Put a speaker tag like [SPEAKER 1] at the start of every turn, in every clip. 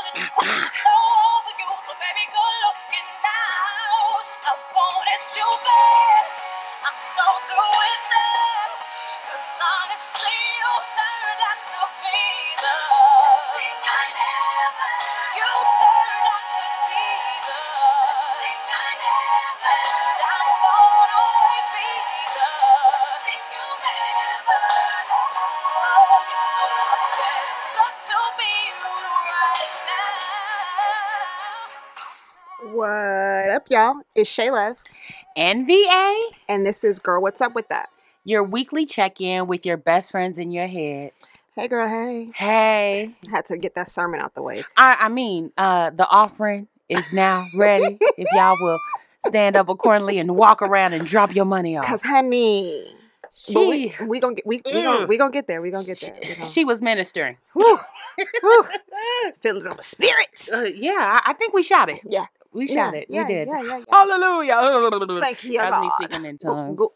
[SPEAKER 1] So all the youth are baby good looking now. I wanted you back. I'm so through with that. Cause honestly, you turned out to be the best thing I ever. You turned out to be the best thing I ever. And I'm gonna always be the best thing you ever. Sucks to be you right now.
[SPEAKER 2] What up, y'all? It's Shayla,
[SPEAKER 3] NVA,
[SPEAKER 2] and this is Girl What's Up With That.
[SPEAKER 3] your weekly check in with your best friends in your head.
[SPEAKER 2] Hey, girl, hey.
[SPEAKER 3] Hey,
[SPEAKER 2] Had to get that sermon out the way.
[SPEAKER 3] I, I mean, uh, the offering is now ready. If y'all will stand up accordingly and walk around and drop your money
[SPEAKER 2] Cause
[SPEAKER 3] off.
[SPEAKER 2] honey, but we
[SPEAKER 3] She,
[SPEAKER 2] we gonna get we we gonna
[SPEAKER 3] mm,
[SPEAKER 2] we gonna get there. We gonna get
[SPEAKER 3] she,
[SPEAKER 2] there. We gonna
[SPEAKER 3] she was ministering.
[SPEAKER 2] whew, whew, feel it on the spirit.
[SPEAKER 3] Uh, yeah, I, I think we shouted.
[SPEAKER 2] Yeah,
[SPEAKER 3] We
[SPEAKER 2] yeah,
[SPEAKER 3] shouted. We
[SPEAKER 2] yeah,
[SPEAKER 3] did.
[SPEAKER 2] yeah, yeah, yeah.
[SPEAKER 3] Hallelujah.
[SPEAKER 2] Thank you,
[SPEAKER 3] That was me
[SPEAKER 2] God.
[SPEAKER 3] speaking in
[SPEAKER 2] Go,
[SPEAKER 3] tongues.
[SPEAKER 2] go.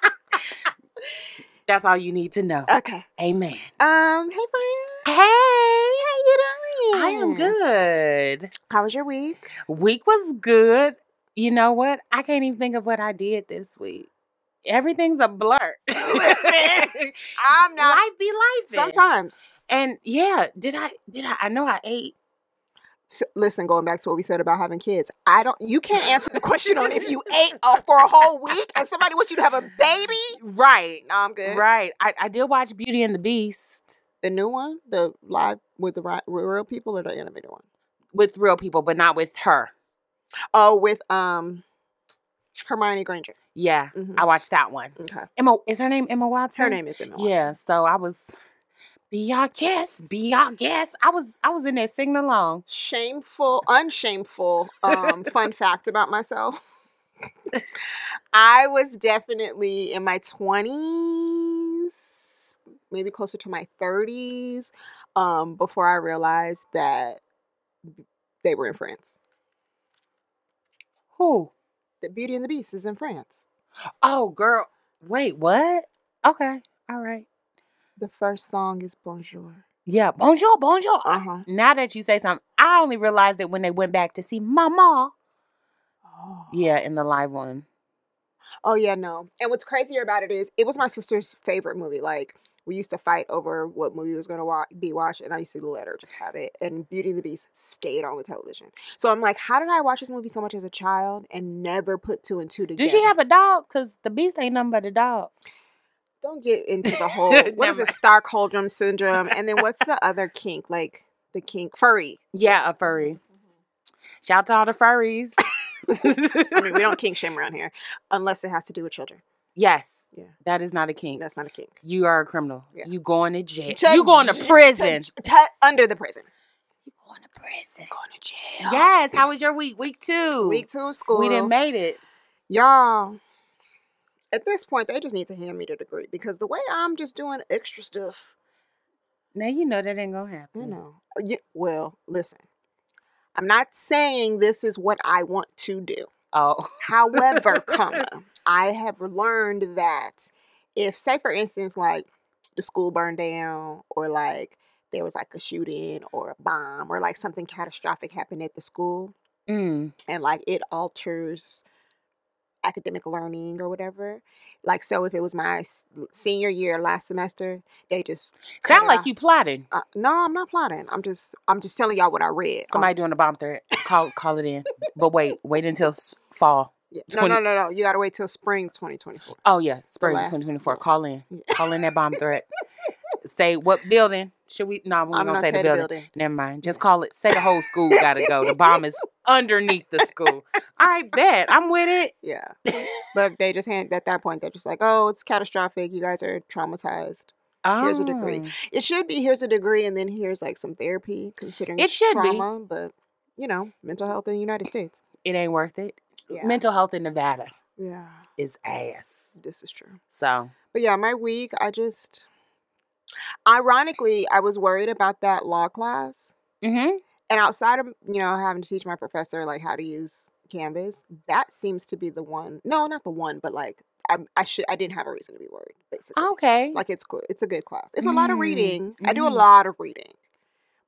[SPEAKER 3] That's all you need to know.
[SPEAKER 2] Okay.
[SPEAKER 3] Amen.
[SPEAKER 2] Um. Hey, friend.
[SPEAKER 3] Hey, I
[SPEAKER 2] How you doing?
[SPEAKER 3] am good.
[SPEAKER 2] How was your week?
[SPEAKER 3] Week was good. You know what? I can't even think of what I did this week. Everything's a blur.
[SPEAKER 2] Listen, I'm not.
[SPEAKER 3] life be life.
[SPEAKER 2] Sometimes.
[SPEAKER 3] And yeah, did I did I I know I ate.
[SPEAKER 2] s- listen, going back to what we said about having kids, I don't. You can't answer the question on if you ate uh, for a whole week and somebody wants you to have a baby.
[SPEAKER 3] Right.
[SPEAKER 2] No, I'm good.
[SPEAKER 3] Right. I, I did watch Beauty and the Beast
[SPEAKER 2] The new one, the live with the ri- with real people or the animated one?
[SPEAKER 3] with real people, but not with her.
[SPEAKER 2] Oh, with um Hermione Granger.
[SPEAKER 3] Yeah.
[SPEAKER 2] hmm
[SPEAKER 3] I watched that one.
[SPEAKER 2] Okay,
[SPEAKER 3] Emma is her name Emma Watson?
[SPEAKER 2] her name is Emma. Watson.
[SPEAKER 3] Yeah, so I was be y'all guest, be y'all guest. I was I was in there singing along.
[SPEAKER 2] Shameful, unshameful. Um, fun fact about myself: I was definitely in my twenties, maybe closer to my thirties, um, before I realized that they were in France.
[SPEAKER 3] Who?
[SPEAKER 2] The Beauty and the Beast is in France.
[SPEAKER 3] Oh girl. Wait, what? Okay. All right.
[SPEAKER 2] The first song is Bonjour.
[SPEAKER 3] Yeah. Bonjour, bonjour.
[SPEAKER 2] Uh huh.
[SPEAKER 3] Now that you say something, I only realized it when they went back to see Mama.
[SPEAKER 2] Oh.
[SPEAKER 3] Yeah, in the live one.
[SPEAKER 2] Oh yeah, no. And what's crazier about it is it was my sister's favorite movie. Like we used to fight over what movie was gonna wa- be watched, and I used to let her just have it. And Beauty and the Beast stayed on the television. So I'm like, how did I watch this movie so much as a child and never put two and two together?
[SPEAKER 3] Did she have a dog? Cause the beast ain't nothing but a dog.
[SPEAKER 2] Don't get into the whole what is
[SPEAKER 3] Never
[SPEAKER 2] the
[SPEAKER 3] mind.
[SPEAKER 2] Stockholm syndrome, and then what's the other kink? Like the kink furry.
[SPEAKER 3] Yeah, a furry.
[SPEAKER 2] Mm-hmm,
[SPEAKER 3] Shout out to all the furries.
[SPEAKER 2] I mean, we don't kink shame around here unless it has to do with children.
[SPEAKER 3] Yes.
[SPEAKER 2] Yeah.
[SPEAKER 3] That is not a kink.
[SPEAKER 2] That's not a kink.
[SPEAKER 3] You are a criminal.
[SPEAKER 2] Yeah.
[SPEAKER 3] You going to jail.
[SPEAKER 2] To
[SPEAKER 3] you going to
[SPEAKER 2] j-
[SPEAKER 3] prison.
[SPEAKER 2] to j- to- under the prison.
[SPEAKER 3] You going to prison.
[SPEAKER 2] Going to jail.
[SPEAKER 3] Yes. How was your week? Week two.
[SPEAKER 2] Week two of school.
[SPEAKER 3] We didn't made it.
[SPEAKER 2] Y'all, at this point, they just need to hand me the degree because the way I'm just doing extra stuff,
[SPEAKER 3] Now you know that ain't gonna happen.
[SPEAKER 2] you know. You, well, listen, I'm not saying this is what I want to do.
[SPEAKER 3] Oh.
[SPEAKER 2] However, comma, I have learned that if, say, for instance, like the school burned down or like there was like a shooting or a bomb or like something catastrophic happened at the school
[SPEAKER 3] Mm.
[SPEAKER 2] and like it alters academic learning or whatever. Like, so if it was my s- l- senior year last semester, they just cut
[SPEAKER 3] Sound
[SPEAKER 2] it
[SPEAKER 3] like
[SPEAKER 2] off.
[SPEAKER 3] you plotted.
[SPEAKER 2] Uh, no, I'm not plotting. I'm just, I'm just telling y'all what I read. on-
[SPEAKER 3] Somebody doing a bomb threat. Call call it in. But wait, wait until s- fall.
[SPEAKER 2] yeah. No,
[SPEAKER 3] 20,
[SPEAKER 2] no, no, no. You gotta wait till spring 2024.
[SPEAKER 3] oh yeah, spring
[SPEAKER 2] last-
[SPEAKER 3] 2024. Call in.
[SPEAKER 2] Yeah.
[SPEAKER 3] Call in that bomb threat. say what building? Should we no, we're
[SPEAKER 2] I'm
[SPEAKER 3] gonna
[SPEAKER 2] not
[SPEAKER 3] say the
[SPEAKER 2] saying the
[SPEAKER 3] building.
[SPEAKER 2] building.
[SPEAKER 3] Never mind. Just call it. Say the whole school gotta go. The bomb is underneath the school. I bet. I'm with
[SPEAKER 2] Yeah,
[SPEAKER 3] it.
[SPEAKER 2] but they just hand at that point. They're just like, oh, it's catastrophic. You guys are traumatized. Here's a degree.
[SPEAKER 3] Oh.
[SPEAKER 2] It should be here's a degree, and then here's like some therapy considering
[SPEAKER 3] It
[SPEAKER 2] it's
[SPEAKER 3] should be.
[SPEAKER 2] trauma. But you know, mental health in the United States.
[SPEAKER 3] It ain't worth it.
[SPEAKER 2] Yeah,
[SPEAKER 3] Mental health in Nevada
[SPEAKER 2] yeah,
[SPEAKER 3] is ass.
[SPEAKER 2] this is true.
[SPEAKER 3] So
[SPEAKER 2] But yeah, my week, I just ironically, I was worried about that law class.
[SPEAKER 3] mm-hmm.
[SPEAKER 2] And outside of, you know, having to teach my professor like how to use Canvas, that seems to be the one. No, not the one, but like I'm, I should I didn't have a reason to be worried. Basically,
[SPEAKER 3] Okay.
[SPEAKER 2] like it's cool. It's a good class. It's a lot of
[SPEAKER 3] Oh. Mm,
[SPEAKER 2] reading. I do a
[SPEAKER 3] mm.
[SPEAKER 2] lot of reading,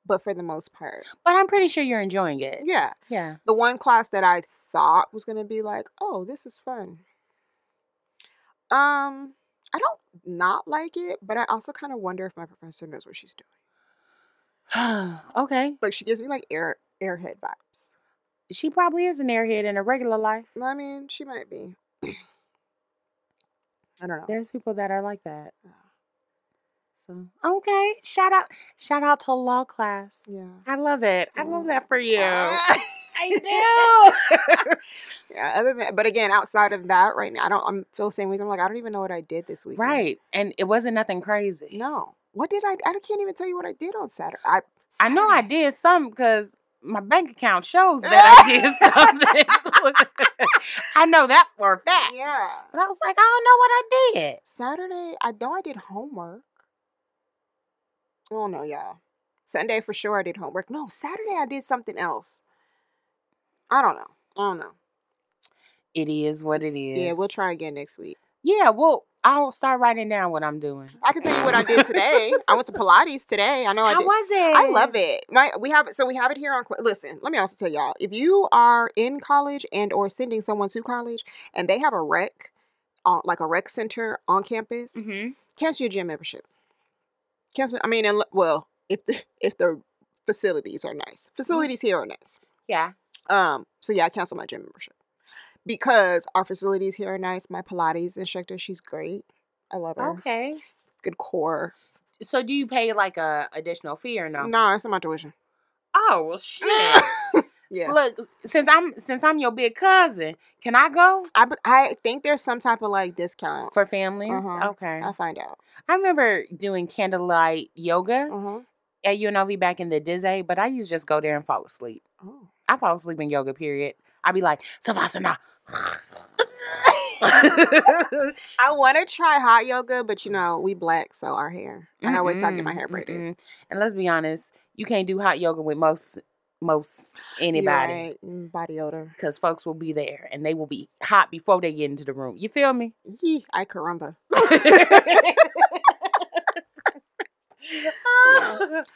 [SPEAKER 2] but for the most part,
[SPEAKER 3] But I'm pretty sure you're enjoying it.
[SPEAKER 2] yeah.
[SPEAKER 3] Yeah.
[SPEAKER 2] The one class that I thought was gonna be like, oh, this is fun. Um, I don't not like it, but I also kind of wonder if my professor knows what she's doing.
[SPEAKER 3] okay.
[SPEAKER 2] Like she gives me like air airhead vibes.
[SPEAKER 3] She probably is an airhead in her regular life.
[SPEAKER 2] I mean, she might be. I don't know.
[SPEAKER 3] There's people that are like that.
[SPEAKER 2] Yeah.
[SPEAKER 3] So okay. Shout out shout out to law class.
[SPEAKER 2] Yeah.
[SPEAKER 3] I love it. I love
[SPEAKER 2] Mm.
[SPEAKER 3] that for you.
[SPEAKER 2] I do. yeah. Other than, but again, outside of that, right now, I don't. I'm feel the same way. I'm like, I don't even know what I did this week.
[SPEAKER 3] right. And it wasn't nothing crazy.
[SPEAKER 2] No. What did I? I can't even tell you what I did on Saturday. I.
[SPEAKER 3] I know I
[SPEAKER 2] Saturday.
[SPEAKER 3] did some because my bank account shows that I did something. I know that for a fact.
[SPEAKER 2] Yeah.
[SPEAKER 3] But I was like, I don't know what I did.
[SPEAKER 2] Saturday, I know I did homework. Oh no, y'all. Sunday for sure I did homework. No, Saturday I did something else. I don't know. I don't know.
[SPEAKER 3] It is what it is.
[SPEAKER 2] Yeah, we'll try again next week.
[SPEAKER 3] Yeah, well, I'll start writing down what I'm doing.
[SPEAKER 2] I can tell you what I did today. I went to Pilates today. I know I
[SPEAKER 3] How
[SPEAKER 2] did.
[SPEAKER 3] was it?
[SPEAKER 2] I love it. My we have so we have it here on. Cl- Listen, let me also tell y'all: if you are in college and or sending someone to college, and they have a rec, uh, like a rec center on campus,
[SPEAKER 3] Mm-hmm.
[SPEAKER 2] cancel your gym membership. Cancel. I mean, unle- well, if the if the facilities are nice, facilities here are nice.
[SPEAKER 3] Yeah.
[SPEAKER 2] Um, so yeah, I canceled my gym membership because our facilities here are nice. My Pilates instructor, she's great. I love her.
[SPEAKER 3] Okay.
[SPEAKER 2] Good core.
[SPEAKER 3] So do you pay like a additional fee or no?
[SPEAKER 2] No, it's not my tuition.
[SPEAKER 3] Oh well, shit.
[SPEAKER 2] Yeah.
[SPEAKER 3] Look, since I'm since I'm your big cousin, can I go
[SPEAKER 2] I, b- I think there's some type of like discount.
[SPEAKER 3] for families?
[SPEAKER 2] Uh-huh.
[SPEAKER 3] Okay.
[SPEAKER 2] I'll find out.
[SPEAKER 3] I remember doing candlelight yoga
[SPEAKER 2] Uh-huh.
[SPEAKER 3] at UNLV back in the Dizay, but I used to just go there and fall asleep.
[SPEAKER 2] Oh.
[SPEAKER 3] I fall asleep in yoga. Period. I'd be like savasana.
[SPEAKER 2] I want to try hot yoga, but you know, we black, so our hair. I always talk get my
[SPEAKER 3] Mm-mm,
[SPEAKER 2] hair braided.
[SPEAKER 3] mm-mm. And let's be honest, you can't do hot yoga with most most
[SPEAKER 2] You're
[SPEAKER 3] anybody
[SPEAKER 2] right. Mm, Body odor.
[SPEAKER 3] because folks will be there and they will be hot before they get into the room. You feel me?
[SPEAKER 2] Yee, I caramba.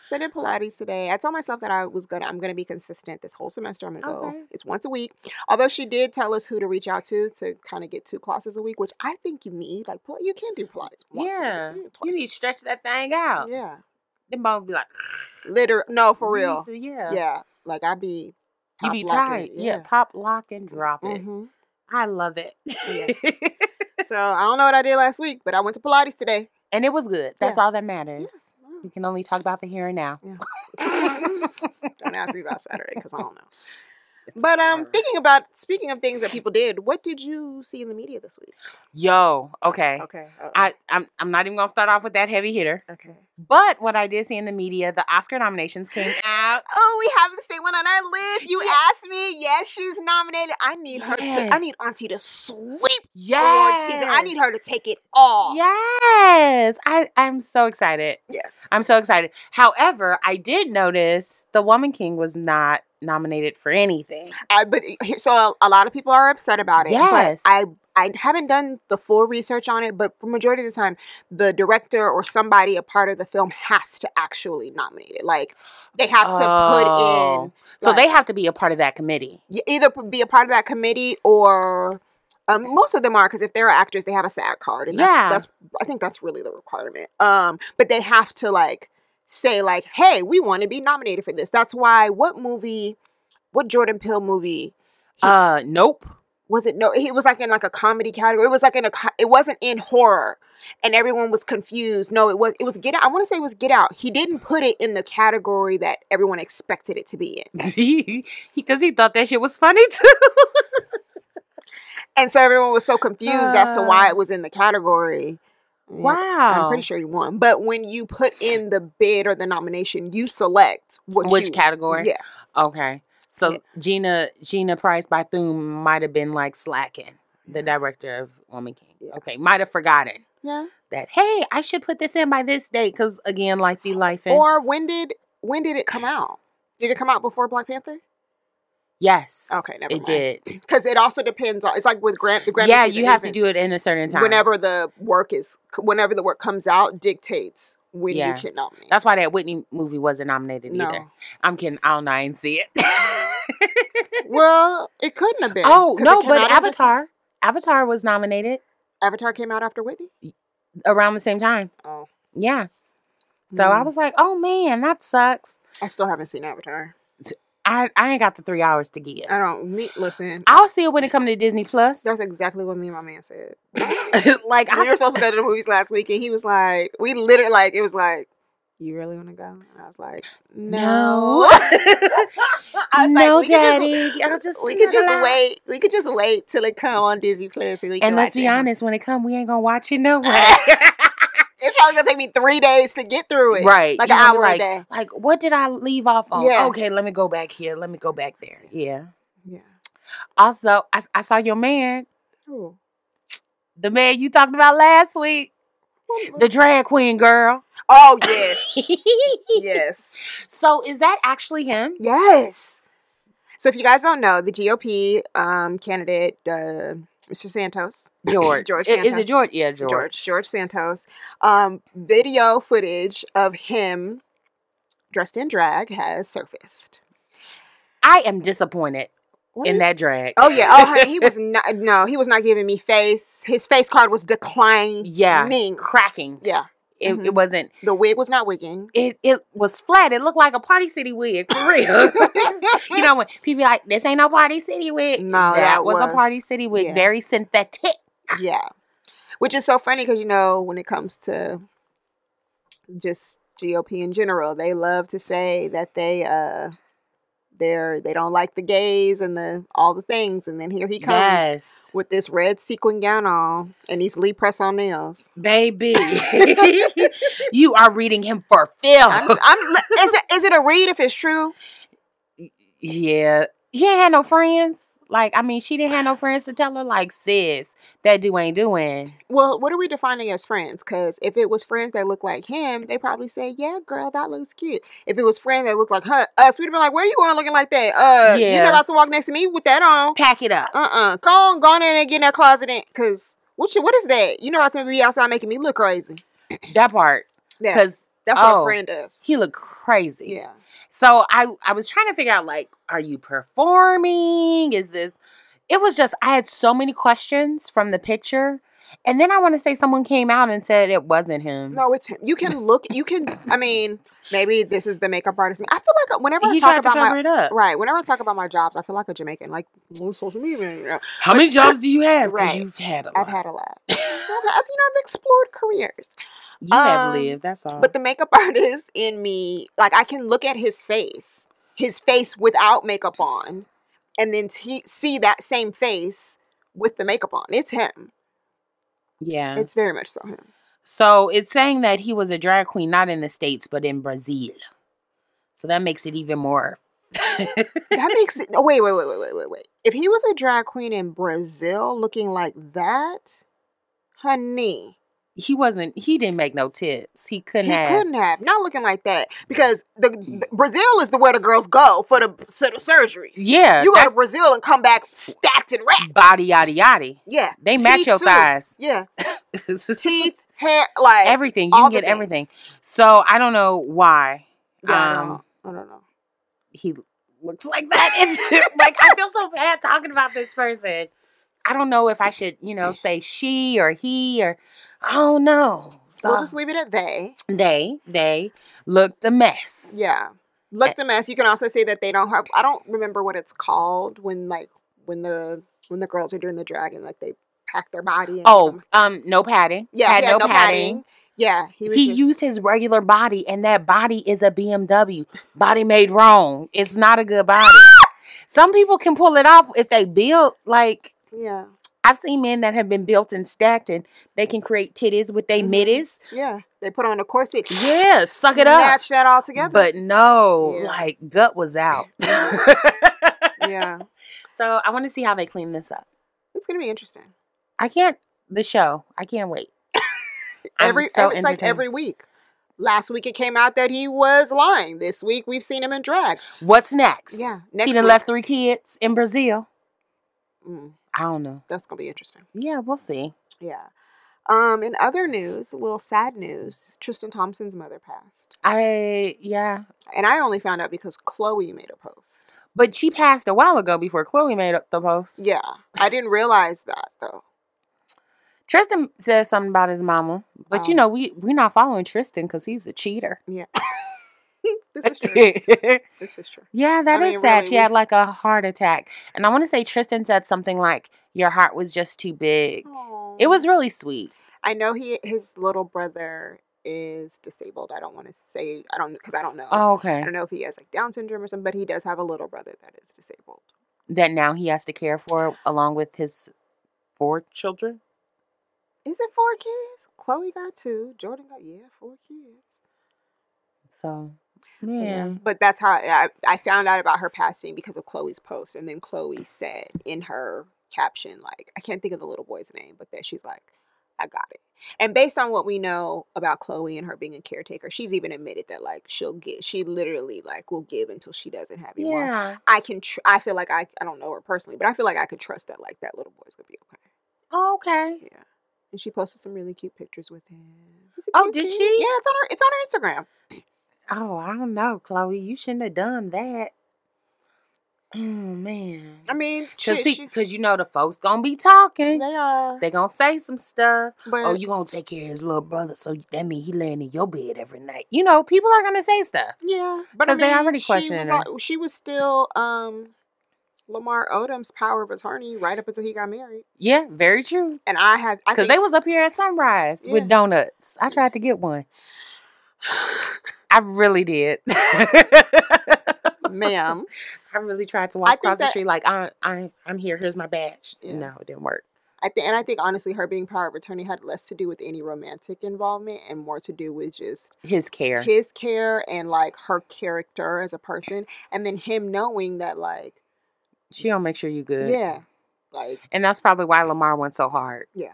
[SPEAKER 2] So I did Pilates today. I told myself that I was gonna I'm gonna be consistent this whole semester. I'm gonna
[SPEAKER 3] Okay.
[SPEAKER 2] go. It's once a week. Although she did tell us who to reach out to to kind of get two classes a week, which I think you need. Like Pil- you can do Pilates once
[SPEAKER 3] yeah,
[SPEAKER 2] a week.
[SPEAKER 3] you need to stretch that thing out.
[SPEAKER 2] Yeah.
[SPEAKER 3] Them bones be like
[SPEAKER 2] Liter no for
[SPEAKER 3] you need
[SPEAKER 2] real.
[SPEAKER 3] to- yeah,
[SPEAKER 2] Yeah. Like I be
[SPEAKER 3] you
[SPEAKER 2] pop
[SPEAKER 3] be
[SPEAKER 2] locking
[SPEAKER 3] tight.
[SPEAKER 2] it,
[SPEAKER 3] Yeah. Mm-hmm. pop, lock, and drop
[SPEAKER 2] yeah.
[SPEAKER 3] it.
[SPEAKER 2] Mhm.
[SPEAKER 3] I love it.
[SPEAKER 2] so I don't know what I did last week, but I went to Pilates today.
[SPEAKER 3] and it was good. That's all that matters. We
[SPEAKER 2] Wow.
[SPEAKER 3] can only talk about the here and now.
[SPEAKER 2] don't ask me about Saturday because I don't know. But um, thinking about speaking of things that people did, what did you see in the media this week?
[SPEAKER 3] yo, okay.
[SPEAKER 2] Okay,
[SPEAKER 3] I, I'm I'm not even gonna start off with that heavy hitter.
[SPEAKER 2] okay.
[SPEAKER 3] But what I did see in the media, the Oscar nominations came out.
[SPEAKER 2] Oh, we have the same one on our list. You asked me. Yes, she's nominated. I need her
[SPEAKER 3] Yes.
[SPEAKER 2] to. I need Auntie to sweep
[SPEAKER 3] Yes.
[SPEAKER 2] award season. I need her to take it all.
[SPEAKER 3] Yes. I, I'm so excited.
[SPEAKER 2] Yes.
[SPEAKER 3] I'm so excited. However, I did notice the Woman King was not nominated for anything.
[SPEAKER 2] I but it- so a, a lot of people are upset about it.
[SPEAKER 3] Yes.
[SPEAKER 2] But I I haven't done the full research on it, but for majority of the time, the director or somebody a part of the film has to actually nominate it. Like they have to put in
[SPEAKER 3] Oh. So
[SPEAKER 2] like-
[SPEAKER 3] they have to be a part of that committee.
[SPEAKER 2] you either p- be a part of that committee or um, most of them are because if they're actors, they have a SAG card, and that's,
[SPEAKER 3] Yeah.
[SPEAKER 2] that's I think that's really the requirement. Um, but they have to like say like, "Hey, we want to be nominated for this." That's why what movie, what Jordan Peele movie He-
[SPEAKER 3] Uh nope.
[SPEAKER 2] was it? No, he was like in like a comedy category. It was like in a co- it wasn't in horror, and everyone was confused. No, it was it was Get Out. I want to say it was Get Out. He didn't put it in the category that everyone expected it to be in.
[SPEAKER 3] Because he, 'cause he thought that shit was funny too.
[SPEAKER 2] And so everyone was so confused as to why
[SPEAKER 3] Uh. Oh.
[SPEAKER 2] it was in the category. Yeah,
[SPEAKER 3] Wow.
[SPEAKER 2] I'm pretty sure you won. But when you put in the bid or the nomination, you select what
[SPEAKER 3] Which
[SPEAKER 2] you-
[SPEAKER 3] category?
[SPEAKER 2] Yeah.
[SPEAKER 3] Okay. So
[SPEAKER 2] Yeah.
[SPEAKER 3] Gina Gina Price Bethune might have been like slacking, the director of Woman King.
[SPEAKER 2] Yeah.
[SPEAKER 3] Okay, might have forgotten
[SPEAKER 2] Yeah.
[SPEAKER 3] that. Hey, I should put this in by this date because again, life be life.
[SPEAKER 2] Or when did when did it come out? Did it come out before Black Panther?
[SPEAKER 3] Yes.
[SPEAKER 2] Okay, never
[SPEAKER 3] it
[SPEAKER 2] mind.
[SPEAKER 3] did.
[SPEAKER 2] because it also depends on. It's like with Grant. The Grammy.
[SPEAKER 3] yeah,
[SPEAKER 2] season,
[SPEAKER 3] you have to
[SPEAKER 2] even
[SPEAKER 3] do it in a certain time.
[SPEAKER 2] whenever the work is whenever the work comes out dictates when you
[SPEAKER 3] Yeah.
[SPEAKER 2] can nominate.
[SPEAKER 3] That's why that Whitney movie wasn't nominated either.
[SPEAKER 2] no.
[SPEAKER 3] I'm kidding. I don't know. I didn't see it.
[SPEAKER 2] well, it couldn't have been.
[SPEAKER 3] oh
[SPEAKER 2] 'cause it
[SPEAKER 3] no,
[SPEAKER 2] came
[SPEAKER 3] but
[SPEAKER 2] out in this-
[SPEAKER 3] Avatar. Avatar was nominated
[SPEAKER 2] Avatar came out after Whitney.
[SPEAKER 3] around the same time.
[SPEAKER 2] Oh,
[SPEAKER 3] Yeah. So I
[SPEAKER 2] Mm.
[SPEAKER 3] was like, oh man, that sucks.
[SPEAKER 2] I still haven't seen Avatar.
[SPEAKER 3] I, I ain't got the three hours to give.
[SPEAKER 2] I don't me listen.
[SPEAKER 3] I'll see it when it comes to Disney Plus.
[SPEAKER 2] Uh, That's exactly what me and my man said.
[SPEAKER 3] like
[SPEAKER 2] we
[SPEAKER 3] I,
[SPEAKER 2] were supposed to go to the movies last week, and he was like, "We literally like it was like." You really want to go? And I was like,
[SPEAKER 3] no,
[SPEAKER 2] no. I was like,
[SPEAKER 3] no,
[SPEAKER 2] "We could just-
[SPEAKER 3] Daddy. I'll just
[SPEAKER 2] we could
[SPEAKER 3] snuggle
[SPEAKER 2] just
[SPEAKER 3] up.
[SPEAKER 2] wait. We could just wait till it come on Disney Plus, and we can
[SPEAKER 3] And let's
[SPEAKER 2] watch
[SPEAKER 3] be
[SPEAKER 2] it.
[SPEAKER 3] honest, when it come, we ain't gonna watch it no way.
[SPEAKER 2] It's probably gonna take me three days to get through it.
[SPEAKER 3] right?
[SPEAKER 2] like
[SPEAKER 3] You
[SPEAKER 2] an
[SPEAKER 3] gonna be
[SPEAKER 2] hour
[SPEAKER 3] like,
[SPEAKER 2] a day.
[SPEAKER 3] Like, what did I leave off on?
[SPEAKER 2] Yeah.
[SPEAKER 3] Okay, let me go back here. Let me go back there. Yeah.
[SPEAKER 2] Yeah.
[SPEAKER 3] Also, I, I saw your man,
[SPEAKER 2] Ooh.
[SPEAKER 3] the man you talked about last week, the drag queen girl.
[SPEAKER 2] Oh yes, yes,
[SPEAKER 3] so is that actually him?
[SPEAKER 2] yes. So if you guys don't know, the GOP um, candidate, uh, Mr. Santos,
[SPEAKER 3] George.
[SPEAKER 2] George
[SPEAKER 3] I- Is it
[SPEAKER 2] Santos.
[SPEAKER 3] George? Yeah, George.
[SPEAKER 2] George George Santos, um, video footage of him dressed in drag has surfaced.
[SPEAKER 3] I am disappointed
[SPEAKER 2] What
[SPEAKER 3] in
[SPEAKER 2] is-
[SPEAKER 3] that drag.
[SPEAKER 2] Oh yeah. Oh, honey, he was not. No, he was not giving me face. His face card was declining.
[SPEAKER 3] Yeah. cracking.
[SPEAKER 2] Yeah.
[SPEAKER 3] It, it
[SPEAKER 2] Mhm.
[SPEAKER 3] wasn't.
[SPEAKER 2] The wig was not wigging.
[SPEAKER 3] It it was flat. It looked like a Party City wig for real. you know when people be like, "This ain't no Party City wig."
[SPEAKER 2] No, that
[SPEAKER 3] was, a
[SPEAKER 2] was-
[SPEAKER 3] Party City wig.
[SPEAKER 2] yeah.
[SPEAKER 3] Very synthetic.
[SPEAKER 2] yeah. Which is so funny because you know when it comes to just GOP in general, they love to say that they uh they're they don't like the gays and the all the things, and then here he comes
[SPEAKER 3] Yes,
[SPEAKER 2] with this red sequin gown on and these Lee press on nails.
[SPEAKER 3] baby. you are reading him for Phil.
[SPEAKER 2] I'm, I'm, is, it, is it a read if it's true?
[SPEAKER 3] yeah, he ain't had no friends. Like, I mean, she didn't have no friends to tell her, like, sis, that dude ain't doing.
[SPEAKER 2] Well, what are we defining as friends? Because if it was friends that look like him, they probably say, "Yeah, girl, that looks cute." If it was friends that look like her, us, we'd have been like, "Where you going looking like that? Uh, you're
[SPEAKER 3] Yeah.
[SPEAKER 2] not about to walk next to me with that on."
[SPEAKER 3] Pack it up.
[SPEAKER 2] Uh, uh go on, go on in and get in that closet in, cause what you, what is that? You're not about to be outside making me look crazy.
[SPEAKER 3] That part.
[SPEAKER 2] Yeah,
[SPEAKER 3] Because
[SPEAKER 2] that's what
[SPEAKER 3] oh.
[SPEAKER 2] a friend does.
[SPEAKER 3] he looked crazy.
[SPEAKER 2] Yeah,
[SPEAKER 3] So I I was trying to figure out like, are you performing? Is this? It was just I had so many questions from the picture, and then I want to say someone came out and said it wasn't him.
[SPEAKER 2] no, it's him. You can look, you can. I mean, maybe this is the makeup artist. I feel like whenever
[SPEAKER 3] he
[SPEAKER 2] I talk
[SPEAKER 3] tried to
[SPEAKER 2] about
[SPEAKER 3] cover
[SPEAKER 2] my
[SPEAKER 3] it up.
[SPEAKER 2] right, whenever I talk about my jobs, I feel like a Jamaican, like on social media. You know,
[SPEAKER 3] How many jobs do you have? Because
[SPEAKER 2] Right.
[SPEAKER 3] you've had a lot.
[SPEAKER 2] I've had a lot. I've, I've, you know, I've explored careers.
[SPEAKER 3] you have
[SPEAKER 2] um,
[SPEAKER 3] lived. That's all.
[SPEAKER 2] But the makeup artist in me, like I can look at his face, his face without makeup on, and then t- see that same face with the makeup on. It's him.
[SPEAKER 3] yeah.
[SPEAKER 2] It's very much so him.
[SPEAKER 3] so it's saying that he was a drag queen, not in the states, but in Brazil. So that makes it even more.
[SPEAKER 2] That makes it. Oh, wait, wait, wait, wait, wait, wait, wait. If he was a drag queen in Brazil looking like that, honey,
[SPEAKER 3] he wasn't. He didn't make no tips. He couldn't
[SPEAKER 2] he
[SPEAKER 3] have. Mm.
[SPEAKER 2] couldn't have not looking like that because the, the- Brazil is the where the girls go for the, for the surgeries.
[SPEAKER 3] Yeah.
[SPEAKER 2] you go to Brazil and come back stacked and
[SPEAKER 3] that
[SPEAKER 2] wrapped.
[SPEAKER 3] body yada yada.
[SPEAKER 2] Yeah,
[SPEAKER 3] They match
[SPEAKER 2] Teeth,
[SPEAKER 3] your
[SPEAKER 2] too.
[SPEAKER 3] thighs.
[SPEAKER 2] Yeah, teeth, hair, like
[SPEAKER 3] everything. You
[SPEAKER 2] all
[SPEAKER 3] can
[SPEAKER 2] the
[SPEAKER 3] get everything.
[SPEAKER 2] things.
[SPEAKER 3] So I don't know why
[SPEAKER 2] Yeah,
[SPEAKER 3] Um,
[SPEAKER 2] I, don't, I don't know.
[SPEAKER 3] he looks like that. It's like I feel so bad talking about this person. I don't know if I should, you know, say she or he or I don't know. So
[SPEAKER 2] We'll just leave it at they.
[SPEAKER 3] they they looked a mess.
[SPEAKER 2] Yeah,
[SPEAKER 3] Eh
[SPEAKER 2] looked a mess. You can also say that they don't have. I don't remember what it's called when like when the when the girls are doing the drag and like they pack their body. And
[SPEAKER 3] Oh,
[SPEAKER 2] um,
[SPEAKER 3] um, no padding.
[SPEAKER 2] yeah,
[SPEAKER 3] had,
[SPEAKER 2] he had
[SPEAKER 3] no, padding.
[SPEAKER 2] Yeah, he
[SPEAKER 3] He,
[SPEAKER 2] was. just-
[SPEAKER 3] used his regular body, and that body is a BMW body made wrong. It's not a good body. Some people can pull it off if they built like
[SPEAKER 2] Yeah,
[SPEAKER 3] I've seen men that have been built and stacked, and they can create titties with their
[SPEAKER 2] Mhm.
[SPEAKER 3] middies.
[SPEAKER 2] yeah. They put on a corset.
[SPEAKER 3] Yeah, suck it up.
[SPEAKER 2] Snatch that all together.
[SPEAKER 3] But no,
[SPEAKER 2] Yeah.
[SPEAKER 3] like gut was out.
[SPEAKER 2] yeah,
[SPEAKER 3] so I want to see how they clean this up.
[SPEAKER 2] it's gonna be interesting.
[SPEAKER 3] I can't. The show. I can't wait. I'm
[SPEAKER 2] every
[SPEAKER 3] so
[SPEAKER 2] every- it's like
[SPEAKER 3] entertained.
[SPEAKER 2] every week. Last week it came out that he was lying. This week we've seen him in drag.
[SPEAKER 3] What's next?
[SPEAKER 2] Yeah,
[SPEAKER 3] He
[SPEAKER 2] next
[SPEAKER 3] done
[SPEAKER 2] week-
[SPEAKER 3] left three kids in Brazil.
[SPEAKER 2] Mm,
[SPEAKER 3] I don't know.
[SPEAKER 2] that's gonna be interesting.
[SPEAKER 3] Yeah, we'll see.
[SPEAKER 2] Yeah. Um, in other news, a little sad news, Tristan Thompson's mother passed.
[SPEAKER 3] I yeah.
[SPEAKER 2] And I only found out because Chloe made a post.
[SPEAKER 3] But she passed a while ago before Chloe made up the post.
[SPEAKER 2] Yeah. I didn't realize that though.
[SPEAKER 3] Tristan says something about his mama, but you
[SPEAKER 2] Oh.
[SPEAKER 3] know we we're not following Tristan because he's a cheater.
[SPEAKER 2] This is true.
[SPEAKER 3] yeah,
[SPEAKER 2] this is true.
[SPEAKER 3] that is
[SPEAKER 2] I mean,
[SPEAKER 3] sad.
[SPEAKER 2] really,
[SPEAKER 3] she
[SPEAKER 2] we-
[SPEAKER 3] had like a heart attack, and I want to say Tristan said something like, "Your heart was just too big." It was really sweet.
[SPEAKER 2] I know he his little brother is disabled. I don't want to say I don't because I don't know.
[SPEAKER 3] Oh,
[SPEAKER 2] I
[SPEAKER 3] okay.
[SPEAKER 2] don't know if he has like Down syndrome or something, but he does have a little brother that is disabled.
[SPEAKER 3] That now he has to care for along with his four children.
[SPEAKER 2] Is it four kids? Chloe got two. Jordan got yeah, four kids.
[SPEAKER 3] So, yeah.
[SPEAKER 2] But that's how I, I found out about her passing because of Chloe's post, and then Chloe said in her caption, like I can't think of the little boy's name, but that she's like, I got it. And based on what we know about Chloe and her being a caretaker, she's even admitted that like she'll get, she literally like will give until she doesn't have anymore.
[SPEAKER 3] Yeah.
[SPEAKER 2] I can. Tr- I feel like I. I don't know her personally, but I feel like I could trust that. Like that little boy's gonna be okay.
[SPEAKER 3] Oh, okay.
[SPEAKER 2] Yeah. And she posted some really cute pictures with him. He's a
[SPEAKER 3] Oh,
[SPEAKER 2] cute
[SPEAKER 3] did
[SPEAKER 2] kid.
[SPEAKER 3] she?
[SPEAKER 2] Yeah, it's on her. It's on her Instagram.
[SPEAKER 3] Oh, I don't know, Chloe. You shouldn't have done that. Oh man.
[SPEAKER 2] I mean,
[SPEAKER 3] because
[SPEAKER 2] shit, she,
[SPEAKER 3] you know the folks gonna be talking.
[SPEAKER 2] they are.
[SPEAKER 3] They gonna say some stuff.
[SPEAKER 2] But
[SPEAKER 3] Oh, you gonna take care of his little brother, so that mean he laying in your bed every night. You know, people are gonna say stuff.
[SPEAKER 2] yeah, but I
[SPEAKER 3] 'Cause they
[SPEAKER 2] mean,
[SPEAKER 3] already
[SPEAKER 2] she
[SPEAKER 3] questioning
[SPEAKER 2] was
[SPEAKER 3] her.
[SPEAKER 2] al- She was still um, Lamar Odom's power of attorney right up until he got married.
[SPEAKER 3] Yeah, very true.
[SPEAKER 2] And I have. I
[SPEAKER 3] Because
[SPEAKER 2] think,
[SPEAKER 3] they was up here at sunrise with
[SPEAKER 2] Yeah.
[SPEAKER 3] donuts. I tried to get one. I really did.
[SPEAKER 2] ma'am.
[SPEAKER 3] I really tried to walk
[SPEAKER 2] think
[SPEAKER 3] across the
[SPEAKER 2] that-
[SPEAKER 3] street like I, I, I'm here. Here's my badge.
[SPEAKER 2] Yeah.
[SPEAKER 3] No, it didn't work.
[SPEAKER 2] I think, and I think honestly, her being power of attorney had less to do with any romantic involvement and more to do with just
[SPEAKER 3] His care.
[SPEAKER 2] his care and like her character as a person and then him knowing that like
[SPEAKER 3] she don't make sure you good.
[SPEAKER 2] yeah like
[SPEAKER 3] And that's probably why Lamar went so hard.
[SPEAKER 2] Yeah.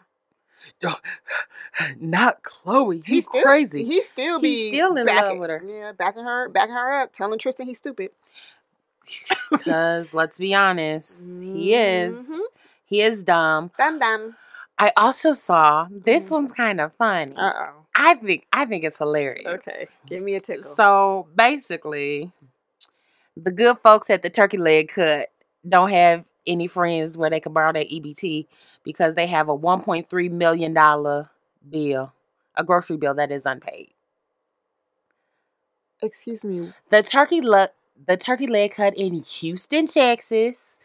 [SPEAKER 3] Not Chloe. You
[SPEAKER 2] he's still
[SPEAKER 3] crazy.
[SPEAKER 2] he still be
[SPEAKER 3] He's still in
[SPEAKER 2] backing-
[SPEAKER 3] love with her.
[SPEAKER 2] yeah backing her backing her up telling tristan he's stupid
[SPEAKER 3] Because let's be honest, he is.
[SPEAKER 2] Mhm.
[SPEAKER 3] He is dumb.
[SPEAKER 2] dum dum
[SPEAKER 3] I also saw this
[SPEAKER 2] Mhm.
[SPEAKER 3] one's kind of funny.
[SPEAKER 2] uh-oh
[SPEAKER 3] I think I think it's hilarious.
[SPEAKER 2] give me a tickle
[SPEAKER 3] So basically, the good folks at the turkey leg cut don't have any friends where they can borrow their EBT because they have a $1.3 million bill, a grocery bill that is unpaid.
[SPEAKER 2] excuse me
[SPEAKER 3] The turkey leg, the turkey leg hut in Houston, Texas,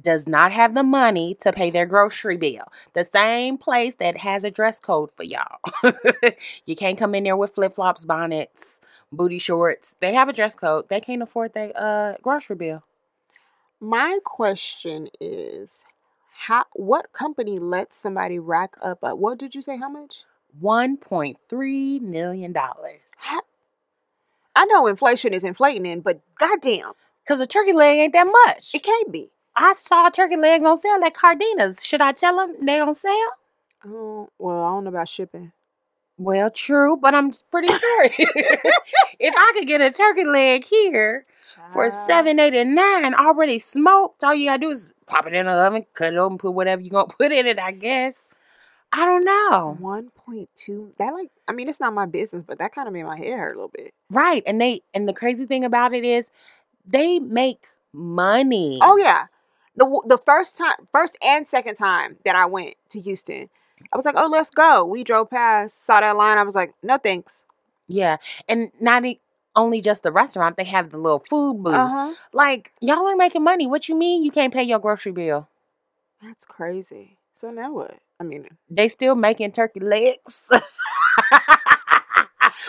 [SPEAKER 3] does not have the money to pay their grocery bill. The same place that has a dress code for y'all. you can't come in there with flip flops, bonnets, booty shorts. They have a dress code. They can't afford their uh grocery bill.
[SPEAKER 2] my question is how what company lets somebody rack up uh, what did you say how much
[SPEAKER 3] One point three million dollars.
[SPEAKER 2] How- i know inflation is inflating in but goddamn
[SPEAKER 3] Cause a turkey leg ain't that much.
[SPEAKER 2] it can't be
[SPEAKER 3] I saw turkey legs on sale at Cardenas. Should I tell them they on sale?
[SPEAKER 2] oh well i don't know about shipping
[SPEAKER 3] Well, true, but I'm s- pretty sure if I could get a turkey leg here for
[SPEAKER 2] Child.
[SPEAKER 3] seven eighty nine already smoked, all you gotta do is pop it in the oven, cut it open, put whatever you gonna put in it. I guess. I don't know.
[SPEAKER 2] One point two. That like, I mean, it's not my business, but that kind of made my head hurt a little bit.
[SPEAKER 3] Right, and they and the crazy thing about it is they make money.
[SPEAKER 2] Oh yeah, the w- the first time, first and second time that I went to Houston, I was like, oh, let's go. We drove past, saw that line. I was like, no thanks.
[SPEAKER 3] yeah, and not e- only just the restaurant, they have the little food booth.
[SPEAKER 2] Uh huh.
[SPEAKER 3] Like y'all are making money. What you mean you can't pay your grocery bill?
[SPEAKER 2] That's crazy. So now what? I mean,
[SPEAKER 3] They still making turkey legs.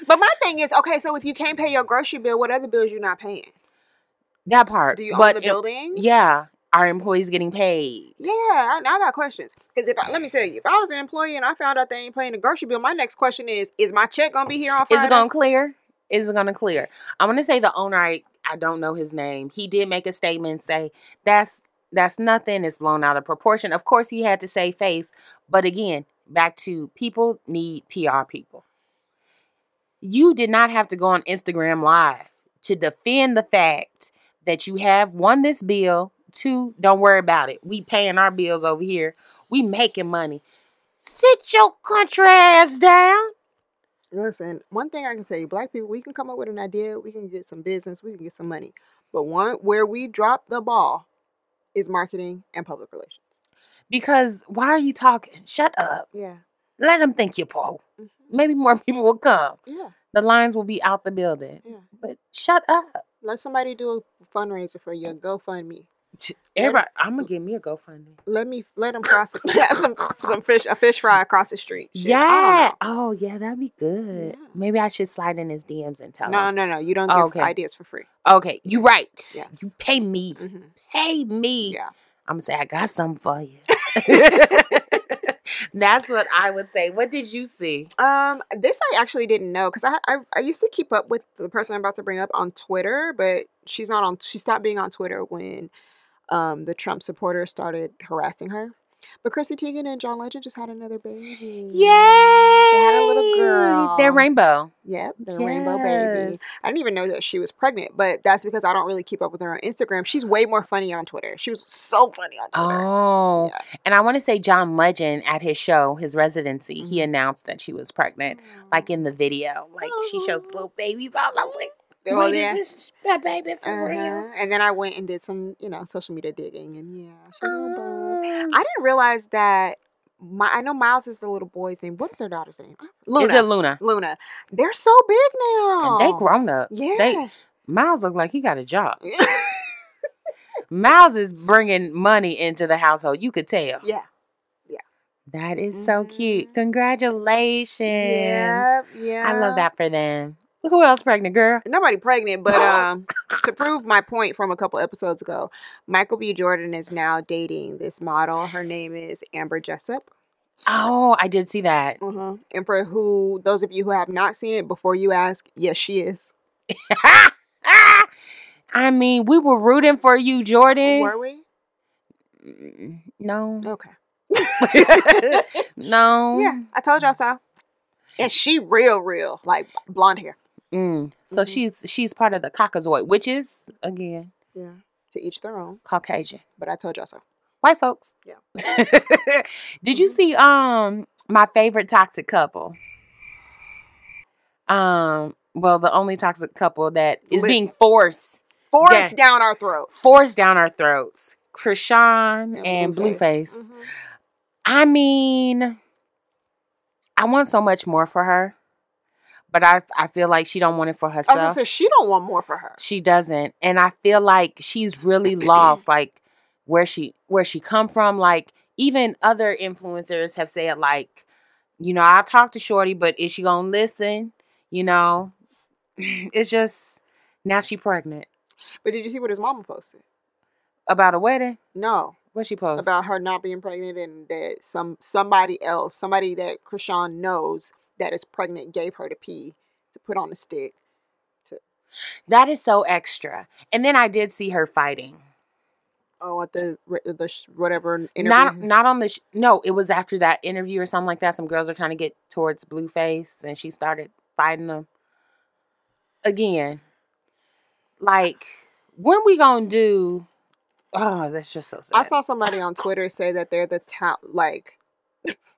[SPEAKER 2] but my thing is, okay, so if you can't pay your grocery bill, what other bills you not paying?
[SPEAKER 3] That part.
[SPEAKER 2] Do you own
[SPEAKER 3] but
[SPEAKER 2] the
[SPEAKER 3] it-
[SPEAKER 2] building?
[SPEAKER 3] yeah, are employees getting paid?
[SPEAKER 2] Yeah, I, I got questions. Because if I, let me tell you, if I was an employee and I found out they ain't paying the grocery bill, my next question is, is my check gonna be here on Friday?
[SPEAKER 3] Is it gonna clear? Is it gonna clear? I want to say the owner. I I don't know his name. He did make a statement and say that's that's nothing. It's blown out of proportion. Of course, he had to save face. But again, back to people need PR people. You did not have to go on Instagram Live to defend the fact that you have one this bill, two don't worry about it. We paying our bills over here. We making money. Sit your country ass down.
[SPEAKER 2] Listen, one thing I can tell you, black people, we can come up with an idea, we can get some business, we can get some money. But one where we drop the ball is marketing and public relations.
[SPEAKER 3] Because why are you talking? Shut up.
[SPEAKER 2] Yeah.
[SPEAKER 3] Let them think you're poor.
[SPEAKER 2] Mhm.
[SPEAKER 3] Maybe more people will come.
[SPEAKER 2] Yeah.
[SPEAKER 3] The lines will be out the building.
[SPEAKER 2] Yeah.
[SPEAKER 3] But shut up.
[SPEAKER 2] Let somebody do a fundraiser for you. GoFundMe.
[SPEAKER 3] Everybody, I'm gonna give me a GoFundMe.
[SPEAKER 2] Let me let them cross have some some fish a fish fry across the street. Shit, I
[SPEAKER 3] Yeah. Oh, yeah, that'd be good.
[SPEAKER 2] Yeah.
[SPEAKER 3] Maybe I should slide in his DMs and tell
[SPEAKER 2] don't know.
[SPEAKER 3] him.
[SPEAKER 2] No, no, no. You don't
[SPEAKER 3] Oh,
[SPEAKER 2] give
[SPEAKER 3] okay.
[SPEAKER 2] ideas for free.
[SPEAKER 3] Okay, you right. You
[SPEAKER 2] Yes.
[SPEAKER 3] pay me.
[SPEAKER 2] hmm
[SPEAKER 3] Pay me.
[SPEAKER 2] Yeah.
[SPEAKER 3] I'm gonna say I got something for you. That's what I would say. What did you see?
[SPEAKER 2] Um, this I actually didn't know because I, I I used to keep up with the person I'm about to bring up on Twitter, but she's not on. She stopped being on Twitter when um the Trump supporters started harassing her. But Chrissy Teigen and John Legend just had another baby.
[SPEAKER 3] Yay! They
[SPEAKER 2] a little girl.
[SPEAKER 3] They're rainbow.
[SPEAKER 2] Yep, their rainbow baby.
[SPEAKER 3] Yes.
[SPEAKER 2] I didn't even know that she was pregnant, but that's because I don't really keep up with her on Instagram. She's way more funny on Twitter. She was so funny on Twitter.
[SPEAKER 3] Oh,
[SPEAKER 2] Yeah.
[SPEAKER 3] and I want to say John Legend at his show, his residency, he
[SPEAKER 2] Mhm.
[SPEAKER 3] announced that she was pregnant, like in the video, like she shows the little baby ball. I'm like,
[SPEAKER 2] Oh,
[SPEAKER 3] wait,
[SPEAKER 2] yeah.
[SPEAKER 3] is this my baby for real?
[SPEAKER 2] Uh-huh. And then I went and did some, you know, social media digging, and yeah, she a little bug.
[SPEAKER 3] Um,
[SPEAKER 2] I didn't realize that. My, I know Miles is the little boy's name. What is their daughter's name? Uh,
[SPEAKER 3] Is
[SPEAKER 2] Luna.
[SPEAKER 3] it Luna?
[SPEAKER 2] Luna. They're so big now.
[SPEAKER 3] And they grown ups. They
[SPEAKER 2] Yeah.
[SPEAKER 3] Miles look like he got a job. Miles is bringing money into the household. You could tell.
[SPEAKER 2] yeah.
[SPEAKER 3] That is so cute.
[SPEAKER 2] Mhm.
[SPEAKER 3] Congratulations.
[SPEAKER 2] Yeah. Yeah.
[SPEAKER 3] I love that for them. Who else pregnant, girl?
[SPEAKER 2] nobody pregnant, but um, to prove my point from a couple episodes ago, Michael B. Jordan is now dating this model. Her name is Amber Jessup.
[SPEAKER 3] Oh, I did see that.
[SPEAKER 2] Uh-huh. And for who those of you who have not seen it, before you ask, yes, she is.
[SPEAKER 3] I mean, we were rooting for you, Jordan.
[SPEAKER 2] Were we?
[SPEAKER 3] Mm, No.
[SPEAKER 2] Okay.
[SPEAKER 3] no.
[SPEAKER 2] Yeah, I told
[SPEAKER 3] mm.
[SPEAKER 2] y'all so. And she real, real, like blonde hair.
[SPEAKER 3] Mm. So
[SPEAKER 2] Mhm.
[SPEAKER 3] she's she's part of the Caucasoid, which is again
[SPEAKER 2] Yeah. To each their own,
[SPEAKER 3] Caucasian.
[SPEAKER 2] but I told y'all so.
[SPEAKER 3] White folks.
[SPEAKER 2] Yeah.
[SPEAKER 3] Did you
[SPEAKER 2] Mhm.
[SPEAKER 3] see um my favorite toxic couple? Um, well, the only toxic couple that is
[SPEAKER 2] Lit-
[SPEAKER 3] being forced
[SPEAKER 2] Forced down our throat.
[SPEAKER 3] forced down our throats. Krishan and, Blueface.
[SPEAKER 2] Mhm.
[SPEAKER 3] I mean, I want so much more for her, but I I feel like she don't want it for
[SPEAKER 2] I was gonna
[SPEAKER 3] herself.
[SPEAKER 2] say she don't want more for her.
[SPEAKER 3] she doesn't, and I feel like she's really lost, like where she where she come from. Like even other influencers have said, like you know, I talked to Shorty, but is she gonna listen? You know, it's just now she pregnant
[SPEAKER 2] But did you see what his mama posted?
[SPEAKER 3] about a wedding.
[SPEAKER 2] No.
[SPEAKER 3] What she post?
[SPEAKER 2] about her not being pregnant and that some somebody else, somebody that Krishan knows that is pregnant, gave her the pee to put on the stick.
[SPEAKER 3] that is so extra. And then I did see her fighting.
[SPEAKER 2] Oh, at the re- the sh- whatever interview.
[SPEAKER 3] Not not on the sh- no, it was after that interview or something like that. Some girls are trying to get towards Blueface, and she started fighting them again. Like when we gonna do? Oh, that's just so sad.
[SPEAKER 2] I saw somebody on Twitter say that they're the ta- like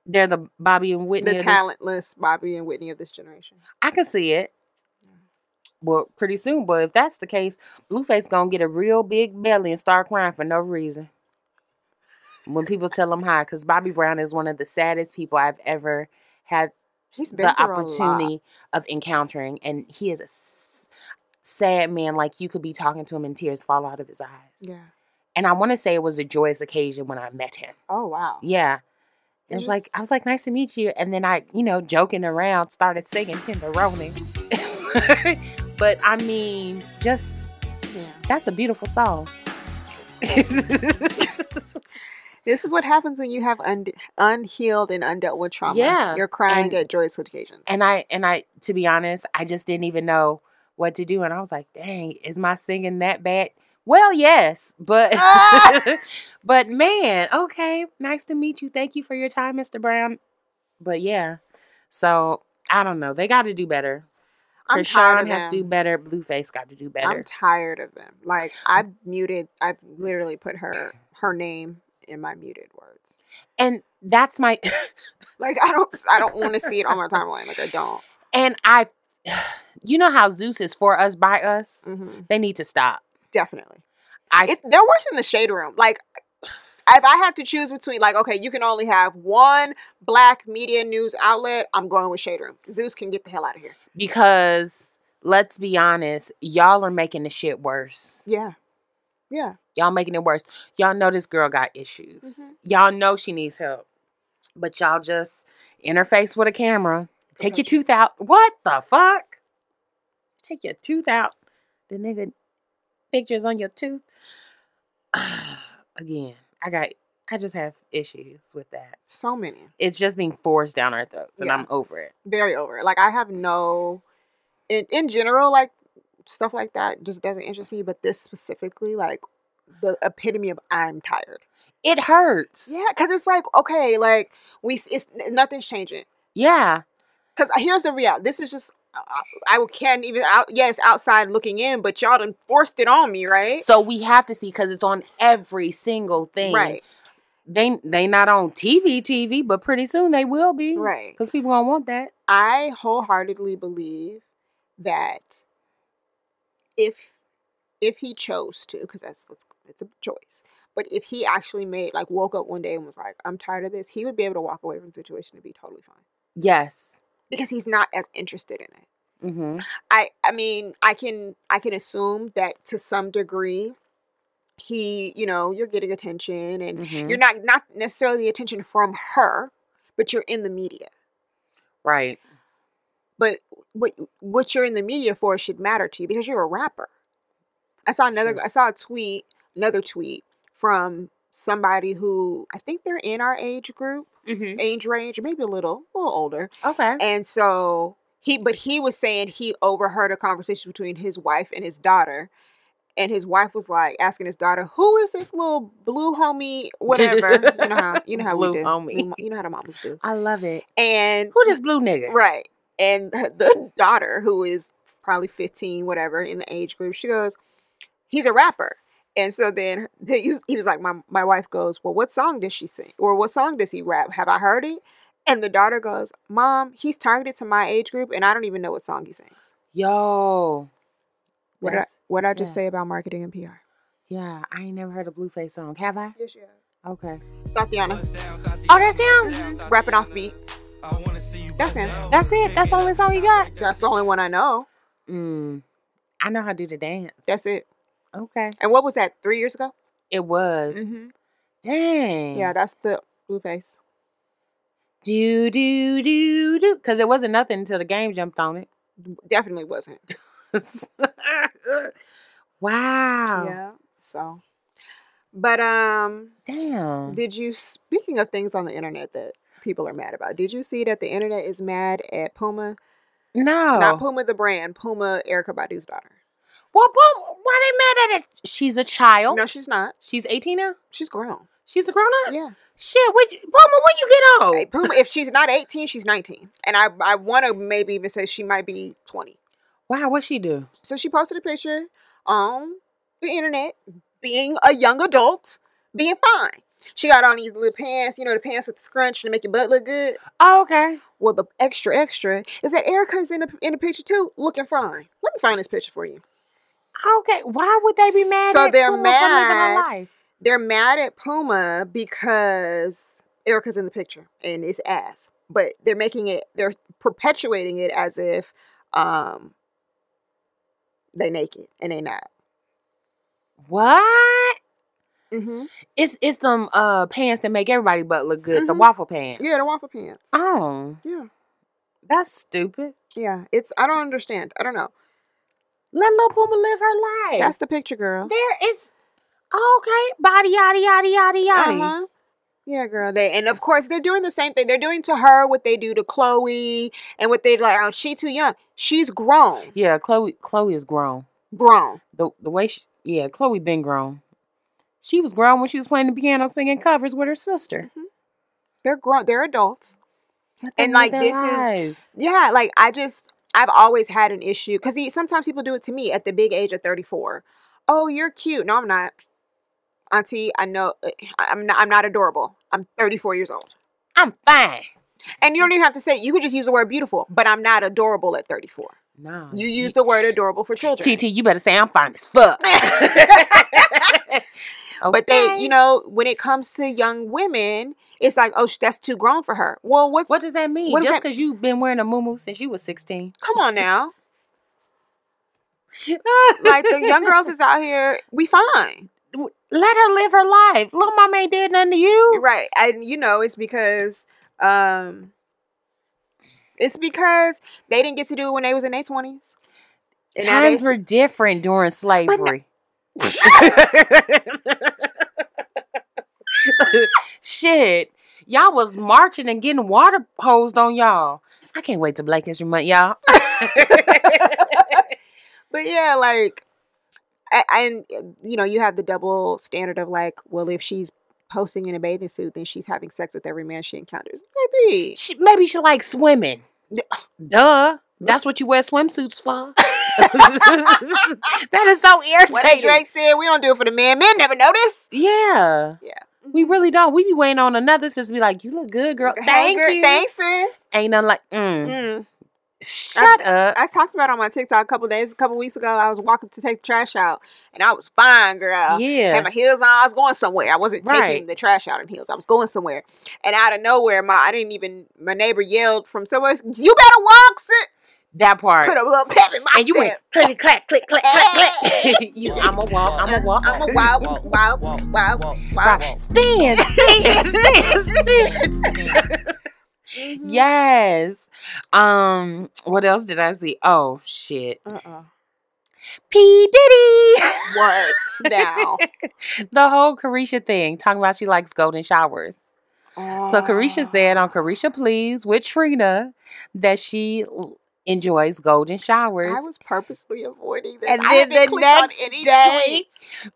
[SPEAKER 3] They're the Bobby and Whitney.
[SPEAKER 2] the
[SPEAKER 3] of this-
[SPEAKER 2] talentless Bobby and Whitney of this generation.
[SPEAKER 3] I can see it. Well, pretty soon. But if that's the case, Blueface gonna get a real big belly and start crying for no reason. When people tell him hi, because Bobby Brown is one of the saddest people I've ever had
[SPEAKER 2] He's been
[SPEAKER 3] the
[SPEAKER 2] through a lot.
[SPEAKER 3] opportunity of encountering, and he is a s- sad man. Like you could be talking to him and tears fall out of his eyes.
[SPEAKER 2] Yeah.
[SPEAKER 3] And I want to say it was a joyous occasion when I met him.
[SPEAKER 2] Oh wow.
[SPEAKER 3] Yeah.
[SPEAKER 2] You
[SPEAKER 3] It was like
[SPEAKER 2] just-
[SPEAKER 3] I was like, nice to meet you. And then I, you know, joking around, started singing Pimperoni. but I mean, just
[SPEAKER 2] yeah.
[SPEAKER 3] that's a beautiful song.
[SPEAKER 2] This is what happens when you have un- unhealed and undealt with trauma.
[SPEAKER 3] Yeah,
[SPEAKER 2] You're crying
[SPEAKER 3] and-
[SPEAKER 2] at joyous occasions.
[SPEAKER 3] and I and I to be honest, I just didn't even know what to do. And I was like, dang, is my singing that bad? Well, yes, but
[SPEAKER 2] Ah!
[SPEAKER 3] but man, okay, nice to meet you. Thank you for your time, Mr. Brown. But yeah. So I don't know. They gotta do better.
[SPEAKER 2] I'm tired
[SPEAKER 3] Krishan
[SPEAKER 2] of
[SPEAKER 3] has to
[SPEAKER 2] them.
[SPEAKER 3] do better. Blueface got to do better. Mm.
[SPEAKER 2] I'm tired of them. Like I've muted. I've literally put her her name in my muted words.
[SPEAKER 3] and that's my
[SPEAKER 2] Like I don't. I don't want to see it on my timeline. Like I don't.
[SPEAKER 3] and I you know how Zeus is for us by us?
[SPEAKER 2] hmm
[SPEAKER 3] They need to stop.
[SPEAKER 2] Definitely.
[SPEAKER 3] I
[SPEAKER 2] It, they're worse in the shade room. Like if I had to choose between, like, okay, you can only have one black media news outlet. I'm going with shade room. Zeus can get the hell out of here.
[SPEAKER 3] because let's be honest, y'all are making the shit worse.
[SPEAKER 2] Yeah. Yeah.
[SPEAKER 3] Y'all making it worse. Y'all know this girl got issues.
[SPEAKER 2] Mhm.
[SPEAKER 3] Y'all know she needs help. But y'all just interface with a camera. Take your tooth out. What the fuck? Take your tooth out. The nigga pictures on your tooth. Again, I got I just have issues with that.
[SPEAKER 2] So many.
[SPEAKER 3] It's just being forced down our throats and
[SPEAKER 2] Yeah.
[SPEAKER 3] I'm over it.
[SPEAKER 2] Very over. it. Like I have no in in general, like stuff like that just doesn't interest me, but this specifically, like the epitome of I'm tired.
[SPEAKER 3] It hurts.
[SPEAKER 2] Yeah, because it's like, okay, like we s- it's n- nothing's changing.
[SPEAKER 3] Yeah.
[SPEAKER 2] Because here's the reality. This is just I, I I can't even out yes, outside looking in, but y'all done forced it on me, right?
[SPEAKER 3] So we have to see because it's on every single thing.
[SPEAKER 2] Right.
[SPEAKER 3] They they not on TV TV, but pretty soon they will be.
[SPEAKER 2] Right.
[SPEAKER 3] Because people gonna want that.
[SPEAKER 2] I wholeheartedly believe that if if he chose to, because that's, that's it's a choice, but if he actually made like woke up one day and was like, "I'm tired of this," he would be able to walk away from the situation and be totally fine
[SPEAKER 3] Yes.
[SPEAKER 2] because he's not as interested in it.
[SPEAKER 3] Mm-hmm.
[SPEAKER 2] I I mean, I can I can assume that to some degree, he you know you're getting attention and
[SPEAKER 3] Mm-hmm.
[SPEAKER 2] you're not not necessarily attention from her, but you're in the media.
[SPEAKER 3] Right.
[SPEAKER 2] but what what you're in the media for should matter to you because you're a rapper. I saw another
[SPEAKER 3] True.
[SPEAKER 2] I saw a tweet, another tweet from somebody who I think they're in our age group,
[SPEAKER 3] Mm-hmm.
[SPEAKER 2] age range, maybe a little, a little older.
[SPEAKER 3] Okay.
[SPEAKER 2] And so he but he was saying he overheard a conversation between his wife and his daughter. And his wife was like asking his daughter, "Who is this little blue homie? Whatever you know how you know how
[SPEAKER 3] Blue
[SPEAKER 2] we do.
[SPEAKER 3] homie.
[SPEAKER 2] You know- You know how the mamas do."
[SPEAKER 3] I love it.
[SPEAKER 2] And
[SPEAKER 3] Who this blue nigga?
[SPEAKER 2] Right. And her- the daughter, who is probably 15, whatever, in the age group, she goes, he's a rapper. And so then they used, he was like, my, my wife goes, well, what song does she sing? Or what song does he rap? Have I heard it? And the daughter goes, mom, he's targeted to my age group, and I don't even know what song he sings.
[SPEAKER 3] Yo.
[SPEAKER 2] What did I,
[SPEAKER 3] That's-
[SPEAKER 2] what did I just
[SPEAKER 3] yeah.
[SPEAKER 2] say about marketing and PR?
[SPEAKER 3] Yeah, I ain't never heard a Blueface song. Have I?
[SPEAKER 2] Yes, yeah.
[SPEAKER 3] Okay.
[SPEAKER 2] Tatiana,
[SPEAKER 3] Oh, that's him.
[SPEAKER 2] rapping off beat. That's him.
[SPEAKER 3] That's it. That's the only song you got.
[SPEAKER 2] That's the only one I know.
[SPEAKER 3] Mm. I know how to do the dance.
[SPEAKER 2] That's it.
[SPEAKER 3] Okay.
[SPEAKER 2] And what was that? Three years ago.
[SPEAKER 3] It was.
[SPEAKER 2] hmm
[SPEAKER 3] Mm-hmm. Dang.
[SPEAKER 2] Yeah, that's the Blueface.
[SPEAKER 3] Do do do do. Because it wasn't nothing until the game jumped on it.
[SPEAKER 2] Definitely wasn't.
[SPEAKER 3] wow.
[SPEAKER 2] Yeah. So, but um,
[SPEAKER 3] Damn.
[SPEAKER 2] did you speaking of things on the internet that people are mad about? Did you see that the internet is mad at Puma?
[SPEAKER 3] No.
[SPEAKER 2] Not Puma the brand, Puma Erica Badu's daughter.
[SPEAKER 3] well, well, why they mad at it? She's a child.
[SPEAKER 2] No, she's not.
[SPEAKER 3] She's 18 now.
[SPEAKER 2] She's grown.
[SPEAKER 3] She's a grown up.
[SPEAKER 2] Yeah.
[SPEAKER 3] Shit. What, Mama, when you get old?
[SPEAKER 2] Hey, Puma, if she's not 18, she's 19. And I I want to maybe even say she might be 20.
[SPEAKER 3] Wow. What she do?
[SPEAKER 2] So she posted a picture on the internet being a young adult, being fine. She got on these little pants, you know, the pants with the scrunch to make your butt look good.
[SPEAKER 3] Oh, okay.
[SPEAKER 2] Well, the extra extra is that Erica's in the in the picture too, looking fine. Let me find this picture for you.
[SPEAKER 3] Okay. Why would they be mad?
[SPEAKER 2] So
[SPEAKER 3] at
[SPEAKER 2] they're
[SPEAKER 3] Puma for living her
[SPEAKER 2] mad.
[SPEAKER 3] life.
[SPEAKER 2] They're mad at Puma because Erica's in the picture and it's ass, but they're making it they're perpetuating it as if um they naked and they not.
[SPEAKER 3] What?
[SPEAKER 2] Mm-hmm.
[SPEAKER 3] It's it's them uh pants that make everybody butt look good. The
[SPEAKER 2] Mhm.
[SPEAKER 3] waffle pants.
[SPEAKER 2] Yeah, the waffle pants.
[SPEAKER 3] Oh,
[SPEAKER 2] Yeah,
[SPEAKER 3] that's stupid.
[SPEAKER 2] yeah. It's I don't understand. I don't know.
[SPEAKER 3] Let Lil Puma live her life.
[SPEAKER 2] That's the picture, girl.
[SPEAKER 3] there it's okay. Body yada yada yada yada.
[SPEAKER 2] Uh-huh. Yeah, girl. They and of course they're doing the same thing. They're doing to her what they do to Chloe and what they like. Oh, she too young. She's grown.
[SPEAKER 3] Yeah, Chloe Chloe is grown.
[SPEAKER 2] Grown.
[SPEAKER 3] The the way she yeah, Chloe been grown. She was grown when she was playing the piano singing covers with her sister.
[SPEAKER 2] They're grown. They're adults. And, like, this is-
[SPEAKER 3] is
[SPEAKER 2] Yeah, like I just I've always had an issue because sometimes people do it to me at the big age of 34. Oh, you're cute. No, I'm not. Auntie, I know eh, I- I'm not, I'm not adorable. I'm 34 years old.
[SPEAKER 3] I'm fine.
[SPEAKER 2] And you don't even have to say, you could just use the word beautiful, but I'm not adorable at 34.
[SPEAKER 3] No.
[SPEAKER 2] You use the word adorable for children.
[SPEAKER 3] TT, you better say I'm fine as fuck.
[SPEAKER 2] But they, you know, when it comes to young women, it's like, oh, sh- that's too grown for her. Well, what's
[SPEAKER 3] what does that mean?
[SPEAKER 2] what does
[SPEAKER 3] Just
[SPEAKER 2] that-
[SPEAKER 3] because you've been wearing a muumuu since you was 16.
[SPEAKER 2] come on now? Like the young girls is out here, we fine,
[SPEAKER 3] Let her live her life. Little mama ain't did nothing to you.
[SPEAKER 2] right? And you know, it's because, um, it's because they didn't get to do it when they was in their twenties. And
[SPEAKER 3] Times
[SPEAKER 2] nowadays,
[SPEAKER 3] were different during slavery. Shit. Y'all was marching and getting water hosed on y'all. I can't wait to Black History Month, y'all.
[SPEAKER 2] but yeah, like, I, and uh, you know, you have the double standard of like, well, if she's posting in a bathing suit, then she's having sex with every man she encounters. Maybe
[SPEAKER 3] She, maybe she likes swimming. Duh. That's what you wear swimsuits for. that is so
[SPEAKER 2] What did
[SPEAKER 3] irritating.
[SPEAKER 2] Drake said, we don't do it for the men. Men never notice.
[SPEAKER 3] Yeah.
[SPEAKER 2] Yeah.
[SPEAKER 3] We really don't. We be waiting on another sis be like, you look good, girl.
[SPEAKER 2] Hey,
[SPEAKER 3] Thank
[SPEAKER 2] girl,
[SPEAKER 3] you.
[SPEAKER 2] Thanks, sis.
[SPEAKER 3] Ain't nothing like, mm.
[SPEAKER 2] Mm.
[SPEAKER 3] Shut up.
[SPEAKER 2] I talked about it on my TikTok a couple days, a couple weeks ago. I was walking to take the trash out, and I was fine, girl.
[SPEAKER 3] yeah.
[SPEAKER 2] Had my heels on. I was going somewhere. I wasn't taking
[SPEAKER 3] Right.
[SPEAKER 2] the trash out in heels. I was going somewhere, and out of nowhere, my I didn't even my neighbor yelled from somewhere. You better walk, sis.
[SPEAKER 3] that part.
[SPEAKER 2] Put a little pep in my
[SPEAKER 3] and you went
[SPEAKER 2] step.
[SPEAKER 3] click, clack, click, clack, clack, clack. you, I'm a walk. I'm a walk.
[SPEAKER 2] I'm a wow, wow, wow, wow.
[SPEAKER 3] Right. Spin, spin, spin, spin. Mm-hmm. Yes. Um. What else did I see? Oh shit.
[SPEAKER 2] Uh-uh.
[SPEAKER 3] P Diddy.
[SPEAKER 2] What now?
[SPEAKER 3] the whole Carisha thing, talking about she likes golden showers. So Carisha said on Carisha Please with Trina that she l- enjoys golden showers.
[SPEAKER 2] I was purposely avoiding this.
[SPEAKER 3] and
[SPEAKER 2] I
[SPEAKER 3] then
[SPEAKER 2] haven't
[SPEAKER 3] the
[SPEAKER 2] clicked on
[SPEAKER 3] next
[SPEAKER 2] any
[SPEAKER 3] day,
[SPEAKER 2] tweet.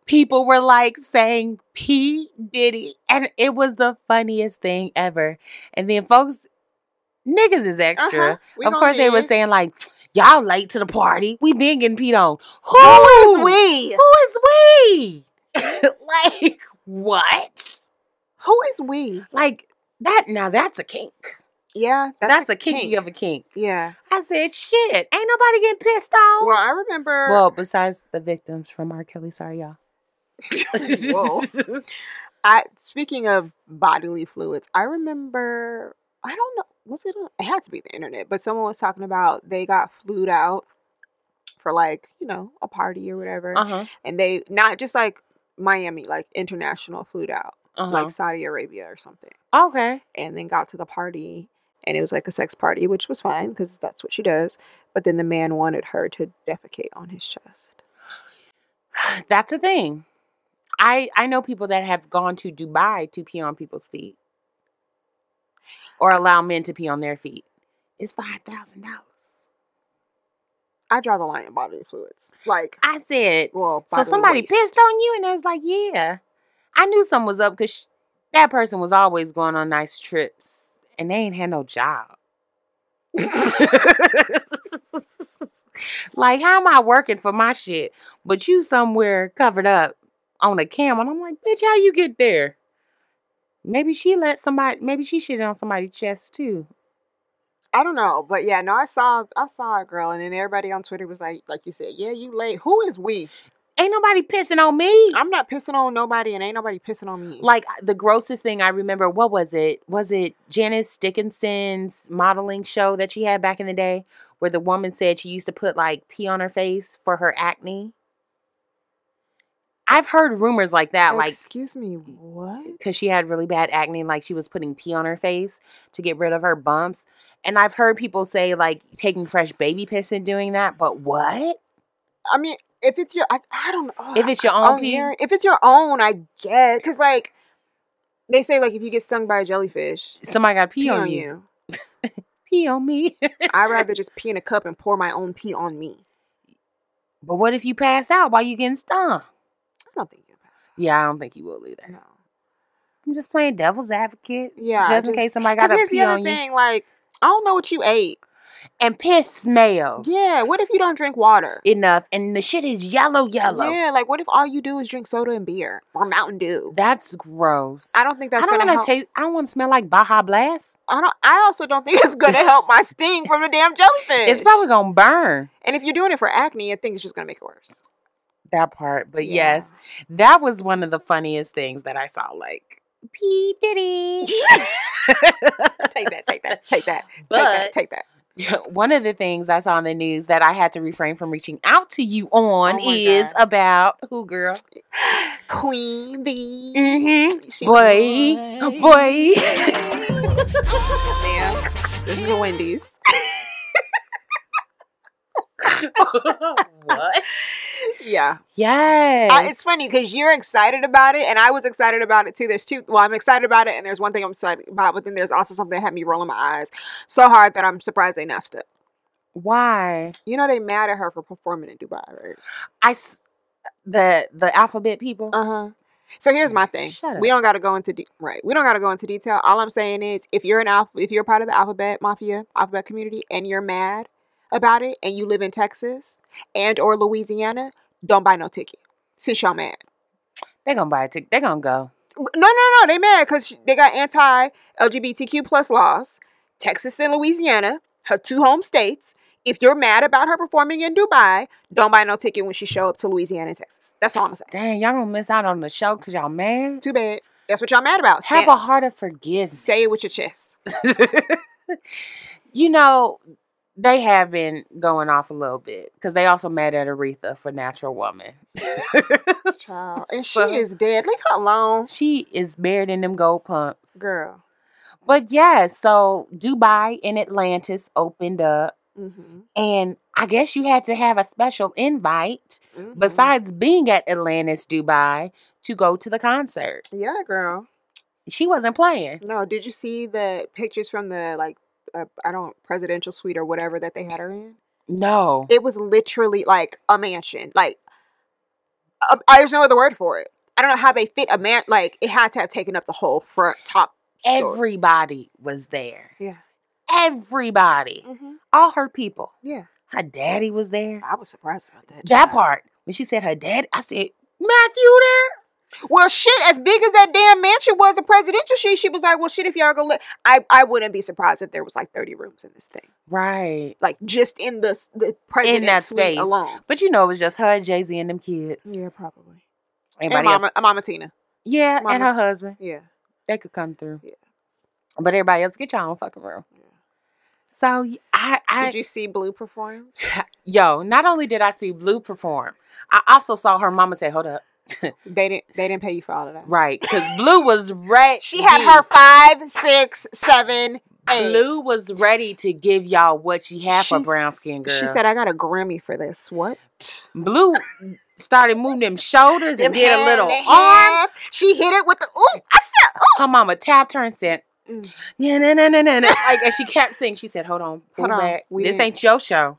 [SPEAKER 3] people were like saying P Diddy, and it was the funniest thing ever. And then folks, niggas is extra.
[SPEAKER 2] Uh-huh. We
[SPEAKER 3] Of
[SPEAKER 2] gonna
[SPEAKER 3] course, they were
[SPEAKER 2] be.
[SPEAKER 3] saying like, "Y'all late to the party. We been getting peed on.
[SPEAKER 2] Who is
[SPEAKER 3] Who?
[SPEAKER 2] we?
[SPEAKER 3] Who is we? like what?
[SPEAKER 2] Who is we?
[SPEAKER 3] Like that? Now that's a kink.
[SPEAKER 2] Yeah,
[SPEAKER 3] That's, a,
[SPEAKER 2] kink.
[SPEAKER 3] kinky of a kink."
[SPEAKER 2] Yeah.
[SPEAKER 3] I said, "Shit, ain't nobody getting pissed on."
[SPEAKER 2] Well, I remember.
[SPEAKER 3] Oh. Well, besides the victims from R. Kelly, sorry y'all.
[SPEAKER 2] Whoa. I speaking of bodily fluids, I remember. I don't know. Was it? On, it had to be the internet, but someone was talking about they got flued out for like you know a party or whatever,
[SPEAKER 3] Uh huh.
[SPEAKER 2] and they not just like Miami, like international flued out,
[SPEAKER 3] Uh-huh.
[SPEAKER 2] like Saudi Arabia or something.
[SPEAKER 3] okay.
[SPEAKER 2] and then got to the party and it was like a sex party which was fine because that's what she does but then the man wanted her to defecate on his chest
[SPEAKER 3] That's a thing. I I know people that have gone to Dubai to pee on people's feet, or allow men to pee on their feet. It's five thousand dollars.
[SPEAKER 2] i draw the line in bodily fluids like
[SPEAKER 3] I said.
[SPEAKER 2] well
[SPEAKER 3] So somebody pissed
[SPEAKER 2] off
[SPEAKER 3] on you, and I was like, yeah. I knew something was up because that person was always going on nice trips, and they ain't had no job. like, how am I working for my shit? But you somewhere covered up on a cam, and I'm like, bitch, how you get there? Maybe she let somebody. Maybe she shit on somebody's chest too.
[SPEAKER 2] i don't know but yeah no i saw i saw a girl and then everybody on twitter was like like you said yeah you late who is we
[SPEAKER 3] Ain't nobody pissing on me.
[SPEAKER 2] i'm not pissing on nobody and ain't nobody pissing on me
[SPEAKER 3] Like uh, the grossest thing I remember. What was it? Was it Janice Dickinson's modeling show that she had back in the day, where the woman said she used to put like pee on her face for her acne? I've heard rumors like that. Like
[SPEAKER 2] excuse me what
[SPEAKER 3] because she had really bad acne, like she was putting pee on her face to get rid of her bumps. And I've heard people say like taking fresh baby piss and doing that, but what
[SPEAKER 2] i mean if it's your i, I oh, don't know
[SPEAKER 3] if it's your
[SPEAKER 2] own
[SPEAKER 3] own pee?
[SPEAKER 2] urine. If it's your own, I get because like they say, like if you get stung by a jellyfish,
[SPEAKER 3] Somebody got to pee,
[SPEAKER 2] pee,
[SPEAKER 3] on, you. Pee on me.
[SPEAKER 2] I'd rather just pee in a cup and pour my own pee on me.
[SPEAKER 3] but what if you pass out while you getting stung?
[SPEAKER 2] I don't think you'll pass.
[SPEAKER 3] Yeah, I don't think you will
[SPEAKER 2] Out.
[SPEAKER 3] either.
[SPEAKER 2] No.
[SPEAKER 3] Mm, I'm just playing devil's advocate,
[SPEAKER 2] Yeah. I
[SPEAKER 3] just in case somebody got
[SPEAKER 2] Because
[SPEAKER 3] to
[SPEAKER 2] here's
[SPEAKER 3] pee
[SPEAKER 2] the other
[SPEAKER 3] on you.
[SPEAKER 2] thing, like I don't know what you ate.
[SPEAKER 3] and piss smells.
[SPEAKER 2] Yeah. What if you don't drink water?
[SPEAKER 3] Enough. And the shit is yellow, yellow.
[SPEAKER 2] Yeah. Like, what if all you do is drink soda and beer or Mountain Dew?
[SPEAKER 3] That's gross.
[SPEAKER 2] I don't think that's
[SPEAKER 3] I don't
[SPEAKER 2] gonna help.
[SPEAKER 3] want to taste. I don't want to smell like Baja Blast.
[SPEAKER 2] I don't. I also don't think it's gonna help my sting from the damn jellyfish.
[SPEAKER 3] It's probably gonna burn
[SPEAKER 2] And if you're doing it for acne, I think it's just gonna make it worse.
[SPEAKER 3] that part. But
[SPEAKER 2] Yeah.
[SPEAKER 3] yes, that was one of the funniest things that I saw. Like P Diddy.
[SPEAKER 2] Take that. Take that. Take that.
[SPEAKER 3] But-
[SPEAKER 2] take that. Take that.
[SPEAKER 3] one of the things I saw in the news that I had to refrain from reaching out to you on
[SPEAKER 2] Oh my
[SPEAKER 3] is
[SPEAKER 2] God.
[SPEAKER 3] about who, girl?
[SPEAKER 2] Queen B.
[SPEAKER 3] Mm-hmm.
[SPEAKER 2] She-
[SPEAKER 3] Boy, boy.
[SPEAKER 2] Ma'am, This is a Wendy's.
[SPEAKER 3] what?
[SPEAKER 2] Yeah.
[SPEAKER 3] Yes.
[SPEAKER 2] I, it's funny because you're excited about it, and I was excited about it too. There's two. Well, I'm excited about it, and there's one thing I'm excited about, but then there's also something that had me rolling my eyes so hard that I'm surprised they nest it.
[SPEAKER 3] Why?
[SPEAKER 2] You know, they mad at her for performing in Dubai, right?
[SPEAKER 3] I s- the the alphabet people.
[SPEAKER 2] Uh huh. So here's my thing.
[SPEAKER 3] Shut
[SPEAKER 2] We don't got to go into de- right. We don't got to go into detail. All I'm saying is, if you're an alpha, if you're a part of the alphabet mafia, alphabet community, and you're mad about it, and you live in Texas and or Louisiana, don't buy no ticket since y'all mad.
[SPEAKER 3] They're gonna buy a ticket. They're gonna go.
[SPEAKER 2] No, no, no. They mad because they got anti LGBTQ plus laws. Texas and Louisiana, her two home states. If you're mad about her performing in Dubai, don't buy no ticket when she show up to Louisiana and Texas. That's all I'm saying.
[SPEAKER 3] Dang, y'all gonna miss out on the show because y'all mad.
[SPEAKER 2] Too bad. That's what y'all mad about.
[SPEAKER 3] Have
[SPEAKER 2] Stand-
[SPEAKER 3] a heart of forgiveness.
[SPEAKER 2] say it with your chest.
[SPEAKER 3] you know, they have been going off a little bit because they also mad at Aretha for Natural Woman.
[SPEAKER 2] Child. And she
[SPEAKER 3] So,
[SPEAKER 2] is dead. Leave her alone.
[SPEAKER 3] she is buried in them gold pumps.
[SPEAKER 2] Girl.
[SPEAKER 3] But yeah, so Dubai and Atlantis opened up,
[SPEAKER 2] Mm-hmm.
[SPEAKER 3] and I guess you had to have a special invite
[SPEAKER 2] Mm-hmm.
[SPEAKER 3] besides being at Atlantis, Dubai, to go to the concert.
[SPEAKER 2] Yeah, girl.
[SPEAKER 3] She wasn't playing.
[SPEAKER 2] No, did you see the pictures from the, like, uh, I don't, presidential suite or whatever that they had her in?
[SPEAKER 3] No.
[SPEAKER 2] it was literally like a mansion. Like, uh, I, there's no other word for it. I don't know how they fit a man. Like, it had to have taken up the whole front top. story.
[SPEAKER 3] Everybody was there.
[SPEAKER 2] Yeah.
[SPEAKER 3] Everybody.
[SPEAKER 2] Mhm.
[SPEAKER 3] All her people.
[SPEAKER 2] Yeah.
[SPEAKER 3] Her daddy was there.
[SPEAKER 2] I was surprised about that.
[SPEAKER 3] That
[SPEAKER 2] child.
[SPEAKER 3] part. When she said her dad, I said, Matthew there?
[SPEAKER 2] Well, shit. As big as that damn mansion was, the presidential shit. She was like, well, shit. If y'all go, li-. I I wouldn't be surprised if there was like 30 rooms in this thing.
[SPEAKER 3] Right.
[SPEAKER 2] Like just in the s- the president's
[SPEAKER 3] that
[SPEAKER 2] suite
[SPEAKER 3] space.
[SPEAKER 2] alone.
[SPEAKER 3] But you know, it was just her, Jay Z, and them kids.
[SPEAKER 2] probably. And
[SPEAKER 3] Anybody
[SPEAKER 2] mama,
[SPEAKER 3] else?
[SPEAKER 2] uh, mama Tina.
[SPEAKER 3] Yeah, and
[SPEAKER 2] Mama.
[SPEAKER 3] her husband.
[SPEAKER 2] Yeah.
[SPEAKER 3] They could come through.
[SPEAKER 2] Yeah.
[SPEAKER 3] But everybody else, get your own fucking room.
[SPEAKER 2] Yeah.
[SPEAKER 3] So y- I, I
[SPEAKER 2] Did you see Blue perform?
[SPEAKER 3] yo, not only did I see Blue perform, I also saw her mama say, "Hold up,
[SPEAKER 2] They didn't. They didn't pay you for all of that.
[SPEAKER 3] right?" Because Blue was red.
[SPEAKER 2] She had her five, six, seven, eight.
[SPEAKER 3] Blue was ready to give y'all what she had for
[SPEAKER 2] She's-
[SPEAKER 3] brown skin girl.
[SPEAKER 2] She said, "I got a Grammy for this." What?
[SPEAKER 3] Blue started moving them shoulders
[SPEAKER 2] Them
[SPEAKER 3] and did a
[SPEAKER 2] hands,
[SPEAKER 3] little
[SPEAKER 2] them
[SPEAKER 3] arm.
[SPEAKER 2] hands. She hit it with the ooh. I said,
[SPEAKER 3] Her mama tapped her and said,
[SPEAKER 2] Mm.
[SPEAKER 3] "Yeah, na na na na." na." Like, and she kept saying, "She said, hold on, pull
[SPEAKER 2] Hold on,
[SPEAKER 3] back.
[SPEAKER 2] we
[SPEAKER 3] this
[SPEAKER 2] didn't-
[SPEAKER 3] ain't your show."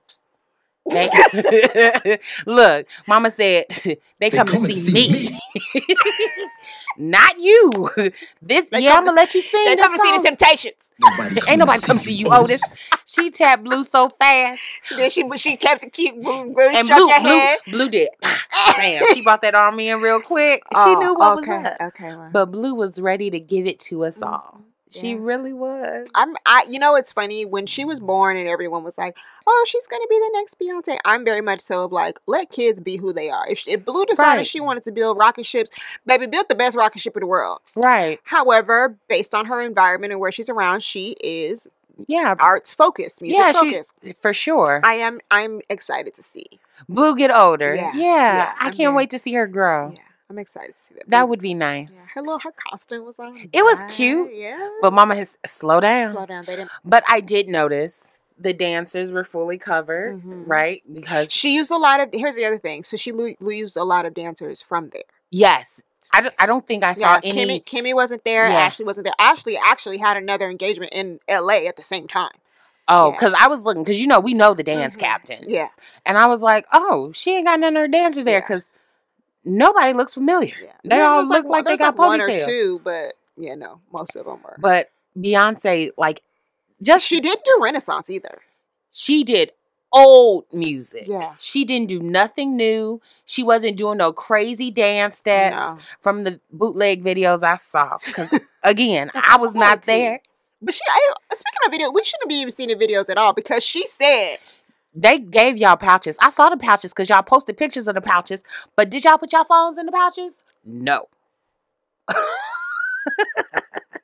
[SPEAKER 3] They- Look, Mama said they come and see me, not you. This
[SPEAKER 2] They
[SPEAKER 3] yeah,
[SPEAKER 2] come
[SPEAKER 3] I'm gonna let you sing.
[SPEAKER 2] "They
[SPEAKER 3] this
[SPEAKER 2] come and see
[SPEAKER 3] song.
[SPEAKER 2] the Temptations."
[SPEAKER 3] Ain't nobody come see you, Otis. She tapped Blue so fast,
[SPEAKER 2] She did. She she kept to keep Blue, Blue
[SPEAKER 3] and
[SPEAKER 2] shook
[SPEAKER 3] Blue,
[SPEAKER 2] her
[SPEAKER 3] Blue,
[SPEAKER 2] head.
[SPEAKER 3] Blue did. Bam! She brought that arm in real quick. she
[SPEAKER 2] Oh,
[SPEAKER 3] knew what
[SPEAKER 2] okay,
[SPEAKER 3] was up.
[SPEAKER 2] Okay, well.
[SPEAKER 3] But Blue was ready to give it to us all. She
[SPEAKER 2] yeah.
[SPEAKER 3] really was.
[SPEAKER 2] I'm. I. You know, it's funny when she was born and everyone was like, "Oh, she's gonna be the next Beyonce." I'm very much so of like, let kids be who they are. If, if Blue decided
[SPEAKER 3] Right.
[SPEAKER 2] she wanted to build rocket ships, baby, built the best rocket ship in the world.
[SPEAKER 3] Right.
[SPEAKER 2] However, based on her environment and where she's around, she is
[SPEAKER 3] Yeah,
[SPEAKER 2] arts focused, music
[SPEAKER 3] Yeah, she-
[SPEAKER 2] focused.
[SPEAKER 3] for sure.
[SPEAKER 2] I am I'm excited to see.
[SPEAKER 3] Blue get older. Yeah.
[SPEAKER 2] Yeah, yeah, I'm
[SPEAKER 3] I can't
[SPEAKER 2] very-
[SPEAKER 3] wait to see her grow.
[SPEAKER 2] Yeah, I'm excited to see Oh. that.
[SPEAKER 3] That
[SPEAKER 2] movie.
[SPEAKER 3] would be nice.
[SPEAKER 2] yeah. her little her costume was on.
[SPEAKER 3] It was cute,
[SPEAKER 2] Yeah.
[SPEAKER 3] But Mama has slow down.
[SPEAKER 2] Slow down. They didn't.
[SPEAKER 3] But I did notice the dancers were fully covered,
[SPEAKER 2] Mhm.
[SPEAKER 3] right? Because
[SPEAKER 2] She used a lot of. Here's the other thing. So she lo- used a lot of dancers from there.
[SPEAKER 3] yes, I don't, I don't think I saw
[SPEAKER 2] yeah,
[SPEAKER 3] any.
[SPEAKER 2] Kimmy, Kimmy wasn't there.
[SPEAKER 3] Yeah.
[SPEAKER 2] Ashley wasn't there. Ashley actually had another engagement in L.A. at the same time.
[SPEAKER 3] Oh,
[SPEAKER 2] yeah.
[SPEAKER 3] because I was looking because you know we know the dance
[SPEAKER 2] Mhm.
[SPEAKER 3] captains.
[SPEAKER 2] Yeah.
[SPEAKER 3] and I was like, oh, she ain't got none of her dancers there
[SPEAKER 2] Yeah.
[SPEAKER 3] because nobody looks familiar.
[SPEAKER 2] Yeah, Yeah,
[SPEAKER 3] They
[SPEAKER 2] there
[SPEAKER 3] all
[SPEAKER 2] was,
[SPEAKER 3] look like,
[SPEAKER 2] one-
[SPEAKER 3] they
[SPEAKER 2] there
[SPEAKER 3] got
[SPEAKER 2] was, like, one or
[SPEAKER 3] ponytails.
[SPEAKER 2] two, but yeah, no, most of them were.
[SPEAKER 3] But Beyonce, like, just
[SPEAKER 2] she did do Renaissance either.
[SPEAKER 3] She did old music.
[SPEAKER 2] Yeah.
[SPEAKER 3] She didn't do nothing new. She wasn't doing no crazy dance steps
[SPEAKER 2] No.
[SPEAKER 3] from the bootleg videos I saw. Because again, I was not
[SPEAKER 2] quality.
[SPEAKER 3] there.
[SPEAKER 2] But she, I, uh, speaking of video, we shouldn't be even seeing the videos at all because she said
[SPEAKER 3] They gave y'all pouches. I saw the pouches because y'all posted pictures of the pouches. But did y'all put y'all phones in the pouches? No.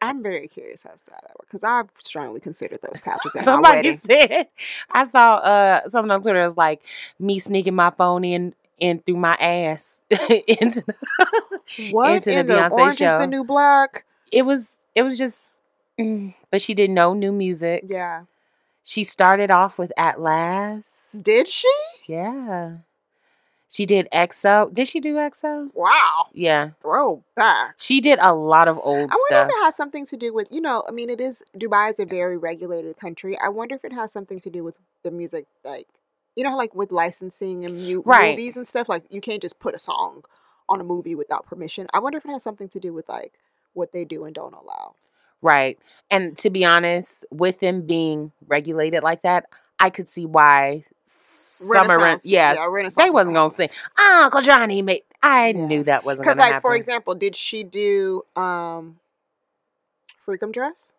[SPEAKER 2] I'm very curious as to how that works because I've strongly considered those pouches at my
[SPEAKER 3] Somebody
[SPEAKER 2] wedding.
[SPEAKER 3] said I saw uh someone on Twitter was like me sneaking my phone in in through my ass into the-
[SPEAKER 2] What
[SPEAKER 3] into the
[SPEAKER 2] in the,
[SPEAKER 3] Beyonce
[SPEAKER 2] orange is
[SPEAKER 3] show.
[SPEAKER 2] the new black?
[SPEAKER 3] it was it was just mm, but she did no new music.
[SPEAKER 2] Yeah,
[SPEAKER 3] She started off with At Last.
[SPEAKER 2] did she?
[SPEAKER 3] Yeah. She did EXO. Did she do EXO?
[SPEAKER 2] Wow,
[SPEAKER 3] Yeah.
[SPEAKER 2] throwback.
[SPEAKER 3] She did a lot of old
[SPEAKER 2] I wonder if
[SPEAKER 3] stuff.
[SPEAKER 2] it has something to do with you know. I mean, it is Dubai is a very regulated country. I wonder if it has something to do with the music, like you know, like with licensing and mu-
[SPEAKER 3] Right.
[SPEAKER 2] movies and stuff. Like you can't just put a song on a movie without permission. I wonder if it has something to do with like what they do and don't allow.
[SPEAKER 3] Right. And to be honest, with them being regulated like that, I could see why Summer Ren-
[SPEAKER 2] Renaissance,
[SPEAKER 3] yes,
[SPEAKER 2] yeah, Renaissance.
[SPEAKER 3] they wasn't
[SPEAKER 2] was
[SPEAKER 3] gonna sing Uncle Johnny made I
[SPEAKER 2] Yeah.
[SPEAKER 3] knew that wasn't
[SPEAKER 2] Because,
[SPEAKER 3] gonna
[SPEAKER 2] like,
[SPEAKER 3] happen.
[SPEAKER 2] for example, did she do um Freakum Dress?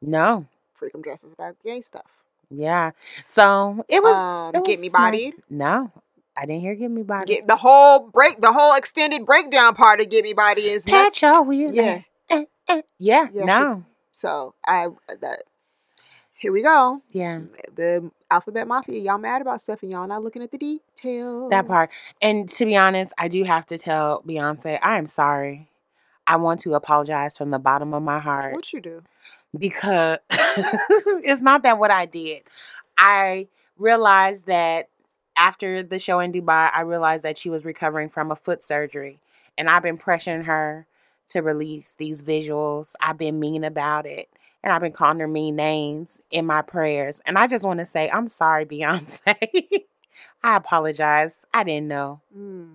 [SPEAKER 3] no.
[SPEAKER 2] Freakum Dress is about gay stuff.
[SPEAKER 3] Yeah. So it was
[SPEAKER 2] Um,
[SPEAKER 3] it was
[SPEAKER 2] Get Me
[SPEAKER 3] nice.
[SPEAKER 2] Bodied?
[SPEAKER 3] No. I didn't hear Get Me Body.
[SPEAKER 2] Get the whole break, the whole extended breakdown part of Get Me Body is not.
[SPEAKER 3] Pat your wheel.
[SPEAKER 2] Yeah.
[SPEAKER 3] eh, eh. Yeah.
[SPEAKER 2] Yeah, she-
[SPEAKER 3] no.
[SPEAKER 2] So I uh, that here we go.
[SPEAKER 3] yeah.
[SPEAKER 2] The Alphabet Mafia, y'all mad about stuff and y'all not looking at the details.
[SPEAKER 3] part. And to be honest, I do have to tell Beyonce, I am sorry. I want to apologize from the bottom of my heart.
[SPEAKER 2] What you do?
[SPEAKER 3] because it's not that what I did. I realized that after the show in Dubai, I realized that she was recovering from a foot surgery, and I've been pressuring her to release these visuals. I've been mean about it, and I've been calling her mean names in my prayers. And I just want to say, I'm sorry, Beyonce. I apologize. I didn't know.
[SPEAKER 2] Mm,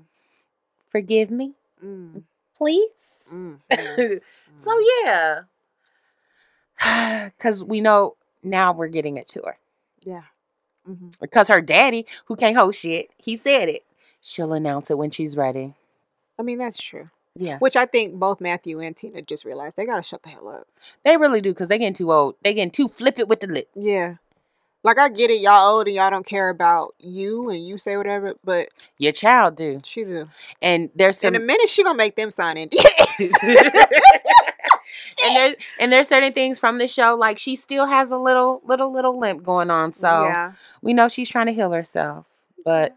[SPEAKER 3] Forgive me,
[SPEAKER 2] mm,
[SPEAKER 3] please.
[SPEAKER 2] mm, mm,
[SPEAKER 3] So yeah, because Mm. we know now we're getting a tour
[SPEAKER 2] yeah. hmm
[SPEAKER 3] because her daddy, who can't hold shit, he said it. She'll announce it when she's ready.
[SPEAKER 2] I mean, that's true.
[SPEAKER 3] Yeah,
[SPEAKER 2] Which I think both Matthew and Tina just realized they gotta shut the hell up.
[SPEAKER 3] they really do because they getting too old. They getting too flippant with the lip.
[SPEAKER 2] Yeah. Like I get it, y'all old and y'all don't care about you and you say whatever, but
[SPEAKER 3] Your child do,
[SPEAKER 2] she do.
[SPEAKER 3] and there's
[SPEAKER 2] In
[SPEAKER 3] some
[SPEAKER 2] a minute she gonna make them sign NDAs.
[SPEAKER 3] and there's and there's certain things from the show like she still has a little little little limp going on. So
[SPEAKER 2] yeah.
[SPEAKER 3] we know she's trying to heal herself, but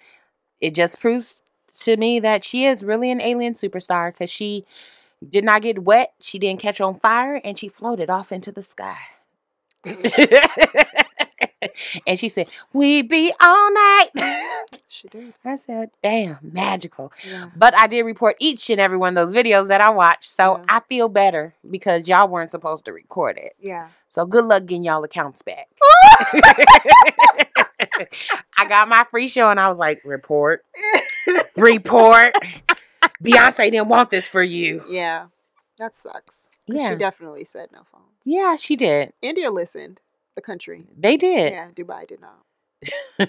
[SPEAKER 3] it just proves to me that she is really an alien superstar because she did not get wet, she didn't catch on fire, and she floated off into the sky. and she said, "We be all night."
[SPEAKER 2] She did.
[SPEAKER 3] I said, "Damn, magical."
[SPEAKER 2] Yeah.
[SPEAKER 3] But I did report each and every one of those videos that I watched, so
[SPEAKER 2] Yeah.
[SPEAKER 3] I feel better because y'all weren't supposed to record it.
[SPEAKER 2] Yeah.
[SPEAKER 3] So good luck getting y'all accounts back. I got my free show and I was like, report, report. Beyonce didn't want this for you.
[SPEAKER 2] Yeah. That sucks. 'Cause
[SPEAKER 3] Yeah.
[SPEAKER 2] She definitely said no phones.
[SPEAKER 3] Yeah, she did.
[SPEAKER 2] India listened. The country.
[SPEAKER 3] They did.
[SPEAKER 2] Yeah, Dubai did not.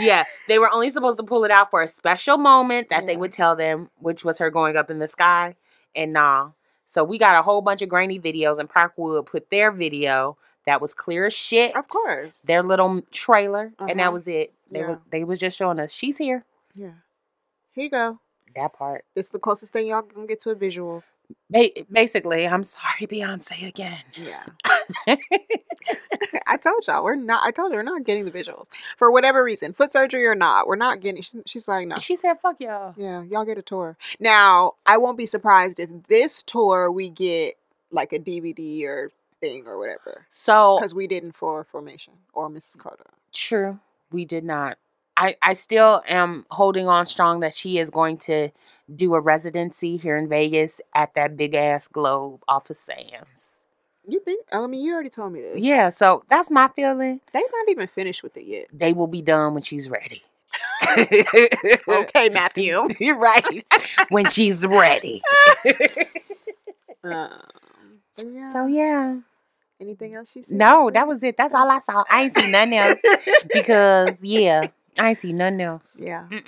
[SPEAKER 3] yeah, they were only supposed to pull it out for a special moment that they
[SPEAKER 2] Yeah.
[SPEAKER 3] would tell them, which was her going up in the sky. And nah. So we got a whole bunch of grainy videos, and Parkwood put their video that was clear as shit.
[SPEAKER 2] Of course.
[SPEAKER 3] Their little trailer, and
[SPEAKER 2] Uh-huh.
[SPEAKER 3] that was it. They
[SPEAKER 2] Yeah.
[SPEAKER 3] was they was just showing us she's here.
[SPEAKER 2] yeah. Here you go.
[SPEAKER 3] That part.
[SPEAKER 2] This is the closest thing y'all gonna get to a visual.
[SPEAKER 3] Ba- basically, I'm sorry, Beyonce again.
[SPEAKER 2] Yeah. I told y'all we're not. I told her we're not getting the visuals for whatever reason, foot surgery or not. We're not getting. She's, she's like no.
[SPEAKER 3] She said, "Fuck y'all."
[SPEAKER 2] Yeah, y'all get a tour. Now I won't be surprised if this tour we get like a DVD or thing or whatever
[SPEAKER 3] So
[SPEAKER 2] because we didn't for formation or Mrs. Carter.
[SPEAKER 3] True. We did not. I, I still am holding on strong that she is going to do a residency here in Vegas at that big ass globe off of Sam's.
[SPEAKER 2] You think? I mean, you already told me this.
[SPEAKER 3] Yeah, so that's my feeling.
[SPEAKER 2] they not even finished with it yet.
[SPEAKER 3] They will be done when she's ready. Oh,
[SPEAKER 2] Okay, Matthew.
[SPEAKER 3] You're right. when she's ready.
[SPEAKER 2] um, but yeah.
[SPEAKER 3] So yeah.
[SPEAKER 2] Anything else she said?
[SPEAKER 3] No, that was it. That's all I saw. I ain't see nothing else because yeah, I ain't see nothing else.
[SPEAKER 2] Yeah.
[SPEAKER 3] Mm-mm.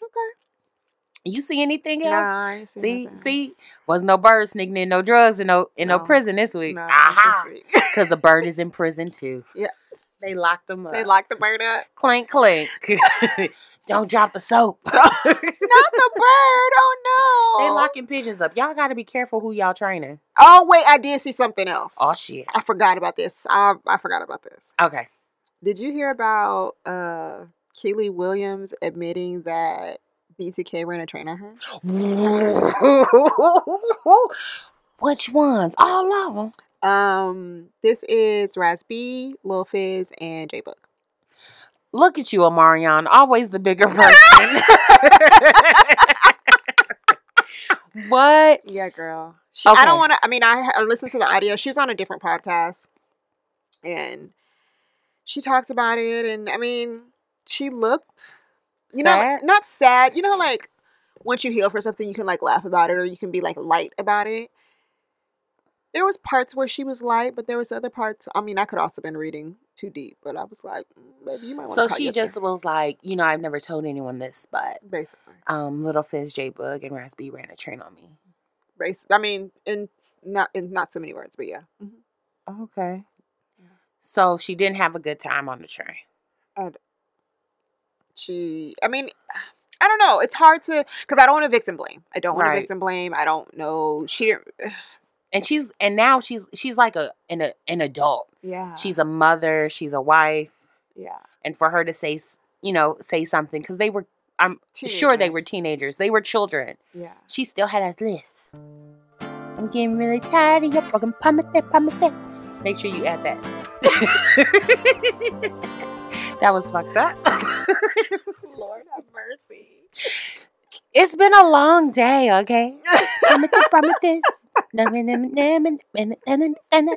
[SPEAKER 2] Okay.
[SPEAKER 3] You see anything else?
[SPEAKER 2] Nah, I ain't seen
[SPEAKER 3] see,
[SPEAKER 2] nothing.
[SPEAKER 3] see, was no bird sneaking in no drugs and no in no,
[SPEAKER 2] No.
[SPEAKER 3] prison this week.
[SPEAKER 2] Nah, I ain't
[SPEAKER 3] Aha,
[SPEAKER 2] seen it.
[SPEAKER 3] because the bird is in prison too.
[SPEAKER 2] Yeah.
[SPEAKER 3] they locked him up.
[SPEAKER 2] they locked the bird up.
[SPEAKER 3] clink clink. Don't drop the soap.
[SPEAKER 2] Oh. Not the bird. Oh no.
[SPEAKER 3] they locking pigeons up. Y'all got to be careful who y'all training.
[SPEAKER 2] Oh wait, I did see something else.
[SPEAKER 3] Oh shit.
[SPEAKER 2] I forgot about this. I I forgot about this.
[SPEAKER 3] Okay.
[SPEAKER 2] Did you hear about uh Keely Williams admitting that BTK ran a train on her?
[SPEAKER 3] Which ones? All of them.
[SPEAKER 2] Um, this is Raz B, Lil Fizz, and J Book.
[SPEAKER 3] Look at you, Amarion. Always the bigger person. what?
[SPEAKER 2] Yeah, girl. She, I
[SPEAKER 3] Okay.
[SPEAKER 2] don't want to. I mean, I, I listened to the audio. She was on a different podcast, and she talks about it. And I mean, she looked, you
[SPEAKER 3] Sad?
[SPEAKER 2] know, not sad. You know, like once you heal for something, you can like laugh about it, or you can be like light about it. There was parts where she was light, but there was other parts. I mean, I could also been reading too deep, but I was like, "Mm, maybe you might want
[SPEAKER 3] So
[SPEAKER 2] to.
[SPEAKER 3] she just was like, you know, I've never told anyone this, but
[SPEAKER 2] basically,
[SPEAKER 3] um, Little Fizz, J Bug, and Raspy ran a train on me.
[SPEAKER 2] basically. I mean, in s- not in not so many words, but yeah. Mhm.
[SPEAKER 3] Okay. So she didn't have a good time on the train.
[SPEAKER 2] she i mean i don't know it's hard to because i don't want to victim blame i don't want
[SPEAKER 3] Right.
[SPEAKER 2] to victim blame i don't know she didn't
[SPEAKER 3] And she's and now she's she's like a an a, an adult.
[SPEAKER 2] yeah
[SPEAKER 3] She's a mother, she's a wife,
[SPEAKER 2] yeah
[SPEAKER 3] and for her to say, s- you know, say something cuz they were I'm sure they were
[SPEAKER 2] Teenagers.
[SPEAKER 3] teenagers. They were children.
[SPEAKER 2] yeah
[SPEAKER 3] She still had a list. I'm getting really tired of your fucking pomade, pomade. Make sure you add that. that was fucked up.
[SPEAKER 2] lord have mercy
[SPEAKER 3] It's been a long day, okay? Promise, promise. No, no, no, no, no, no, no, no, no, no.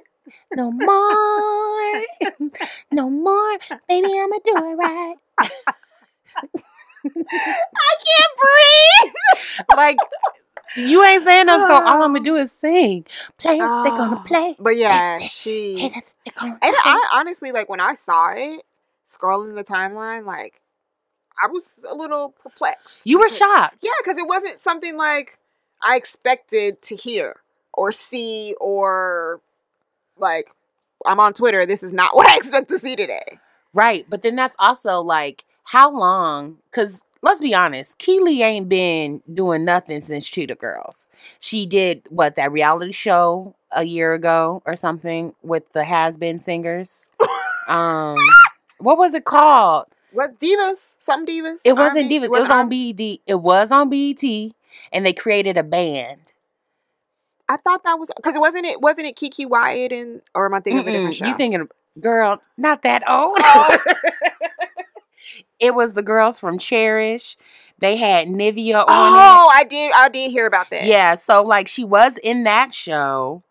[SPEAKER 3] No more. No more. Baby, I'ma do it right.
[SPEAKER 2] i can't breathe
[SPEAKER 3] Like, you ain't saying nothing, so all I'ma do is sing. Play us, they gonna
[SPEAKER 2] Oh,
[SPEAKER 3] play.
[SPEAKER 2] but yeah
[SPEAKER 3] Hit
[SPEAKER 2] she
[SPEAKER 3] us, they gonna
[SPEAKER 2] and
[SPEAKER 3] hit.
[SPEAKER 2] i honestly like when i saw it scrolling the timeline like i was a little perplexed
[SPEAKER 3] You were
[SPEAKER 2] because-
[SPEAKER 3] shocked.
[SPEAKER 2] Yeah, because it wasn't something like I expected to hear or see or like I'm on Twitter. This is not what I expect to see today.
[SPEAKER 3] Right. But then that's also like, how long? Because let's be honest, Keely ain't been doing nothing since Cheetah Girls. She did what, that reality show a year ago or something with the Has Been Singers? um, what was it called?
[SPEAKER 2] What divas? Some divas.
[SPEAKER 3] It wasn't
[SPEAKER 2] Army-
[SPEAKER 3] Divas. It was, on
[SPEAKER 2] Army-
[SPEAKER 3] BED. It was on BET, and they created a band.
[SPEAKER 2] I thought that was because it wasn't it wasn't it Kiki Wyatt and or am I thinking of a different
[SPEAKER 3] Mm-mm,
[SPEAKER 2] show?
[SPEAKER 3] You thinking, of- girl, not that old.
[SPEAKER 2] Oh.
[SPEAKER 3] it was the girls from Cherish. They had Nivea on it.
[SPEAKER 2] oh, I did. I did hear about that.
[SPEAKER 3] Yeah, so like she was in that show,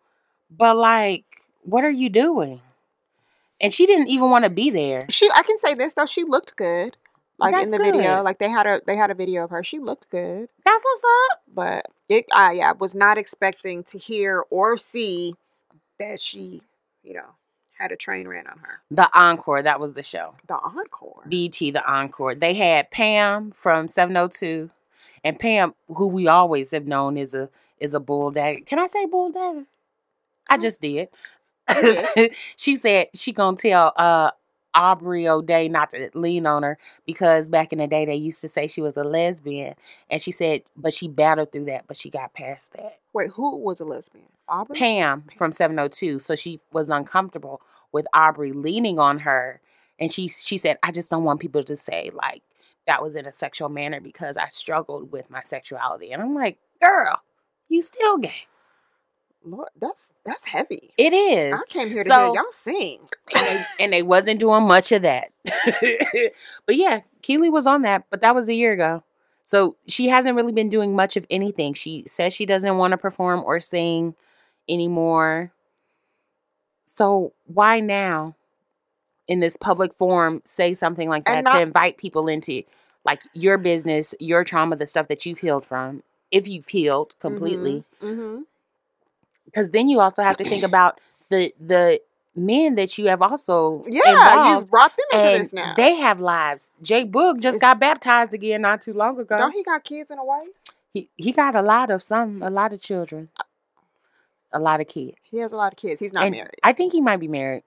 [SPEAKER 3] but like, what are you doing? And she didn't even want to be there.
[SPEAKER 2] She. I can say this though. She looked good. Like
[SPEAKER 3] That's
[SPEAKER 2] in the video,
[SPEAKER 3] good.
[SPEAKER 2] like they had a they had a video of her. She looked good.
[SPEAKER 3] That's what's up.
[SPEAKER 2] but it I yeah, was not expecting to hear or see that she, you know, had a train ran on her.
[SPEAKER 3] The Encore, that was the show.
[SPEAKER 2] The encore.
[SPEAKER 3] BT The Encore. They had Pam from 702. And Pam, who we always have known is a is a bulldagger. Can I say bulldagger? I
[SPEAKER 2] Mhm.
[SPEAKER 3] just did.
[SPEAKER 2] You
[SPEAKER 3] she said she gonna tell uh Aubrey O'Day not to lean on her because back in the day they used to say she was a lesbian, and she said, but she battled through that, but she got past that.
[SPEAKER 2] Wait, who was a lesbian? Aubrey.
[SPEAKER 3] Pam from 702, so she was uncomfortable with Aubrey leaning on her, and she she said, I just don't want people to say like that was in a sexual manner because I struggled with my sexuality, and I'm like, girl, you still gay.
[SPEAKER 2] Lord, that's that's heavy.
[SPEAKER 3] It is.
[SPEAKER 2] I came here to
[SPEAKER 3] So-
[SPEAKER 2] hear y'all sing.
[SPEAKER 3] and they, and they wasn't doing much of that. but yeah, Keely was on that, but that was a year ago. So she hasn't really been doing much of anything. She says she doesn't want to perform or sing anymore. So why now, in this public forum, say something like that
[SPEAKER 2] And
[SPEAKER 3] to
[SPEAKER 2] not-
[SPEAKER 3] invite people into like your business, your trauma, the stuff that you've healed from, if you've healed completely,
[SPEAKER 2] Mm-hmm.
[SPEAKER 3] because then you also have to think about the the men that you have also
[SPEAKER 2] Yeah,
[SPEAKER 3] involved,
[SPEAKER 2] you've brought them into
[SPEAKER 3] and
[SPEAKER 2] this now.
[SPEAKER 3] they have lives. Jay Boog just
[SPEAKER 2] It's-
[SPEAKER 3] got baptized again not too long ago.
[SPEAKER 2] Don't he got kids and a wife?
[SPEAKER 3] He he got a lot of some, a lot of children, Uh a lot of kids.
[SPEAKER 2] He has a lot of kids. He's not
[SPEAKER 3] And
[SPEAKER 2] married.
[SPEAKER 3] I think he might be married.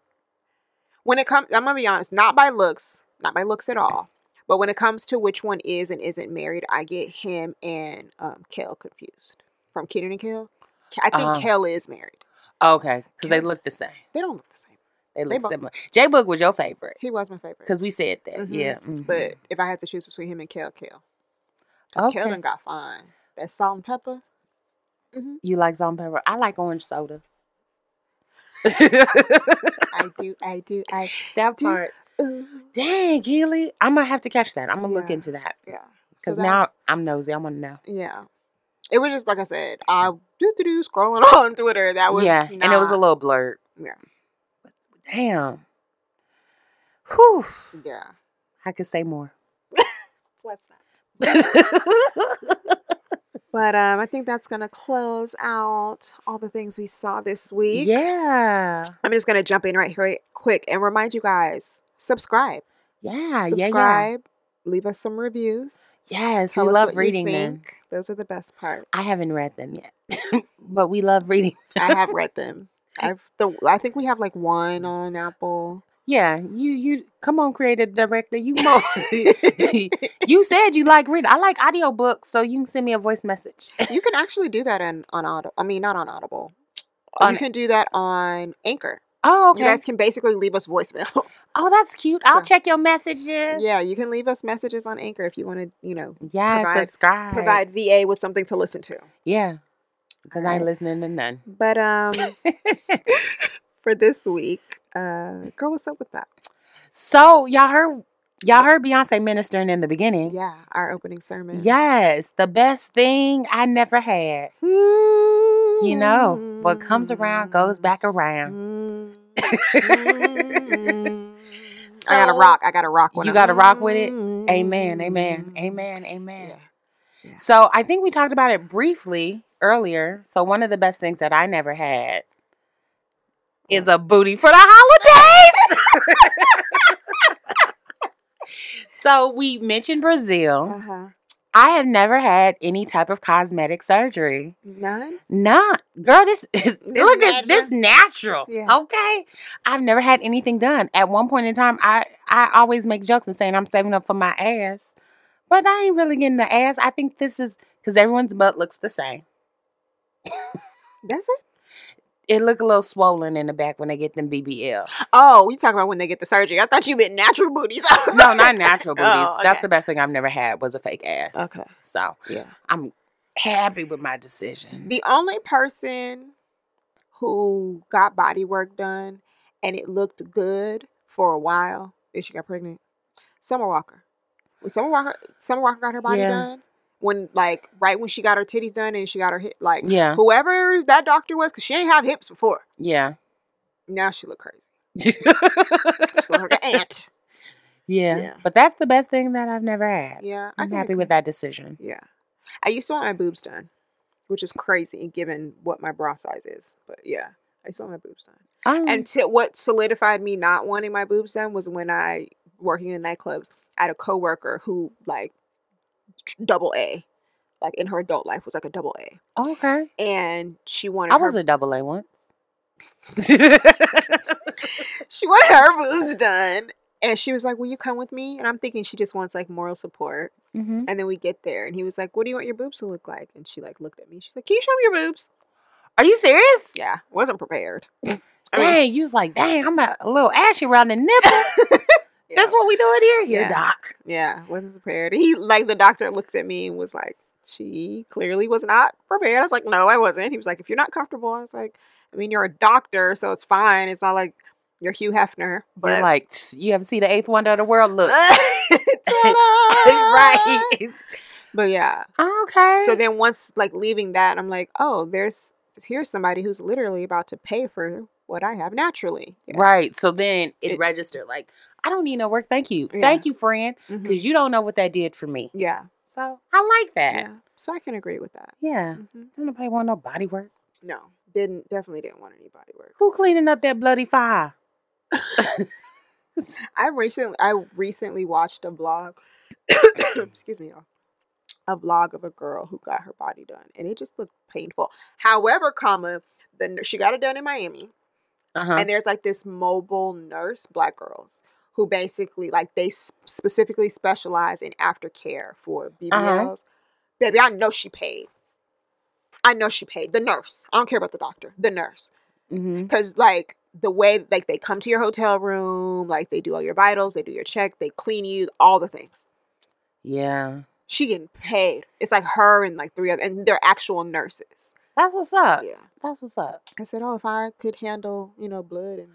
[SPEAKER 2] When it comes, I'm gonna be honest, not by looks, not by looks at all. But when it comes to which one is and isn't married, I get him and um Kel confused from Keaton and Kel. Ke- I think
[SPEAKER 3] Uh-huh.
[SPEAKER 2] Kel is married.
[SPEAKER 3] Okay, because they
[SPEAKER 2] Kel-
[SPEAKER 3] look the same.
[SPEAKER 2] They don't look the same.
[SPEAKER 3] They look
[SPEAKER 2] both-
[SPEAKER 3] similar. Jay Boog was your favorite
[SPEAKER 2] He was my favorite.
[SPEAKER 3] because we said that.
[SPEAKER 2] Mhm.
[SPEAKER 3] Yeah, mhm.
[SPEAKER 2] But if I had to choose between him and Kel, Kel, because Kel
[SPEAKER 3] Okay.
[SPEAKER 2] done got fine. That salt and pepper. hmm
[SPEAKER 3] you like salt and pepper. I like orange soda.
[SPEAKER 2] I do. I do. I
[SPEAKER 3] that
[SPEAKER 2] Do-
[SPEAKER 3] part.
[SPEAKER 2] ooh.
[SPEAKER 3] Dang, Keely. I'm gonna have to catch that. I'm gonna look
[SPEAKER 2] Yeah.
[SPEAKER 3] into that
[SPEAKER 2] Yeah. So
[SPEAKER 3] because now
[SPEAKER 2] that's-
[SPEAKER 3] I'm nosy. I want to know.
[SPEAKER 2] yeah, it was just like I said. I do do do scrolling on Twitter. That was
[SPEAKER 3] Mm. yeah, and it was a
[SPEAKER 2] not-
[SPEAKER 3] little blurred.
[SPEAKER 2] Yeah.
[SPEAKER 3] Damn. Whew.
[SPEAKER 2] yeah.
[SPEAKER 3] I could say more.
[SPEAKER 2] What's that? But um, I think that's gonna close out all the things we saw this week.
[SPEAKER 3] yeah.
[SPEAKER 2] I'm just gonna jump in right here quick and remind you guys subscribe,
[SPEAKER 3] Yeah. Yeah.
[SPEAKER 2] subscribe, leave us some reviews.
[SPEAKER 3] Yeah. Yes.
[SPEAKER 2] Tell
[SPEAKER 3] we
[SPEAKER 2] us
[SPEAKER 3] love
[SPEAKER 2] what you
[SPEAKER 3] reading them.
[SPEAKER 2] think. Those are the best parts.
[SPEAKER 3] I haven't read them yet, but we love reading.
[SPEAKER 2] I have read them. I've the I think we have like one on Apple.
[SPEAKER 3] Yeah, you you come on, creative director. You mo- you said you like reading. I like audiobooks, so you can send me a voice message.
[SPEAKER 2] You can actually do that on on Audible. I mean, not on Audible.
[SPEAKER 3] On-
[SPEAKER 2] you can do that on Anchor.
[SPEAKER 3] Oh, okay.
[SPEAKER 2] You guys can basically leave us voicemails.
[SPEAKER 3] oh, that's cute. I'll
[SPEAKER 2] So-
[SPEAKER 3] check your messages.
[SPEAKER 2] yeah, you can leave us messages on Anchor if you want to, you know,
[SPEAKER 3] yeah.
[SPEAKER 2] provide-
[SPEAKER 3] subscribe.
[SPEAKER 2] provide VA with something to listen to.
[SPEAKER 3] Yeah, because I ain't
[SPEAKER 2] Alright.
[SPEAKER 3] listening to none.
[SPEAKER 2] But um, for this week, uh, girl, what's up with that?
[SPEAKER 3] so y'all heard y'all heard Beyonce ministering in the beginning.
[SPEAKER 2] Yeah, our opening sermon.
[SPEAKER 3] Yes, the best thing I never had. You know,
[SPEAKER 2] Hmm.
[SPEAKER 3] what comes around goes
[SPEAKER 2] Mm-hmm.
[SPEAKER 3] back around.
[SPEAKER 2] Mm. I gotta rock. I gotta rock. When
[SPEAKER 3] You
[SPEAKER 2] I- Hmm.
[SPEAKER 3] gotta rock with it? Amen, amen,
[SPEAKER 2] Mm.
[SPEAKER 3] amen, amen.
[SPEAKER 2] Yeah. Yeah.
[SPEAKER 3] So I think we talked about it briefly earlier. So one of the best things that I never had is a booty for the holidays. so we mentioned Brazil.
[SPEAKER 2] Uh-huh.
[SPEAKER 3] I have never had any type of cosmetic surgery.
[SPEAKER 2] None.
[SPEAKER 3] Nah, girl, this, is look at this natural.
[SPEAKER 2] Yeah.
[SPEAKER 3] Okay, I've never had anything done. At one point in time, I I always make jokes and saying I'm saving up for my ass, but I ain't really getting the ass. I think this is because everyone's butt looks the same.
[SPEAKER 2] That's it.
[SPEAKER 3] It look a little swollen in the back when they get them BBLs.
[SPEAKER 2] Oh, you talking about when they get the surgery? I thought you meant natural booties. I was
[SPEAKER 3] no,
[SPEAKER 2] like-
[SPEAKER 3] not natural booties.
[SPEAKER 2] Oh,
[SPEAKER 3] That's
[SPEAKER 2] okay.
[SPEAKER 3] the best thing I've never had was a fake ass.
[SPEAKER 2] Okay.
[SPEAKER 3] so
[SPEAKER 2] Yeah.
[SPEAKER 3] I'm happy with my decision.
[SPEAKER 2] The only person who got body work done and it looked good for a while is she got pregnant. Summer Walker. When Summer Walker Summer Walker got her body
[SPEAKER 3] Yeah.
[SPEAKER 2] done. When like right when she got her titties done and she got her hip like
[SPEAKER 3] Yeah,
[SPEAKER 2] whoever that doctor was, cause she ain't have hips before.
[SPEAKER 3] yeah,
[SPEAKER 2] Now she look crazy.
[SPEAKER 3] yeah,
[SPEAKER 2] She look like an ant. Yeah.
[SPEAKER 3] But that's the best thing that I've never had.
[SPEAKER 2] Yeah,
[SPEAKER 3] I'm
[SPEAKER 2] can
[SPEAKER 3] happy with
[SPEAKER 2] agree.
[SPEAKER 3] that decision.
[SPEAKER 2] Yeah, I used to want my boobs done, which is crazy given what my bra size is. But yeah, I used to want my boobs done.
[SPEAKER 3] Oh,
[SPEAKER 2] And to, what solidified me not wanting my boobs done was when I working in nightclubs. I had a coworker who like tr- double A, like in her adult life was like a double A,
[SPEAKER 3] Um, okay.
[SPEAKER 2] and she wanted
[SPEAKER 3] I was
[SPEAKER 2] her,
[SPEAKER 3] a double A once.
[SPEAKER 2] she wanted her boobs done, and she was like, "Will you come with me?" And I'm thinking she just wants like moral support.
[SPEAKER 3] Mhm.
[SPEAKER 2] And then we get there, and he was like, "What do you want your boobs to look like?" And she like looked at me. She's like, "Can you show me your boobs?"
[SPEAKER 3] Are you serious?
[SPEAKER 2] Yeah, wasn't prepared. I mean,
[SPEAKER 3] Dang, you was like, dang, I'm a, a little ashy around the nipple.
[SPEAKER 2] yeah.
[SPEAKER 3] That's what we doing here, here,
[SPEAKER 2] Yeah.
[SPEAKER 3] doc.
[SPEAKER 2] Yeah, wasn't prepared. He like the doctor looked at me and was like, "She clearly was not prepared." I was like, "No, I wasn't." He was like, "If you're not comfortable," I was like, "I mean, you're a doctor, so it's fine. It's not like you're Hugh Hefner." But Uh,
[SPEAKER 3] You're like, "Tss, you haven't seen the eighth wonder of the world. Look,
[SPEAKER 2] right.
[SPEAKER 3] right.
[SPEAKER 2] But yeah.
[SPEAKER 3] Okay.
[SPEAKER 2] So then once like leaving that, I'm like, "Oh, there's here's somebody who's literally about to pay for what I have naturally." Yeah.
[SPEAKER 3] right. So then it,
[SPEAKER 2] It-
[SPEAKER 3] registered. Like, I don't need no work. Thank you,
[SPEAKER 2] Yeah.
[SPEAKER 3] thank you, friend,
[SPEAKER 2] Mhm.
[SPEAKER 3] because you don't know what that did for me.
[SPEAKER 2] Yeah.
[SPEAKER 3] So I like that.
[SPEAKER 2] Yeah. So I can agree with that.
[SPEAKER 3] Yeah.
[SPEAKER 2] hmm
[SPEAKER 3] Don't nobody want no body work.
[SPEAKER 2] No, didn't definitely didn't want any body work.
[SPEAKER 3] Who cleaning up that bloody fire?
[SPEAKER 2] I recently I recently watched a vlog. excuse me, y'all. A vlog of a girl who got her body done, and it just looked painful. However, comma the n- she got it done in Miami,
[SPEAKER 3] Uh-huh.
[SPEAKER 2] and there's like this mobile nurse, black girls who basically like they s- specifically specialize in aftercare for BBLs. Baby, I know she paid. I know she paid the nurse. I don't care about the doctor. The nurse
[SPEAKER 3] Mm-hmm.
[SPEAKER 2] because like the way like they come to your hotel room like they do all your vitals they do your check they clean you all the things
[SPEAKER 3] Yeah.
[SPEAKER 2] she getting paid it's like her and like three other and they're actual nurses
[SPEAKER 3] That's what's up.
[SPEAKER 2] yeah
[SPEAKER 3] That's what's up.
[SPEAKER 2] Uh, i said oh if i could handle you know blood and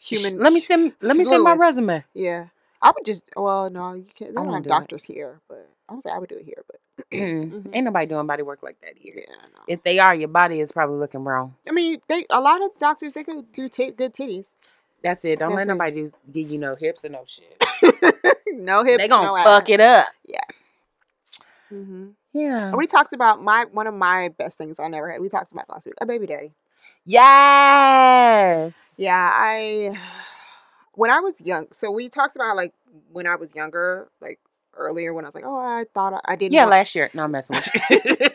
[SPEAKER 2] Human
[SPEAKER 3] Let me send let me send my
[SPEAKER 2] fluids.
[SPEAKER 3] resume.
[SPEAKER 2] yeah i would just well no you can't they
[SPEAKER 3] I
[SPEAKER 2] don't
[SPEAKER 3] wouldn't
[SPEAKER 2] have
[SPEAKER 3] do it.
[SPEAKER 2] doctors here but i would say i would do it here but Mhm.
[SPEAKER 3] Ain't nobody doing body work like that here.
[SPEAKER 2] yeah no.
[SPEAKER 3] If they are, your body is probably looking wrong.
[SPEAKER 2] i mean they a lot of doctors they can do ta good titties
[SPEAKER 3] That's it. Don't
[SPEAKER 2] That's
[SPEAKER 3] let
[SPEAKER 2] it.
[SPEAKER 3] nobody do, give you no hips or no shit.
[SPEAKER 2] no hips
[SPEAKER 3] they gonna
[SPEAKER 2] no
[SPEAKER 3] fuck it up.
[SPEAKER 2] hmm
[SPEAKER 3] Yeah.
[SPEAKER 2] And we talked about my one of my best things I never had. We talked about it last week a baby daddy.
[SPEAKER 3] Yes.
[SPEAKER 2] Yeah, I when I was young. So we talked about like when I was younger, like earlier when I was like, oh, I thought I, I didn't.
[SPEAKER 3] Yeah,
[SPEAKER 2] want,
[SPEAKER 3] last year. No, I'm messing with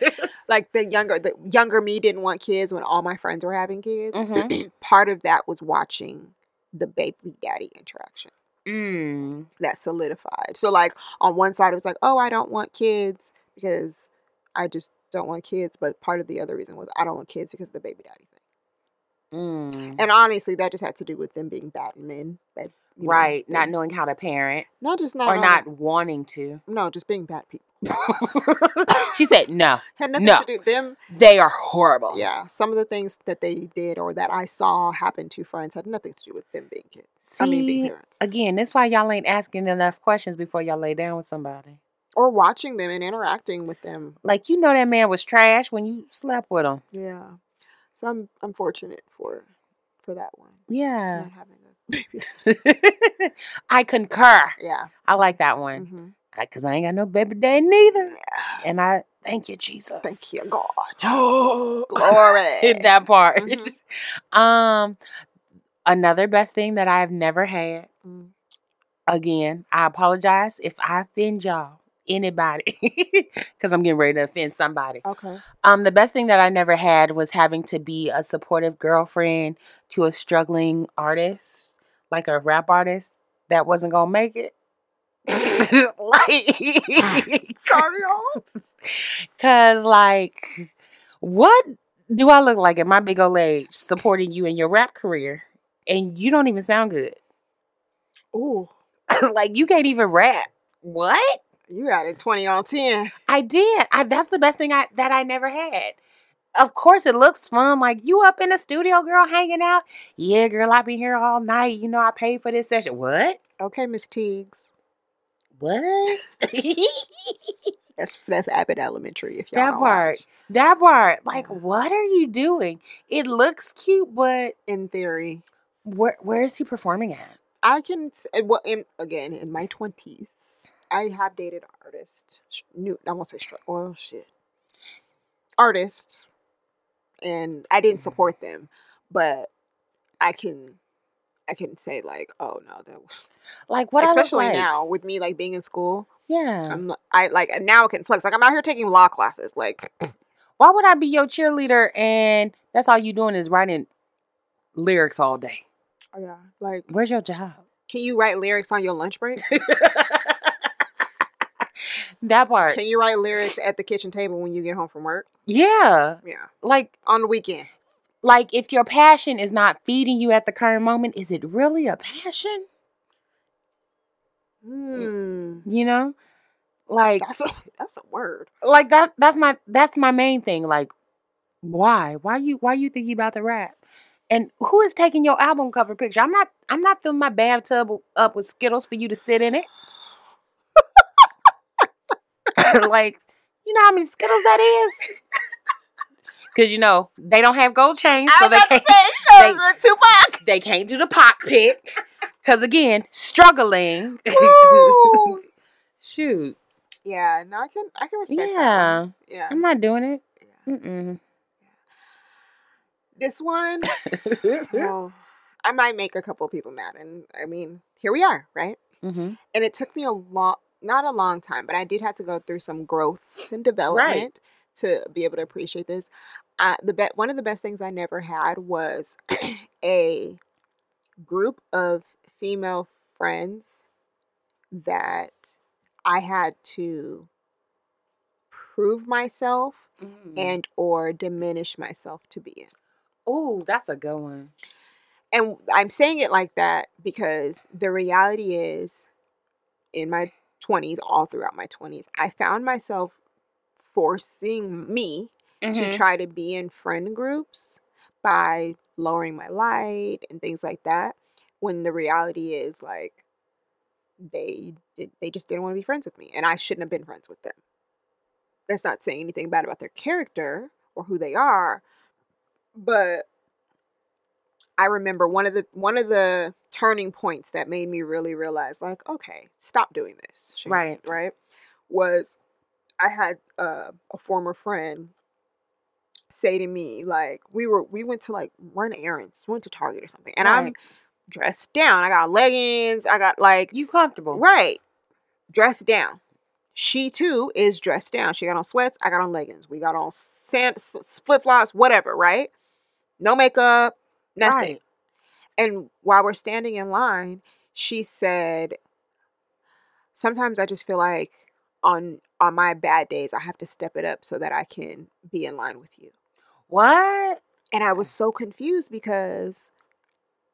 [SPEAKER 3] you.
[SPEAKER 2] like the younger the younger me didn't want kids when all my friends were having kids.
[SPEAKER 3] Mhm.
[SPEAKER 2] Part of that was watching the baby daddy interaction.
[SPEAKER 3] mm.
[SPEAKER 2] that solidified. So like on one side it was like, oh, I don't want kids because I just don't want kids. But part of the other reason was I don't want kids because of the baby daddy thing.
[SPEAKER 3] Mm.
[SPEAKER 2] And honestly, that just had to do with them being bad men. But, you know,
[SPEAKER 3] right. Not
[SPEAKER 2] they-
[SPEAKER 3] knowing how to parent
[SPEAKER 2] not just not
[SPEAKER 3] or
[SPEAKER 2] only-
[SPEAKER 3] not wanting to.
[SPEAKER 2] No, just being bad people.
[SPEAKER 3] she said, no,
[SPEAKER 2] Had nothing
[SPEAKER 3] No. Oh.
[SPEAKER 2] to do them.
[SPEAKER 3] they are horrible.
[SPEAKER 2] Yeah, some of the things that they did or that I saw happen to friends had nothing to do with them being kids.
[SPEAKER 3] See,
[SPEAKER 2] I mean, being parents
[SPEAKER 3] again, that's why y'all ain't asking enough questions before y'all lay down with somebody.
[SPEAKER 2] or watching them and interacting with them.
[SPEAKER 3] Like, you know, that man was trash when you slept with him.
[SPEAKER 2] Yeah, so I'm I'm fortunate for for that one.
[SPEAKER 3] Yeah.
[SPEAKER 2] not having a baby.
[SPEAKER 3] I concur.
[SPEAKER 2] yeah.
[SPEAKER 3] I like that one
[SPEAKER 2] hmm
[SPEAKER 3] because I ain't got no baby dad neither.
[SPEAKER 2] yeah.
[SPEAKER 3] And I thank you, Jesus.
[SPEAKER 2] Thank you, God.
[SPEAKER 3] Oh,
[SPEAKER 2] Glory.
[SPEAKER 3] in that part.
[SPEAKER 2] Mhm.
[SPEAKER 3] um, another best thing that I've never had.
[SPEAKER 2] Mm.
[SPEAKER 3] Again, I apologize if I offend y'all, anybody, because I'm getting ready to offend somebody.
[SPEAKER 2] Okay.
[SPEAKER 3] Um, the best thing that I never had was having to be a supportive girlfriend to a struggling artist, like a rap artist that wasn't gonna make it. like,
[SPEAKER 2] Sorry, y'all.
[SPEAKER 3] cause like, what do I look like at my big old age supporting you in your rap career, and you don't even sound good?
[SPEAKER 2] Ooh,
[SPEAKER 3] like, you can't even rap. What?
[SPEAKER 2] you got it 20 on 10.
[SPEAKER 3] I did. I that's the best thing I that I never had. Of course, it looks fun. Like you up in the studio, girl, hanging out. Yeah, girl, I been here all night. You know, I paid for this session. What?
[SPEAKER 2] Okay, Miss Teagues.
[SPEAKER 3] What?
[SPEAKER 2] That's that's Abbott Elementary. If y'all
[SPEAKER 3] that
[SPEAKER 2] don't
[SPEAKER 3] part.
[SPEAKER 2] watch.
[SPEAKER 3] That part. Like,
[SPEAKER 2] Yeah.
[SPEAKER 3] what are you doing? It looks cute, but
[SPEAKER 2] in theory,
[SPEAKER 3] where where is he performing at?
[SPEAKER 2] I can. s- uh, Well, in, again, in my 20s, I have dated artists. sh- New, I won't say straight. Well, shit. Artists, and I didn't support them, but I can, I can say like, oh no, that was
[SPEAKER 3] Like, what? I look
[SPEAKER 2] especially
[SPEAKER 3] like?
[SPEAKER 2] now with me like being in school
[SPEAKER 3] Yeah.
[SPEAKER 2] i'm li- i like and now i can flex like i'm out here taking law classes like
[SPEAKER 3] Why would I be your cheerleader and that's all you doing is writing lyrics all day?
[SPEAKER 2] oh, yeah like
[SPEAKER 3] Where's your job?
[SPEAKER 2] can you write lyrics on your lunch break
[SPEAKER 3] that part.
[SPEAKER 2] can you write lyrics at the kitchen table when you get home from work
[SPEAKER 3] Yeah.
[SPEAKER 2] yeah
[SPEAKER 3] Like
[SPEAKER 2] on the weekend
[SPEAKER 3] like if your passion is not feeding you at the current moment, is it really a passion?
[SPEAKER 2] hmm
[SPEAKER 3] You know? Like
[SPEAKER 2] that's a that's a word
[SPEAKER 3] like that that's my that's my main thing. Like why? Why you why you think you about to rap? And who is taking your album cover picture? I'm not I'm not filling my bathtub up with Skittles for you to sit in it. like, you know how many Skittles that is? Cause you know, they don't have gold chains, so they can't they-
[SPEAKER 2] Tupac.
[SPEAKER 3] they can't do the cockpit because again struggling
[SPEAKER 2] Woo!
[SPEAKER 3] shoot
[SPEAKER 2] yeah no i can i can respect that
[SPEAKER 3] yeah
[SPEAKER 2] one. yeah
[SPEAKER 3] i'm not doing it
[SPEAKER 2] yeah
[SPEAKER 3] Mm-mm.
[SPEAKER 2] this one oh, I might make a couple people mad, and I mean, here we are, right?
[SPEAKER 3] Mm-hmm.
[SPEAKER 2] And it took me a long, not a long time, but I did have to go through some growth and development to be able to appreciate this. Uh, the be- one of the best things I never had was a group of female friends that I had to prove myself
[SPEAKER 3] Mm-hmm.
[SPEAKER 2] and or diminish myself to be in.
[SPEAKER 3] oh, that's a good one.
[SPEAKER 2] and I'm saying it like that because the reality is in my 20s, all throughout my 20s, I found myself forcing me
[SPEAKER 1] Mm-hmm.
[SPEAKER 2] to
[SPEAKER 3] Mhm.
[SPEAKER 2] try to be in friend groups by lowering my light and things like that. When the reality is like they did, they just didn't want to be friends with me and I shouldn't have been friends with them. That's not saying anything bad about their character or who they are, but I remember one of the one of the turning points that made me really realize like okay stop doing this Shane,
[SPEAKER 3] Right.
[SPEAKER 2] right was I had uh, a former friend say to me like we were we went to like run errands went to Target or something and I'm
[SPEAKER 3] Right.
[SPEAKER 2] dressed down I got leggings I got like
[SPEAKER 3] you comfortable.
[SPEAKER 2] right dressed down she too is dressed down she got on sweats I got on leggings we got on sand, flip flops whatever right no makeup nothing
[SPEAKER 3] Right.
[SPEAKER 2] and while we're standing in line, she said, "Sometimes I just feel like on on my bad days, I have to step it up so that I can be in line with you."
[SPEAKER 3] What?
[SPEAKER 2] And I was so confused because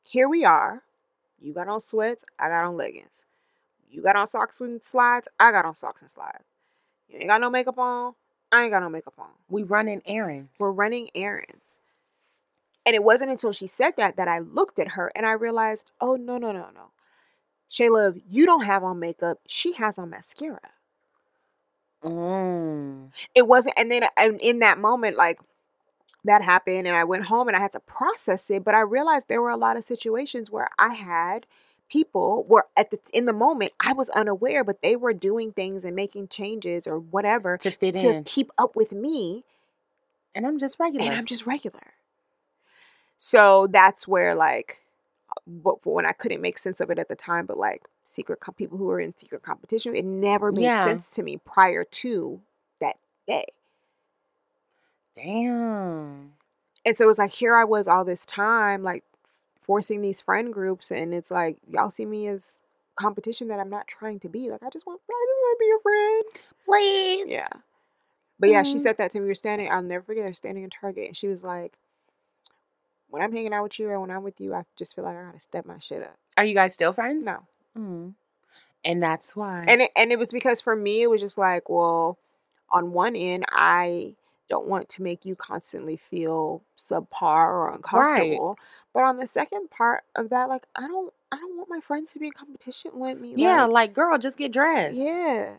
[SPEAKER 2] here we are. You got on sweats, I got on leggings. You got on socks and slides, I got on socks and slides. You ain't got no makeup on, I ain't got no makeup on.
[SPEAKER 3] We running errands.
[SPEAKER 2] We're running errands. And it wasn't until she said that that I looked at her and I realized, oh, no, no, no, no. Shayla, you don't have on makeup. She has on mascara.
[SPEAKER 3] Mm.
[SPEAKER 2] It wasn't, and then and in that moment, like that happened, and I went home and I had to process it. But I realized there were a lot of situations where I had people were at the in the moment I was unaware, but they were doing things and making changes or whatever
[SPEAKER 3] To fit
[SPEAKER 2] to
[SPEAKER 3] in.
[SPEAKER 2] keep up with me,
[SPEAKER 3] And I'm just regular.
[SPEAKER 2] and I'm just regular. So that's where like but when I couldn't make sense of it at the time, but like secret com- people who were in secret competition, it never made
[SPEAKER 3] Yeah.
[SPEAKER 2] sense to me prior to that day.
[SPEAKER 3] Damn.
[SPEAKER 2] And so it was like here I was all this time, like forcing these friend groups, and it's like y'all see me as competition that I'm not trying to be. Like I just want, I just want to be your friend.
[SPEAKER 3] Please.
[SPEAKER 2] Yeah. But yeah, she
[SPEAKER 3] Mm.
[SPEAKER 2] said that to me. We were standing. I'll never forget. They're standing in Target, and she was like, "When I'm hanging out with you, or when I'm with you, I just feel like I gotta step my shit up."
[SPEAKER 3] Are you guys still friends?
[SPEAKER 2] No.
[SPEAKER 3] Mm. And that's why.
[SPEAKER 2] and it, and it was because for me it was just like well on one end i don't want to make you constantly feel subpar or uncomfortable but on the second part of that like i don't i don't want my friends to be in competition with me
[SPEAKER 3] yeah,
[SPEAKER 2] like,
[SPEAKER 3] like girl, just get dressed.
[SPEAKER 2] yeah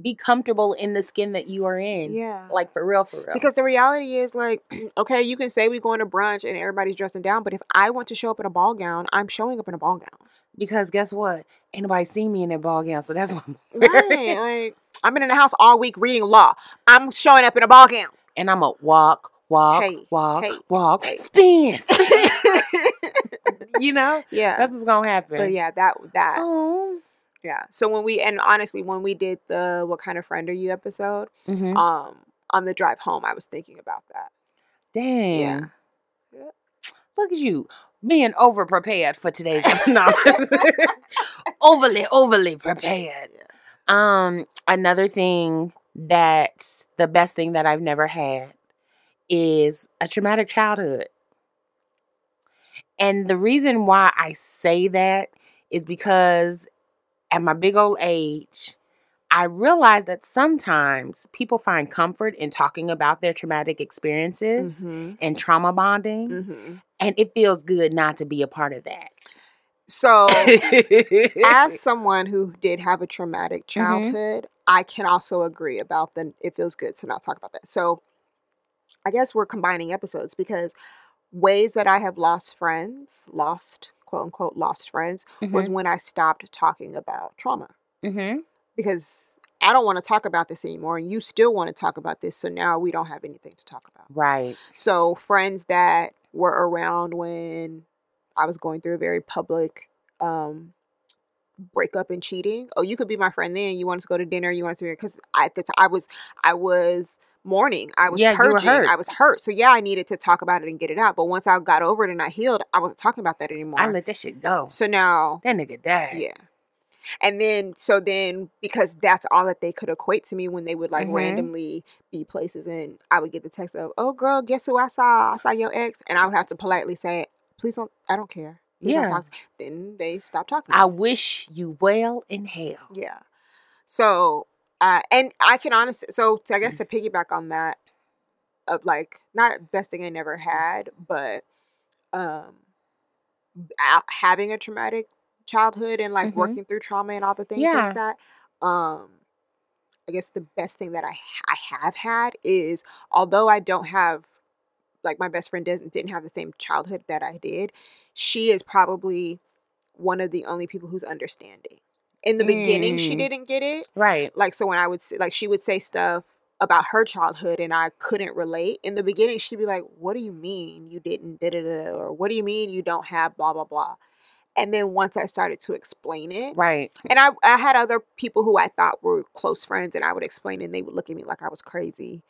[SPEAKER 3] Be comfortable in the skin that you are in.
[SPEAKER 2] yeah
[SPEAKER 3] Like for real, for real.
[SPEAKER 2] because the reality is like okay you can say we're going to brunch and everybody's dressing down but if i want to show up in a ball gown i'm showing up in a ball gown
[SPEAKER 3] because guess what? Anybody see me in that ball gown, so that's why. I'm wearing it.
[SPEAKER 2] right like i've been in the house all week reading law i'm showing up in a ball gown
[SPEAKER 3] And I'm a walk, walk,
[SPEAKER 2] Hey,
[SPEAKER 3] walk,
[SPEAKER 2] hey,
[SPEAKER 3] walk,
[SPEAKER 2] hey.
[SPEAKER 3] spin, spin. you know,
[SPEAKER 2] yeah
[SPEAKER 3] that's what's gonna happen.
[SPEAKER 2] Uh, but yeah that that
[SPEAKER 3] Oh.
[SPEAKER 2] yeah so when we and honestly when we did the what kind of friend are you episode
[SPEAKER 3] hmm
[SPEAKER 2] um on the drive home i was thinking about that
[SPEAKER 3] Dang.
[SPEAKER 2] Yep.
[SPEAKER 3] Look at you being over prepared for today's no. overly, overly prepared. Um, another thing that the best thing that I've never had is a traumatic childhood. And the reason why I say that is because at my big old age, I realized that sometimes people find comfort in talking about their traumatic experiences
[SPEAKER 2] mm-hmm.
[SPEAKER 3] and trauma bonding,
[SPEAKER 2] Mm-hmm.
[SPEAKER 3] and it feels good not to be a part of that.
[SPEAKER 2] so as someone who did have a traumatic childhood i can also agree about the it feels good to not talk about that so i guess we're combining episodes because ways that i have lost friends lost quote unquote lost friends was when i stopped talking about trauma
[SPEAKER 3] Mhm.
[SPEAKER 2] because I don't want to talk about this anymore, and you still want to talk about this. So now we don't have anything to talk about.
[SPEAKER 3] right.
[SPEAKER 2] So friends that were around when I was going through a very public um breakup and cheating. Oh, you could be my friend then. You want us to go to dinner? You want us to? Because at the time I was, I was mourning. I was
[SPEAKER 3] Yeah, you were
[SPEAKER 2] purging.
[SPEAKER 3] hurt.
[SPEAKER 2] I was hurt. So yeah, I needed to talk about it and get it out. But once I got over it and I healed, I wasn't talking about that anymore.
[SPEAKER 3] I let that shit go.
[SPEAKER 2] so now,
[SPEAKER 3] That nigga died.
[SPEAKER 2] yeah. And then, so then, because that's all that they could equate to me when they would like
[SPEAKER 3] Mhm.
[SPEAKER 2] randomly be places, and I would get the text of, "Oh, girl, guess who I saw? I saw your ex," and I would have to politely say, "Please don't. I don't care. Please
[SPEAKER 3] Yeah.
[SPEAKER 2] don't talk." to-" Then they stopped talking. to
[SPEAKER 3] I
[SPEAKER 2] me.
[SPEAKER 3] wish you well in hell.
[SPEAKER 2] Yeah. So, uh, and I can honestly, so to, I guess to piggyback on that, of like not best thing I never had, but um, out, having a traumatic childhood and like
[SPEAKER 3] Mhm.
[SPEAKER 2] working through trauma and all the things
[SPEAKER 3] Yeah.
[SPEAKER 2] like that. Um, I guess the best thing that I ha- I have had is although I don't have like my best friend didn't didn't have the same childhood that I did, she is probably one of the only people who's understanding. In the beginning, she
[SPEAKER 3] Mm.
[SPEAKER 2] didn't get it,
[SPEAKER 3] Right.
[SPEAKER 2] like so when I would say, like she would say stuff about her childhood and I couldn't relate in the beginning she'd be like what do you mean you didn't da da da or what do you mean you don't have blah blah blah and then once I started to explain it
[SPEAKER 3] Right.
[SPEAKER 2] and I, I had other people who I thought were close friends and I would explain and they would look at me like I was crazy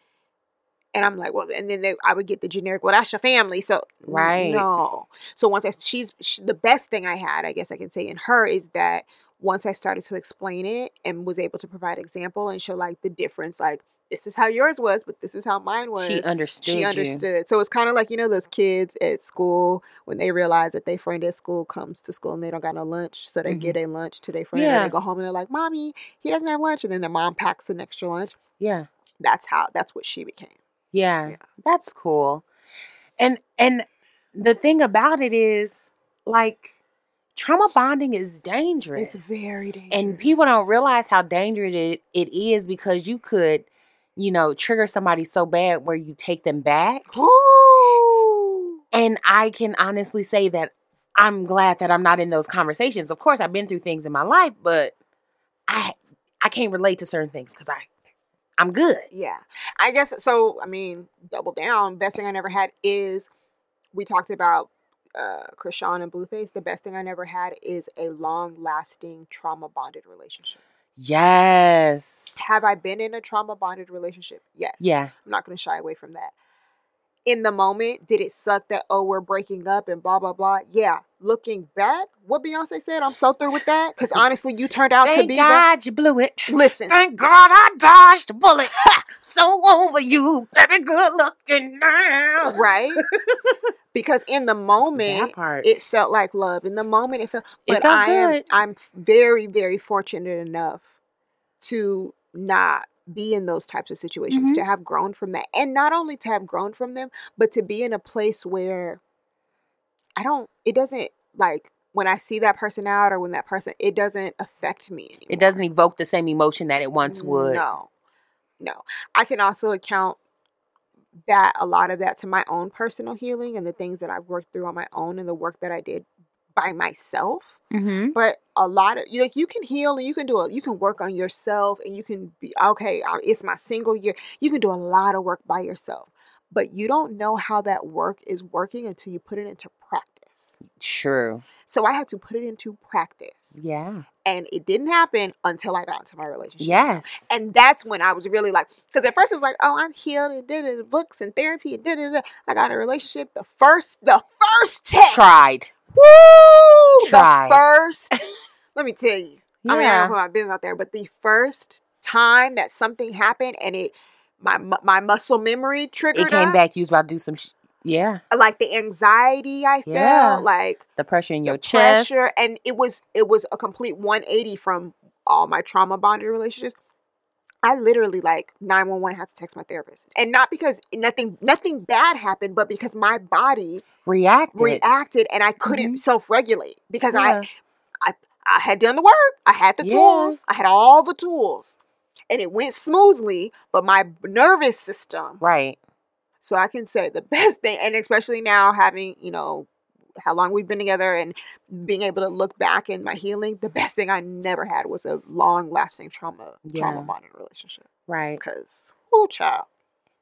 [SPEAKER 2] and I'm like well and then they, I would get the generic well that's your family so n-
[SPEAKER 3] Right.
[SPEAKER 2] no so once I she's she, the best thing I had I guess I can say in her is that once I started to explain it and was able to provide example and show like the difference like this is how yours was but this is how mine was
[SPEAKER 3] She understood.
[SPEAKER 2] she
[SPEAKER 3] you.
[SPEAKER 2] understood. So it's kind of like you know those kids at school when they realize that their friend at school comes to school and they don't got no lunch, so they
[SPEAKER 3] Mhm.
[SPEAKER 2] get a lunch to their friend and
[SPEAKER 3] Yeah.
[SPEAKER 2] they go home and they're like, "Mommy, he doesn't have lunch," and then their mom packs an extra lunch.
[SPEAKER 3] Yeah.
[SPEAKER 2] That's how. That's what she became.
[SPEAKER 3] yeah.
[SPEAKER 2] Yeah.
[SPEAKER 3] That's cool. And and the thing about it is like trauma bonding is dangerous.
[SPEAKER 2] It's very dangerous.
[SPEAKER 3] and people don't realize how dangerous it, it is because you could you know trigger somebody so bad where you take them back
[SPEAKER 2] Ooh.
[SPEAKER 3] and i can honestly say that i'm glad that i'm not in those conversations of course i've been through things in my life but i i can't relate to certain things because i i'm good
[SPEAKER 2] Yeah, I guess so. I mean, double down. Best thing I never had is we talked about uh Krishan and Blueface. The best thing I never had is a long lasting trauma bonded relationship.
[SPEAKER 3] yes
[SPEAKER 2] Have I been in a trauma bonded relationship? Yes.
[SPEAKER 3] yeah
[SPEAKER 2] I'm not going to shy away from that. In the moment, did it suck that, oh, we're breaking up and blah, blah, blah? Yeah. Looking back, what Beyonce said, I'm so through with that. Because honestly, you turned out to
[SPEAKER 3] thank
[SPEAKER 2] be that.
[SPEAKER 3] god you blew it
[SPEAKER 2] Listen,
[SPEAKER 3] thank god i dodged a bullet so over you baby good looking now
[SPEAKER 2] right? because in the moment,
[SPEAKER 3] that part
[SPEAKER 2] it felt like love. In the moment, it felt,
[SPEAKER 3] It
[SPEAKER 2] but
[SPEAKER 3] felt
[SPEAKER 2] I am,
[SPEAKER 3] good.
[SPEAKER 2] I'm very, very fortunate enough to not be in those types of situations,
[SPEAKER 3] Mhm.
[SPEAKER 2] to have grown from that. And not only to have grown from them, but to be in a place where I don't, it doesn't like when I see that person out or when that person, it doesn't affect me anymore.
[SPEAKER 3] it doesn't evoke the same emotion that it once would.
[SPEAKER 2] No, no. I can also account that a lot of that to my own personal healing and the things that I've worked through on my own and the work that I did by myself.
[SPEAKER 3] Mm-hmm.
[SPEAKER 2] but a lot of like you can heal and you can do a you can work on yourself and you can be okay I- it's my single year you can do a lot of work by yourself but you don't know how that work is working until you put it into practice
[SPEAKER 3] True.
[SPEAKER 2] so i had to put it into practice
[SPEAKER 3] Yeah.
[SPEAKER 2] and it didn't happen until i got into my relationship
[SPEAKER 3] Yes.
[SPEAKER 2] and that's when I was really like, because at first it was like, oh, I'm healed and did it, books and therapy and did it. I got in a relationship. The first, the first text,
[SPEAKER 3] tried.
[SPEAKER 2] woo,
[SPEAKER 3] Tried.
[SPEAKER 2] the first. let me tell you, I mean, I
[SPEAKER 3] Yeah.
[SPEAKER 2] don't put my business out there, but the first time that something happened and it, my mu- my muscle memory triggered
[SPEAKER 3] it came
[SPEAKER 2] up,
[SPEAKER 3] back. You was about to do some. Sh- yeah.
[SPEAKER 2] like the anxiety I
[SPEAKER 3] Yeah.
[SPEAKER 2] felt, like
[SPEAKER 3] The pressure in
[SPEAKER 2] the
[SPEAKER 3] your chest.
[SPEAKER 2] pressure, and it was it was a complete 180 from all my trauma bonded relationships. I literally like 911 had to text my therapist, and not because nothing nothing bad happened, but because my body
[SPEAKER 3] Reacted.
[SPEAKER 2] reacted and I couldn't
[SPEAKER 3] Mhm.
[SPEAKER 2] self regulate because I
[SPEAKER 3] Yeah.
[SPEAKER 2] I had done the work. I had the
[SPEAKER 3] Yeah.
[SPEAKER 2] tools. I had all the tools. And it went smoothly, but my nervous system.
[SPEAKER 3] Right.
[SPEAKER 2] So I can say the best thing, and especially now having, you know, how long we've been together and being able to look back in my healing, the best thing I never had was a long lasting trauma,
[SPEAKER 3] Yeah.
[SPEAKER 2] trauma bonded relationship.
[SPEAKER 3] Right.
[SPEAKER 2] Because, oh, child.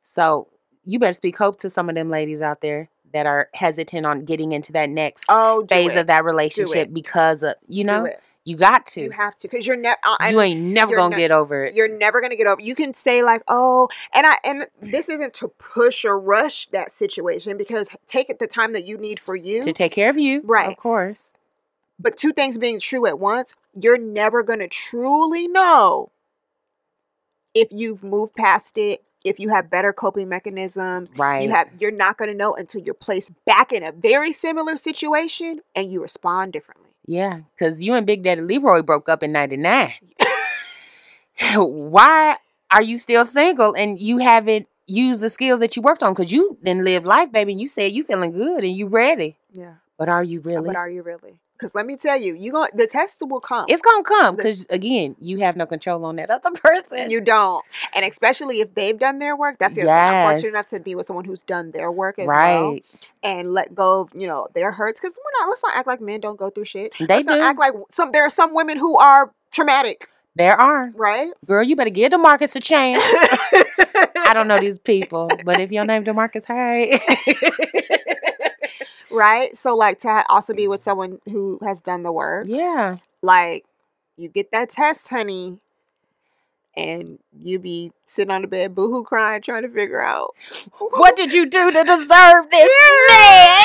[SPEAKER 3] So you better speak hope to some of them ladies out there that are hesitant on getting into that next
[SPEAKER 2] Oh, do
[SPEAKER 3] phase
[SPEAKER 2] it.
[SPEAKER 3] of that relationship
[SPEAKER 2] it.
[SPEAKER 3] because of you
[SPEAKER 2] Do
[SPEAKER 3] know
[SPEAKER 2] it.
[SPEAKER 3] you got to.
[SPEAKER 2] You have to, because you're never.
[SPEAKER 3] you ain't never
[SPEAKER 2] you're
[SPEAKER 3] gonna
[SPEAKER 2] not-
[SPEAKER 3] get over it.
[SPEAKER 2] you're never gonna get over. You can say like, "Oh," and I and this isn't to push or rush that situation because take it the time that you need for you.
[SPEAKER 3] to take care of you. Of
[SPEAKER 2] Right.
[SPEAKER 3] course.
[SPEAKER 2] but two things being true at once, you're never gonna truly know if you've moved past it. If you have better coping mechanisms,
[SPEAKER 3] Right.
[SPEAKER 2] you have. You're not gonna know until you're placed back in a very similar situation and you respond differently.
[SPEAKER 3] yeah. Cause you and Big Daddy Leroy broke up in ninety nine. Why are you still single and you haven't used the skills that you worked on? Cause you didn't live life, baby, and you said you feeling good and you ready.
[SPEAKER 2] Yeah.
[SPEAKER 3] But are you really?
[SPEAKER 2] But are you really? Because let me tell you, you going the test will come.
[SPEAKER 3] it's gonna come
[SPEAKER 2] The-
[SPEAKER 3] because again, you have no control on that other person.
[SPEAKER 2] You don't. And especially if they've done their work. That's the other thing. I'm fortunate enough
[SPEAKER 3] Yes.
[SPEAKER 2] to be with someone who's done their work as well
[SPEAKER 3] right.
[SPEAKER 2] and let go of, you know, their hurts. Because we're not, let's not act like men don't go through shit.
[SPEAKER 3] They
[SPEAKER 2] let's
[SPEAKER 3] do.
[SPEAKER 2] not act like some, there are some women who are traumatic,
[SPEAKER 3] There are.
[SPEAKER 2] right?
[SPEAKER 3] Girl, you better give the markets a chance. I don't know these people, but if your name DeMarcus, hey.
[SPEAKER 2] right? So, like, to ha- also be with someone who has done the work,
[SPEAKER 3] Mm. yeah.
[SPEAKER 2] like, you get that test, honey. And you be sitting on the bed, boohoo crying, trying to figure out
[SPEAKER 3] What did you do to deserve this man?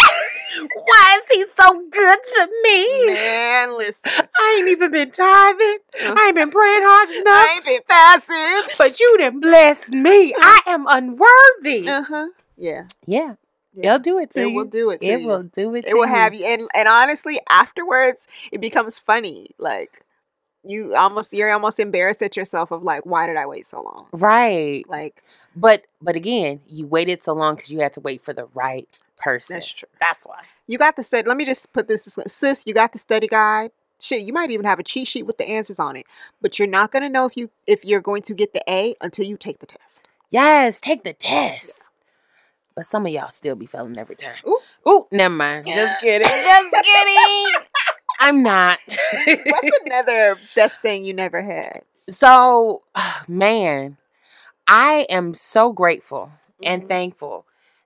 [SPEAKER 3] Why is he so good to me?
[SPEAKER 2] Man, listen,
[SPEAKER 3] I ain't even been tithing.
[SPEAKER 2] Uh.
[SPEAKER 3] I ain't been praying hard
[SPEAKER 2] I
[SPEAKER 3] enough.
[SPEAKER 2] ain't been passive.
[SPEAKER 3] But you didn't bless me. I am unworthy.
[SPEAKER 2] Uh huh. Yeah.
[SPEAKER 3] yeah,
[SPEAKER 2] yeah.
[SPEAKER 3] they'll do it to
[SPEAKER 2] It
[SPEAKER 3] you.
[SPEAKER 2] will do it to
[SPEAKER 3] it
[SPEAKER 2] you.
[SPEAKER 3] will do it.
[SPEAKER 2] It
[SPEAKER 3] to
[SPEAKER 2] will have you. And and honestly, afterwards, it becomes funny. Like you almost you're almost embarrassed at yourself of like, why did I wait so long?
[SPEAKER 3] Right,
[SPEAKER 2] Like
[SPEAKER 3] but but again, you waited so long because you had to wait for the right person.
[SPEAKER 2] that's true.
[SPEAKER 3] That's why.
[SPEAKER 2] You got the study. Let me just put this sis. You got the study guide. Shit, you might even have a cheat sheet with the answers on it, but you're not gonna know if you if you're going to get the A until you take the test.
[SPEAKER 3] Yes, take the test. But some of y'all still be failing every time.
[SPEAKER 2] Ooh.
[SPEAKER 3] Ooh never mind. Just kidding. Just kidding. I'm not.
[SPEAKER 2] What's another best thing you never had?
[SPEAKER 3] so, man, I am so grateful and
[SPEAKER 2] Mhm.
[SPEAKER 3] thankful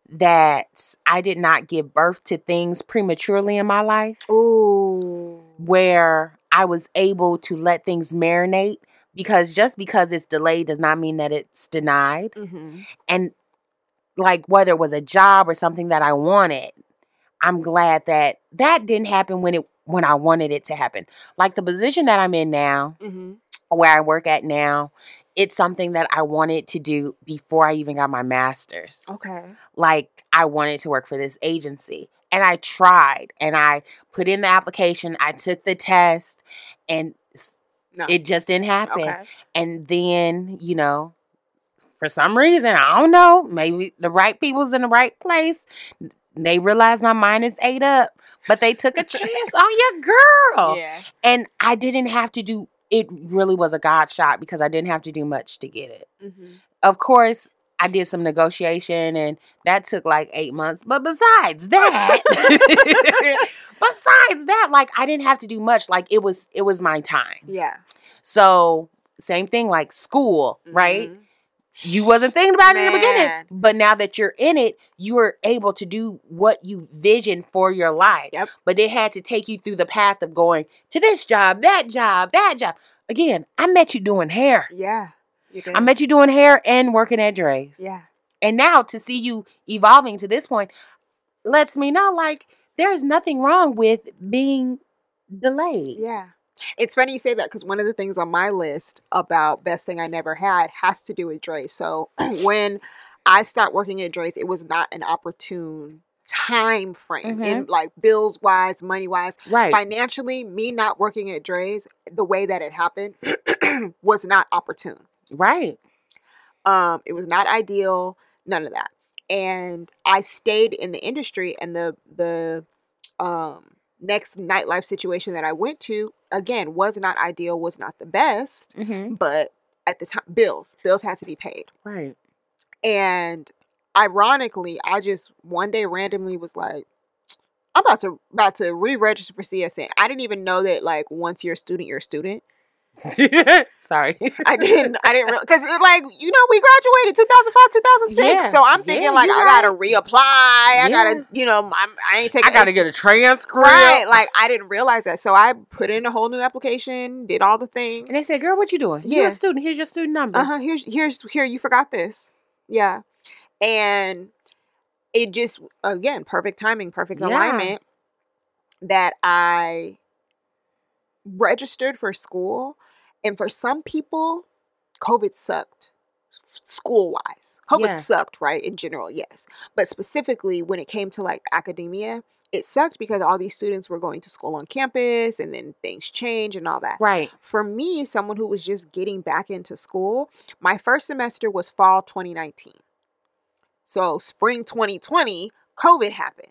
[SPEAKER 3] that I did not give birth to things prematurely in my life
[SPEAKER 2] Mm-hmm. Ooh.
[SPEAKER 3] where I was able to let things marinate because just because it's delayed does not mean that it's denied.
[SPEAKER 2] Mm-hmm.
[SPEAKER 3] and like whether it was a job or something that I wanted, I'm glad that that didn't happen when it when I wanted it to happen. Like the position that I'm in now,
[SPEAKER 2] Mm-hmm.
[SPEAKER 3] where I work at now, it's something that I wanted to do before I even got my master's.
[SPEAKER 2] Okay.
[SPEAKER 3] Like I wanted to work for this agency. And I tried and I put in the application, I took the test, and s-
[SPEAKER 2] No.
[SPEAKER 3] it just didn't happen
[SPEAKER 2] okay.
[SPEAKER 3] and then you know for some reason i don't know maybe the right people's in the right place they realized my mind is ate up but they took a chance on your girl
[SPEAKER 2] Yeah.
[SPEAKER 3] and i didn't have to do it really was a god shot because i didn't have to do much to get it
[SPEAKER 2] Mm-hmm.
[SPEAKER 3] of course i did some negotiation and that took like eight months but besides that besides that like i didn't have to do much like it was it was my time
[SPEAKER 2] Yeah.
[SPEAKER 3] so same thing like school, right?
[SPEAKER 2] Mhm.
[SPEAKER 3] You wasn't thinking about it in the beginning,
[SPEAKER 2] Man.
[SPEAKER 3] but now that you're in it, you are able to do what you vision for your life.
[SPEAKER 2] Yep.
[SPEAKER 3] But it had to take you through the path of going to this job, that job, that job. Again, I met you doing hair.
[SPEAKER 2] Yeah. You did.
[SPEAKER 3] I met you doing hair and working at Dre's.
[SPEAKER 2] Mm-hmm. Yeah.
[SPEAKER 3] And now to see you evolving to this point lets me know like there's nothing wrong with being delayed.
[SPEAKER 2] Yeah. It's funny you say that because one of the things on my list about best thing I never had has to do with Dre. So when I stopped working at Dre's, it was not an opportune time frame
[SPEAKER 3] Mhm.
[SPEAKER 2] in like bills wise, money wise.
[SPEAKER 3] Right.
[SPEAKER 2] Financially, me not working at Dre's the way that it happened was not opportune.
[SPEAKER 3] Right.
[SPEAKER 2] Um, it was not ideal, none of that. And I stayed in the industry and the the um next nightlife situation that I went to again was not ideal, was not the best,
[SPEAKER 3] Mhm.
[SPEAKER 2] but at the time bills, bills had to be paid.
[SPEAKER 3] Right.
[SPEAKER 2] And ironically, I just one day randomly was like I'm about to about to re-register for CSN. I didn't even know that like once you're a student, you're a student.
[SPEAKER 3] Sorry.
[SPEAKER 2] I didn't. I didn't because like you know we graduated 2005, 2006.
[SPEAKER 3] Yeah.
[SPEAKER 2] so I'm thinking
[SPEAKER 3] Yeah,
[SPEAKER 2] like
[SPEAKER 3] you're
[SPEAKER 2] I gotta reapply. I
[SPEAKER 3] Yeah.
[SPEAKER 2] gotta you know I'm, I ain't taking.
[SPEAKER 3] I gotta get a transcript.
[SPEAKER 2] right. Like I didn't realize that. So I put in a whole new application, did all the things.
[SPEAKER 3] And they said, "Girl, what you doing? You're
[SPEAKER 2] Yeah.
[SPEAKER 3] a student. Here's your student number."
[SPEAKER 2] Uh huh. Here's here's here. You forgot this. Yeah, and it just again perfect timing, perfect
[SPEAKER 3] Yeah.
[SPEAKER 2] alignment. That I registered for school, and for some people, COVID sucked. School wise, COVID
[SPEAKER 3] Yeah.
[SPEAKER 2] sucked, right? In general, yes. But specifically, when it came to like academia, it sucked because all these students were going to school on campus and then things change and all that
[SPEAKER 3] Right.
[SPEAKER 2] for me, someone who was just getting back into school, my first semester was fall 2019. So, spring 2020, COVID happened.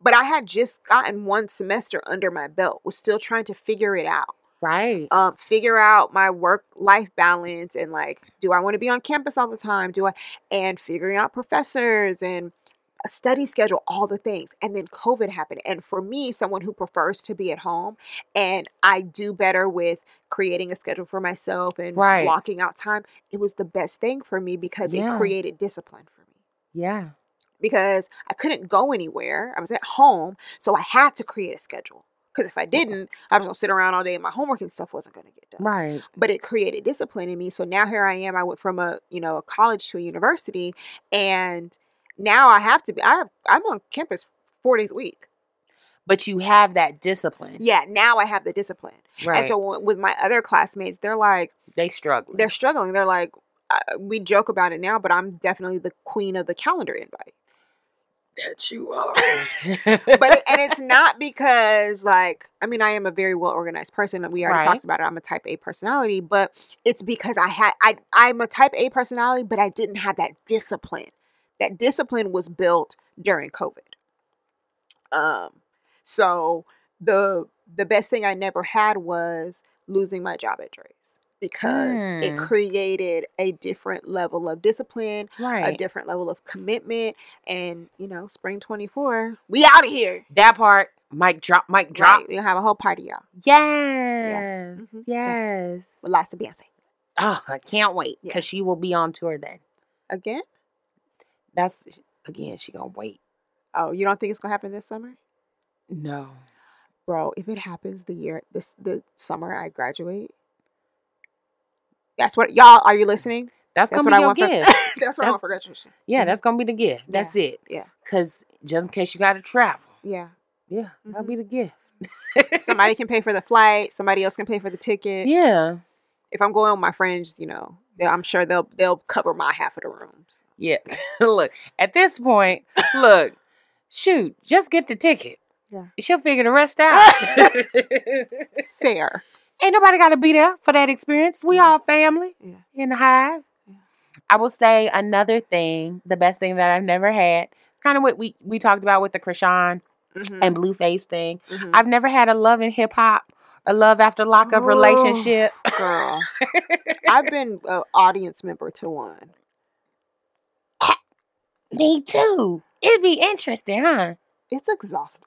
[SPEAKER 2] But I had just gotten one semester under my belt, was still trying to figure it out,
[SPEAKER 3] Right.
[SPEAKER 2] um, figure out my work life balance and like, do I want to be on campus all the time? Do I, and figuring out professors and a study schedule, all the things. And then COVID happened. And for me, someone who prefers to be at home, and I do better with creating a schedule for myself and
[SPEAKER 3] Right.
[SPEAKER 2] blocking out time, it was the best thing for me because
[SPEAKER 3] Yeah.
[SPEAKER 2] it created discipline for me.
[SPEAKER 3] yeah.
[SPEAKER 2] Because I couldn't go anywhere, I was at home, so I had to create a schedule. Because if I didn't, I was gonna sit around all day and my homework and stuff wasn't gonna get done
[SPEAKER 3] Right.
[SPEAKER 2] but it created discipline in me. So now here I am. I went from a you know a college to a university, and now I have to be. I I'm on campus four days a week.
[SPEAKER 3] But you have that discipline.
[SPEAKER 2] Yeah, now I have the discipline.
[SPEAKER 3] Eh. Right.
[SPEAKER 2] And so w- with my other classmates, they're like
[SPEAKER 3] they struggle.
[SPEAKER 2] they're struggling. They're like uh, we joke about it now, but I'm definitely the queen of the calendar invite.
[SPEAKER 3] that you are.
[SPEAKER 2] But it, and it's not because like I mean I am a very well organized person. and We already
[SPEAKER 3] Right.
[SPEAKER 2] talked about it. I'm a type A personality, but it's because I had I I'm a type A personality, but I didn't have that discipline. That discipline was built during COVID. Um, so the the best thing I never had was losing my job at Dre's because it
[SPEAKER 3] Hmm.
[SPEAKER 2] created a different level of discipline, a
[SPEAKER 3] right.
[SPEAKER 2] different level of commitment, and you know, spring twenty four, we out of here.
[SPEAKER 3] that part. Mic drop. Mic drop.
[SPEAKER 2] Right, we'll have a whole party, y'all.
[SPEAKER 3] Yes.
[SPEAKER 2] Mhm.
[SPEAKER 3] Yes.
[SPEAKER 2] With lots of dancing.
[SPEAKER 3] Oh, I can't wait
[SPEAKER 2] Yeah.
[SPEAKER 3] because she will be on tour then.
[SPEAKER 2] Again?
[SPEAKER 3] That's again. She gonna wait.
[SPEAKER 2] Oh, you don't think it's gonna happen this summer?
[SPEAKER 3] No.
[SPEAKER 2] Bro, if it happens the year this the summer I graduate. That's what y'all are you listening?
[SPEAKER 3] That's,
[SPEAKER 2] That's
[SPEAKER 3] gonna
[SPEAKER 2] what
[SPEAKER 3] be
[SPEAKER 2] I
[SPEAKER 3] your
[SPEAKER 2] want for
[SPEAKER 3] gift.
[SPEAKER 2] That's what I
[SPEAKER 3] That's-
[SPEAKER 2] want for graduation.
[SPEAKER 3] yeah,
[SPEAKER 2] Mhm.
[SPEAKER 3] that's gonna be the gift. That's it.
[SPEAKER 2] yeah.
[SPEAKER 3] Cause just in case you gotta travel.
[SPEAKER 2] Yeah.
[SPEAKER 3] Yeah, that'll be the gift.
[SPEAKER 2] somebody can pay for the flight. Somebody else can pay for the ticket.
[SPEAKER 3] Yeah.
[SPEAKER 2] If I'm going with my friends, you know, they- I'm sure they'll they'll cover my half of the rooms.
[SPEAKER 3] Yeah. look, at this point, look, shoot, just get the ticket.
[SPEAKER 2] Yeah.
[SPEAKER 3] She'll figure the rest out.
[SPEAKER 2] Fair.
[SPEAKER 3] Ain't nobody got to be there for that experience. We
[SPEAKER 2] Yeah.
[SPEAKER 3] all family
[SPEAKER 2] Yeah.
[SPEAKER 3] in the hive.
[SPEAKER 2] Yeah.
[SPEAKER 3] I will say another thing, the best thing that I've never had. It's kind of what we, we talked about with the Krishan
[SPEAKER 2] Mhm,
[SPEAKER 3] and Blueface thing.
[SPEAKER 2] mhm.
[SPEAKER 3] I've never had a love in hip hop, a love after lockup
[SPEAKER 2] Oh.
[SPEAKER 3] relationship.
[SPEAKER 2] Girl, I've been an audience member to one.
[SPEAKER 3] Me too. It'd be interesting, huh?
[SPEAKER 2] It's exhausting.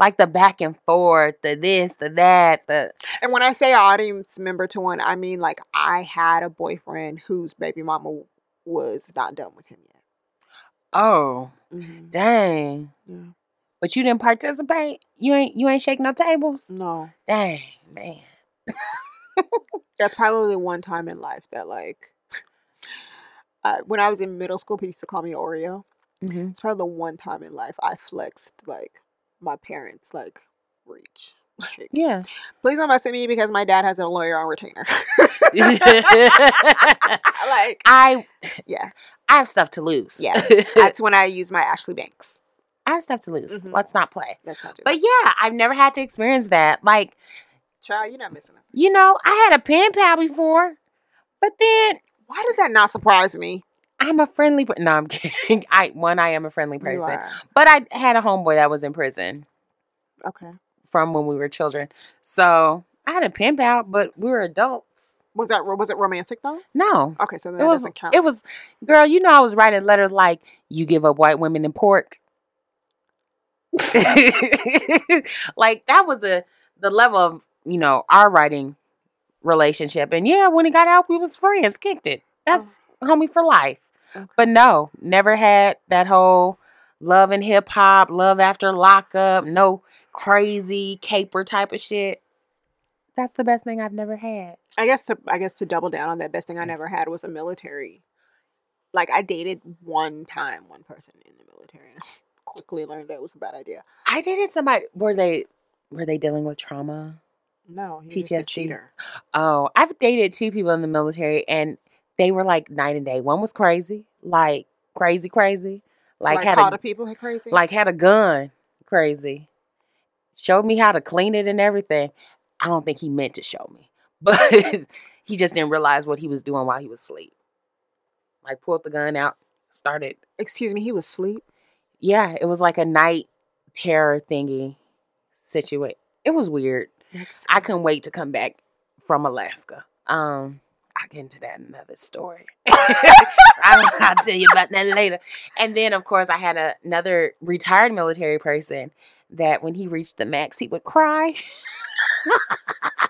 [SPEAKER 3] Like the back and forth, the this, the that, the
[SPEAKER 2] And when I say audience member to one, I mean like I had a boyfriend whose baby mama was not done with him yet.
[SPEAKER 3] oh
[SPEAKER 2] Mhm,
[SPEAKER 3] dang.
[SPEAKER 2] yeah.
[SPEAKER 3] But you didn't participate. You ain't you ain't shake no tables.
[SPEAKER 2] No,
[SPEAKER 3] Dang man.
[SPEAKER 2] that's probably one time in life that like uh, when I was in middle school, people used to call me Oreo.
[SPEAKER 3] Mm-hmm.
[SPEAKER 2] It's probably the one time in life I flexed like my parents like reach. Like,
[SPEAKER 3] Yeah.
[SPEAKER 2] please don't mess with me because my dad has a lawyer on retainer. like
[SPEAKER 3] I
[SPEAKER 2] Yeah.
[SPEAKER 3] I have stuff to lose.
[SPEAKER 2] Yeah. that's when I use my Ashley Banks.
[SPEAKER 3] I have stuff to lose.
[SPEAKER 2] Mhm.
[SPEAKER 3] Let's not play.
[SPEAKER 2] That's not too
[SPEAKER 3] But yeah, I've never had to experience that. Like
[SPEAKER 2] child, you're not missing it.
[SPEAKER 3] you know, I had a pen pal before, but then
[SPEAKER 2] Why does that not surprise me?
[SPEAKER 3] I'm a friendly. Per- no, I'm kidding. I one, I am a friendly
[SPEAKER 2] You
[SPEAKER 3] person,
[SPEAKER 2] are.
[SPEAKER 3] but I had a homeboy that was in prison
[SPEAKER 2] Okay.
[SPEAKER 3] from when we were children. So I had a pen pal, but we were adults.
[SPEAKER 2] Was that ro- was it romantic though?
[SPEAKER 3] No,
[SPEAKER 2] Okay, so that
[SPEAKER 3] it was.
[SPEAKER 2] doesn't count.
[SPEAKER 3] It was, girl. You know, I was writing letters like, "You give up white women and pork." like that was the the level of you know our writing relationship. And yeah, when he got out, we was friends, kicked it. That's homie for life.
[SPEAKER 2] Okay.
[SPEAKER 3] But no, never had that whole love and hip hop, love after lockup, no crazy caper type of shit. That's the best thing I've never had.
[SPEAKER 2] I guess to I guess to double down on that, best
[SPEAKER 3] Mm.
[SPEAKER 2] thing I never had was a military. Like I dated one time one person in the military, and I quickly learned that was a bad idea.
[SPEAKER 3] I dated somebody. Were they were they dealing with trauma?
[SPEAKER 2] No, he was just a
[SPEAKER 3] PTSD.
[SPEAKER 2] cheater.
[SPEAKER 3] Oh, I've dated two people in the military, and they were like night and day. One was crazy, like crazy, crazy, like,
[SPEAKER 2] Like,
[SPEAKER 3] had
[SPEAKER 2] call
[SPEAKER 3] a
[SPEAKER 2] the people crazy.
[SPEAKER 3] like had a gun, crazy. Showed me how to clean it and everything. I don't think he meant to show me, but he just didn't realize what he was doing while he was asleep. Like pulled the gun out, started.
[SPEAKER 2] excuse me, he was asleep.
[SPEAKER 3] Yeah, it was like a night terror thingy situation. It was weird.
[SPEAKER 2] That's
[SPEAKER 3] I couldn't wait to come back from Alaska. Um, I get into that in another story. I, I'll tell you about that later. And then, of course, I had a, another retired military person that when he reached the max, he would cry.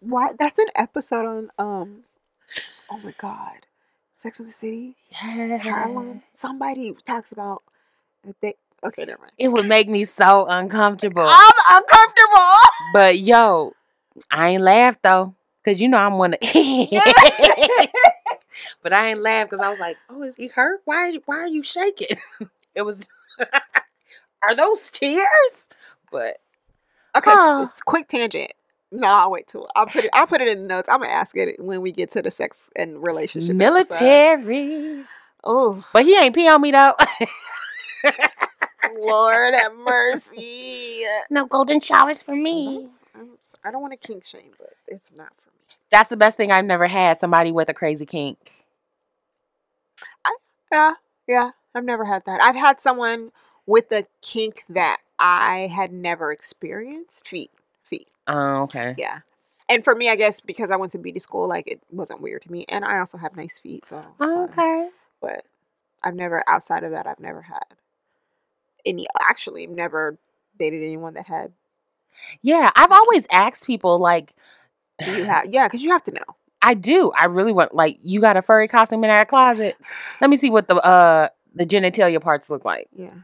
[SPEAKER 2] why. That's an episode on um. Oh my God, Sex in the City,
[SPEAKER 3] Yeah.
[SPEAKER 2] Harlem. Somebody talks about that they. Okay, never mind.
[SPEAKER 3] It would make me so uncomfortable.
[SPEAKER 2] I'm uncomfortable.
[SPEAKER 3] But yo, I ain't laugh though, cause you know I'm one. Of- but I ain't laugh because I was like, "Oh, is he hurt? Why? Why are you shaking?" It was. are those tears? But
[SPEAKER 2] Okay, s-
[SPEAKER 3] Oh.
[SPEAKER 2] it's quick tangent. No, I'll wait till I'll put it. I'll put it in the notes. I'm gonna ask it when we get to the sex and relationship
[SPEAKER 3] uh military.
[SPEAKER 2] Oh
[SPEAKER 3] But he ain't pee on me though.
[SPEAKER 2] Lord, have mercy.
[SPEAKER 3] no golden showers for me.
[SPEAKER 2] That's- I'm s- I don't want to kink shame, but it's not for me.
[SPEAKER 3] That's the best thing I've never had. Somebody with a crazy kink.
[SPEAKER 2] Yeah, yeah. I've never had that. I've had someone with a kink that I had never experienced. Feet, feet.
[SPEAKER 3] Oh, okay.
[SPEAKER 2] Yeah. And for me, I guess because I went to beauty school, like it wasn't weird to me, and I also have nice feet, so it's fine.
[SPEAKER 3] Okay.
[SPEAKER 2] but I've never outside of that I've never had any actually never dated anyone that had
[SPEAKER 3] Yeah, I've always asked people like.
[SPEAKER 2] do you have yeah because you have to know
[SPEAKER 3] I do. I really want like you got a furry costume in that closet. Let me see what the uh the genitalia parts look like.
[SPEAKER 2] yeah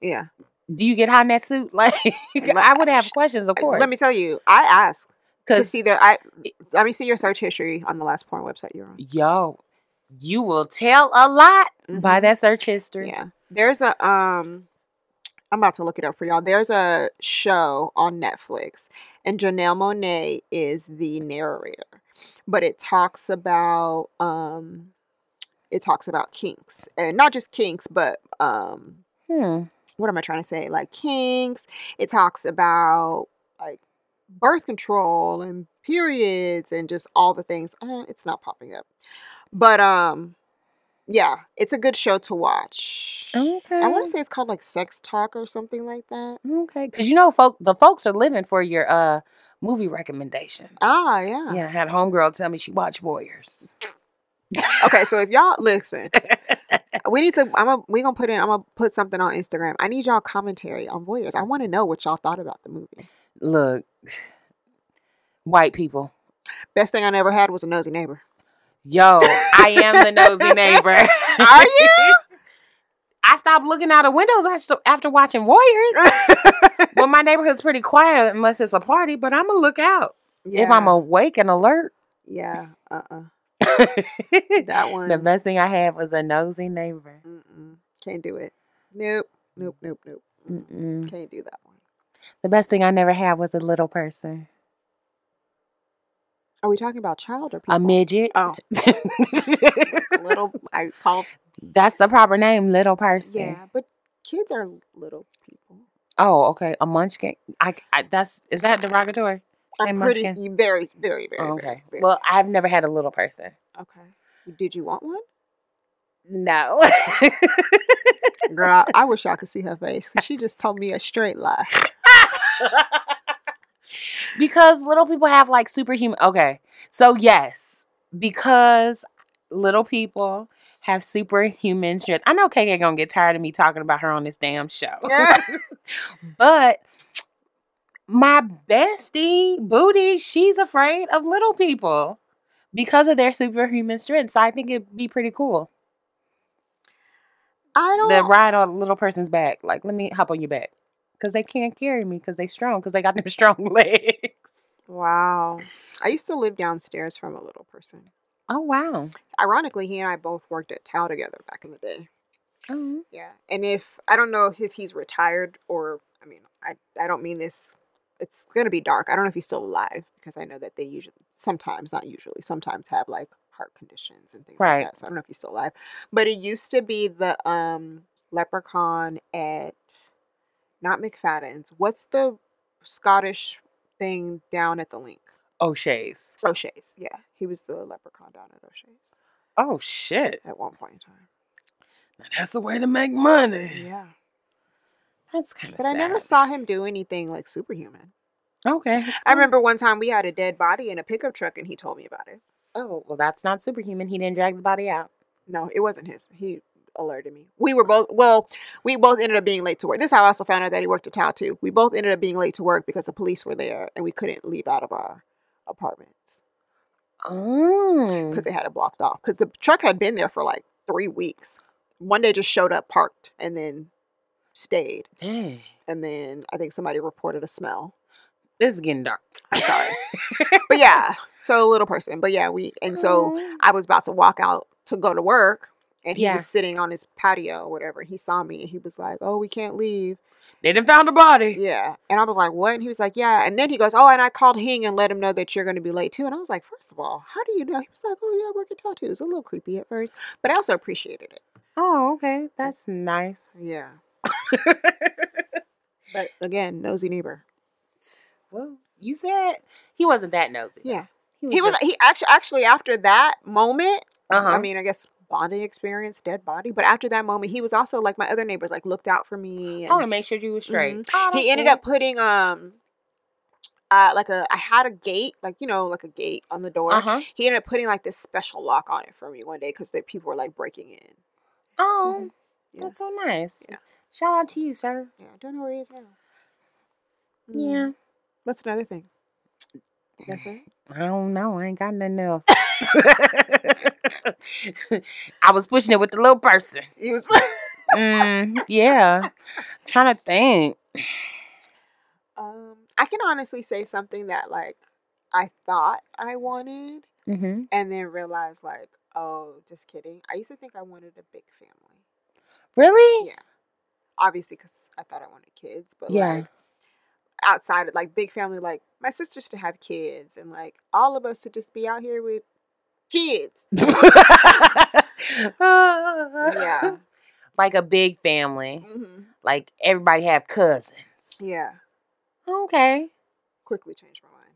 [SPEAKER 2] yeah
[SPEAKER 3] Do you get high in that suit? Like I would have questions, of
[SPEAKER 2] I-
[SPEAKER 3] course.
[SPEAKER 2] let me tell you I asked to
[SPEAKER 3] 'Cause,
[SPEAKER 2] see their I let me see your search history on the last porn website you're on
[SPEAKER 3] yo, you will tell a lot by
[SPEAKER 2] Mhm.
[SPEAKER 3] that search history.
[SPEAKER 2] yeah there's a um I'm about to look it up for y'all there's a show on Netflix and Janelle Monet is the narrator but it talks about um it talks about kinks and not just kinks but um
[SPEAKER 3] Hmm.
[SPEAKER 2] what am I trying to say? Like kinks. It talks about like birth control and periods and just all the things. Uh, it's not popping up, but um, yeah, it's a good show to watch.
[SPEAKER 3] Okay.
[SPEAKER 2] I want to say it's called like Sex Talk or something like that.
[SPEAKER 3] okay, because you know, folk the folks are living for your uh movie recommendations.
[SPEAKER 2] Ah, yeah.
[SPEAKER 3] Yeah, I had a homegirl tell me she watched Voyeurs.
[SPEAKER 2] Okay, so if y'all listen, we need to. I'm a, we gonna put in. I'm gonna put something on Instagram. I need y'all commentary on voyeurs. I want to know what y'all thought about the movie.
[SPEAKER 3] Look, white people.
[SPEAKER 2] Best thing I never had was a nosy neighbor.
[SPEAKER 3] Yo, I am the nosy neighbor.
[SPEAKER 2] Are you?
[SPEAKER 3] I stopped looking out of windows after- after watching Warriors. well, my neighborhood's pretty quiet unless it's a party, but I'm going to look out if I'm
[SPEAKER 2] Yeah.
[SPEAKER 3] awake and alert.
[SPEAKER 2] Yeah. Uh. uh
[SPEAKER 3] the
[SPEAKER 2] That one.
[SPEAKER 3] best thing I had was a nosy neighbor.
[SPEAKER 2] Mm-mm. Can't do it. Nope. Nope. Nope. Nope. Mm-mm.
[SPEAKER 3] Mm-mm.
[SPEAKER 2] Can't do that one.
[SPEAKER 3] The best thing I never had was a little person,
[SPEAKER 2] Are we talking about child or people?
[SPEAKER 3] a midget.
[SPEAKER 2] Oh, little. I call.
[SPEAKER 3] That's the proper name, little person.
[SPEAKER 2] Yeah, but kids are little people.
[SPEAKER 3] Oh, okay, a munchkin. I, I that's is that derogatory?
[SPEAKER 2] I'm
[SPEAKER 3] Say
[SPEAKER 2] pretty.
[SPEAKER 3] munchkin.
[SPEAKER 2] You very, very, very. very,
[SPEAKER 3] Oh, okay.
[SPEAKER 2] very-
[SPEAKER 3] Well, I've never had a little person.
[SPEAKER 2] okay. Did you want one,
[SPEAKER 3] No.
[SPEAKER 2] girl? I wish y'all could see her face. She just told me a straight lie.
[SPEAKER 3] because little people have like superhuman. Okay. So, yes, because little people have superhuman strength. I know KK gonna get tired of me talking about her on this damn show, but my bestie booty she's afraid of little people because of their superhuman strength so i think it'd be pretty cool
[SPEAKER 2] I don't.
[SPEAKER 3] the ride on a little person's back like let me hop on your back because they can't carry me because they strong because they got them strong legs
[SPEAKER 2] Wow. I used to live downstairs from a little person.
[SPEAKER 3] oh wow
[SPEAKER 2] Ironically, he and I both worked at Tao together back in the day.
[SPEAKER 3] oh.
[SPEAKER 2] Yeah. And if I don't know if he's retired or I mean, I I don't mean this it's gonna be dark. I don't know if he's still alive because I know that they usually sometimes, not usually, sometimes have like heart conditions and things
[SPEAKER 3] Right.
[SPEAKER 2] like that. So I don't know if he's still alive. But it used to be the um leprechaun at not McFadden's. What's the Scottish thing down at the link?
[SPEAKER 3] Oh, o'shea's
[SPEAKER 2] O'Shea's, yeah. He was the leprechaun down at O'Shea's
[SPEAKER 3] oh shit
[SPEAKER 2] at one point in time.
[SPEAKER 3] Now that's the way to make money
[SPEAKER 2] Yeah.
[SPEAKER 3] that's kind of
[SPEAKER 2] But I never saw him do anything like superhuman.
[SPEAKER 3] okay
[SPEAKER 2] I remember one time we had a dead body in a pickup truck and he told me about it.
[SPEAKER 3] oh well that's not superhuman he didn't drag the body out
[SPEAKER 2] No, it wasn't his. He alerted me. We were both well, we both ended up being late to work. This is how I also found out that he worked at Tao too. We both ended up being late to work because the police were there and we couldn't leave out of our apartments
[SPEAKER 3] oh
[SPEAKER 2] because they had it blocked off. Because the truck had been there for like three weeks. One day just showed up, parked, and then stayed.
[SPEAKER 3] dang
[SPEAKER 2] And then I think somebody reported a smell.
[SPEAKER 3] this is getting dark
[SPEAKER 2] I'm sorry. but yeah, so a little person. But yeah, we and so
[SPEAKER 3] Oh.
[SPEAKER 2] I was about to walk out to go to work, and he
[SPEAKER 3] Yeah.
[SPEAKER 2] was sitting on his patio, or whatever. He saw me, and he was like, "Oh, we can't leave."
[SPEAKER 3] They didn't found a body.
[SPEAKER 2] Yeah, and I was like, "What?" And he was like, "Yeah." And then he goes, "Oh," and I called Hing and let him know that you're going to be late too. And I was like, first of all, how do you know?" He was like, "Oh yeah, I work at Tattoo." It was a little creepy at first, but I also appreciated it.
[SPEAKER 3] Oh, okay. That's nice.
[SPEAKER 2] Yeah. But again, nosy neighbor.
[SPEAKER 3] well, you said he wasn't that nosy.
[SPEAKER 2] Yeah,
[SPEAKER 3] He
[SPEAKER 2] he was.
[SPEAKER 3] just-
[SPEAKER 2] He actually, actually, after that moment,
[SPEAKER 3] Uh-huh.
[SPEAKER 2] I mean, I guess bonding experience, dead body. But after that moment, he was also like my other neighbors, like looked out for me.
[SPEAKER 3] oh,
[SPEAKER 2] and
[SPEAKER 3] and make sure you were straight.
[SPEAKER 2] Mhm.
[SPEAKER 3] Oh, that's
[SPEAKER 2] he ended
[SPEAKER 3] sweet.
[SPEAKER 2] up putting um, uh, like a I had a gate, like you know, like a gate on the door.
[SPEAKER 3] Uh-huh.
[SPEAKER 2] He ended up putting like this special lock on it for me one day because the people were like breaking in.
[SPEAKER 3] Oh,
[SPEAKER 2] Yeah.
[SPEAKER 3] that's so nice.
[SPEAKER 2] Yeah.
[SPEAKER 3] Shout out to you, sir.
[SPEAKER 2] Yeah, I don't know where he is now.
[SPEAKER 3] Yeah.
[SPEAKER 2] What's another thing? That's it.
[SPEAKER 3] I don't know. I ain't got nothing else. I was pushing it with the little person.
[SPEAKER 2] He was.
[SPEAKER 3] Mm, yeah. trying to think.
[SPEAKER 2] um, I can honestly say something that like I thought I wanted.
[SPEAKER 3] Mm-hmm.
[SPEAKER 2] and then realize like, oh, just kidding. I used to think I wanted a big family.
[SPEAKER 3] Really?
[SPEAKER 2] Yeah, obviously because I thought I wanted kids, but
[SPEAKER 3] Yeah.
[SPEAKER 2] like outside of like big family, like my sisters to have kids, and like all of us to just be out here with kids.
[SPEAKER 3] yeah.
[SPEAKER 2] Yeah.
[SPEAKER 3] Like a big family.
[SPEAKER 2] hmm
[SPEAKER 3] Like everybody have cousins.
[SPEAKER 2] Yeah,
[SPEAKER 3] Okay.
[SPEAKER 2] quickly changed my mind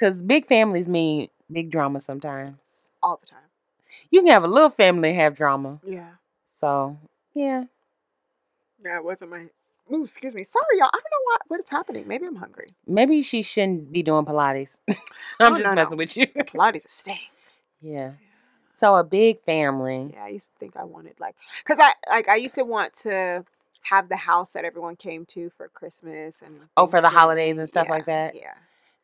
[SPEAKER 3] Cause big families mean big drama sometimes.
[SPEAKER 2] all the time.
[SPEAKER 3] You can have a little family and have drama.
[SPEAKER 2] Yeah,
[SPEAKER 3] So yeah.
[SPEAKER 2] yeah, it wasn't my. Ooh, excuse me. Sorry, y'all. I don't know why, what is happening. Maybe I'm hungry.
[SPEAKER 3] Maybe she shouldn't be doing Pilates.
[SPEAKER 2] Oh,
[SPEAKER 3] I'm just
[SPEAKER 2] no, no.
[SPEAKER 3] messing with you.
[SPEAKER 2] Pilates is staying.
[SPEAKER 3] yeah. So a big family.
[SPEAKER 2] Yeah, I used to think I wanted like, cause I like I used to want to have the house that everyone came to for Christmas and
[SPEAKER 3] Oh, for the
[SPEAKER 2] Thanksgiving.
[SPEAKER 3] holidays and stuff like
[SPEAKER 2] Yeah,
[SPEAKER 3] that.
[SPEAKER 2] Yeah.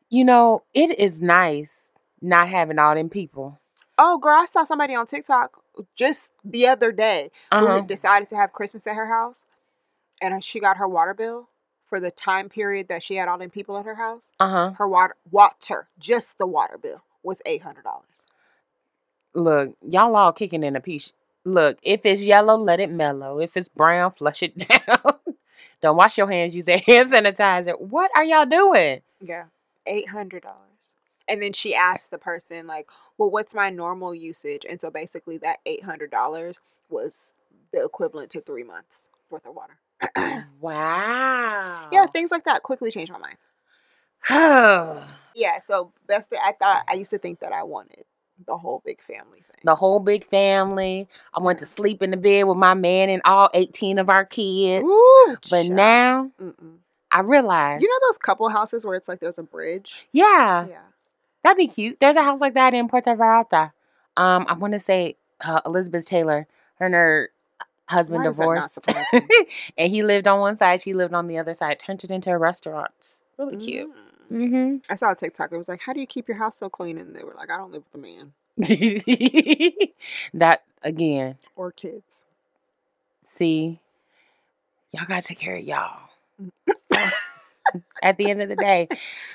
[SPEAKER 3] You know, it is nice not having all them people.
[SPEAKER 2] Oh, girl, I saw somebody on TikTok just the other day who
[SPEAKER 3] Uh-huh.
[SPEAKER 2] had decided to have Christmas at her house, and she got her water bill for the time period that she had all them people at her house.
[SPEAKER 3] Uh-huh.
[SPEAKER 2] Her water, water, just the water bill was eight hundred dollars.
[SPEAKER 3] Look, y'all all kicking in a piece. Look, if it's yellow, let it mellow. If it's brown, flush it down. Don't wash your hands. Use a hand sanitizer. What are y'all doing?
[SPEAKER 2] Yeah, eight hundred dollars. And then she asked the person like, "Well, what's my normal usage?" And so basically, that eight hundred dollars was the equivalent to three months worth of water.
[SPEAKER 3] wow.
[SPEAKER 2] Yeah, things like that quickly changed my mind. Yeah, so that's the I thought I used to think that I wanted the whole big family thing.
[SPEAKER 3] the whole big family. I went to sleep in the bed with my man and all 18 of our kids.
[SPEAKER 2] Ooh,
[SPEAKER 3] but
[SPEAKER 2] child.
[SPEAKER 3] now
[SPEAKER 2] Mm-mm.
[SPEAKER 3] I realize.
[SPEAKER 2] you know those couple houses where it's like there's a bridge.
[SPEAKER 3] Yeah,
[SPEAKER 2] Yeah.
[SPEAKER 3] that'd be cute. There's a house like that in Puerto Vallarta. Um, I want to say uh, Elizabeth Taylor, her and her husband
[SPEAKER 2] Why does that not
[SPEAKER 3] divorced.
[SPEAKER 2] surprise me?
[SPEAKER 3] and he lived on one side, she lived on the other side, turned it into a restaurant. Really cute.
[SPEAKER 2] Mm.
[SPEAKER 3] Mm-hmm.
[SPEAKER 2] I saw a TikTok. It was like, "How do you keep your house so clean?" And they were like, "I don't live with a man
[SPEAKER 3] Mm-hmm. that again.
[SPEAKER 2] or kids."
[SPEAKER 3] See, y'all gotta take care of y'all. So, at the end of the day,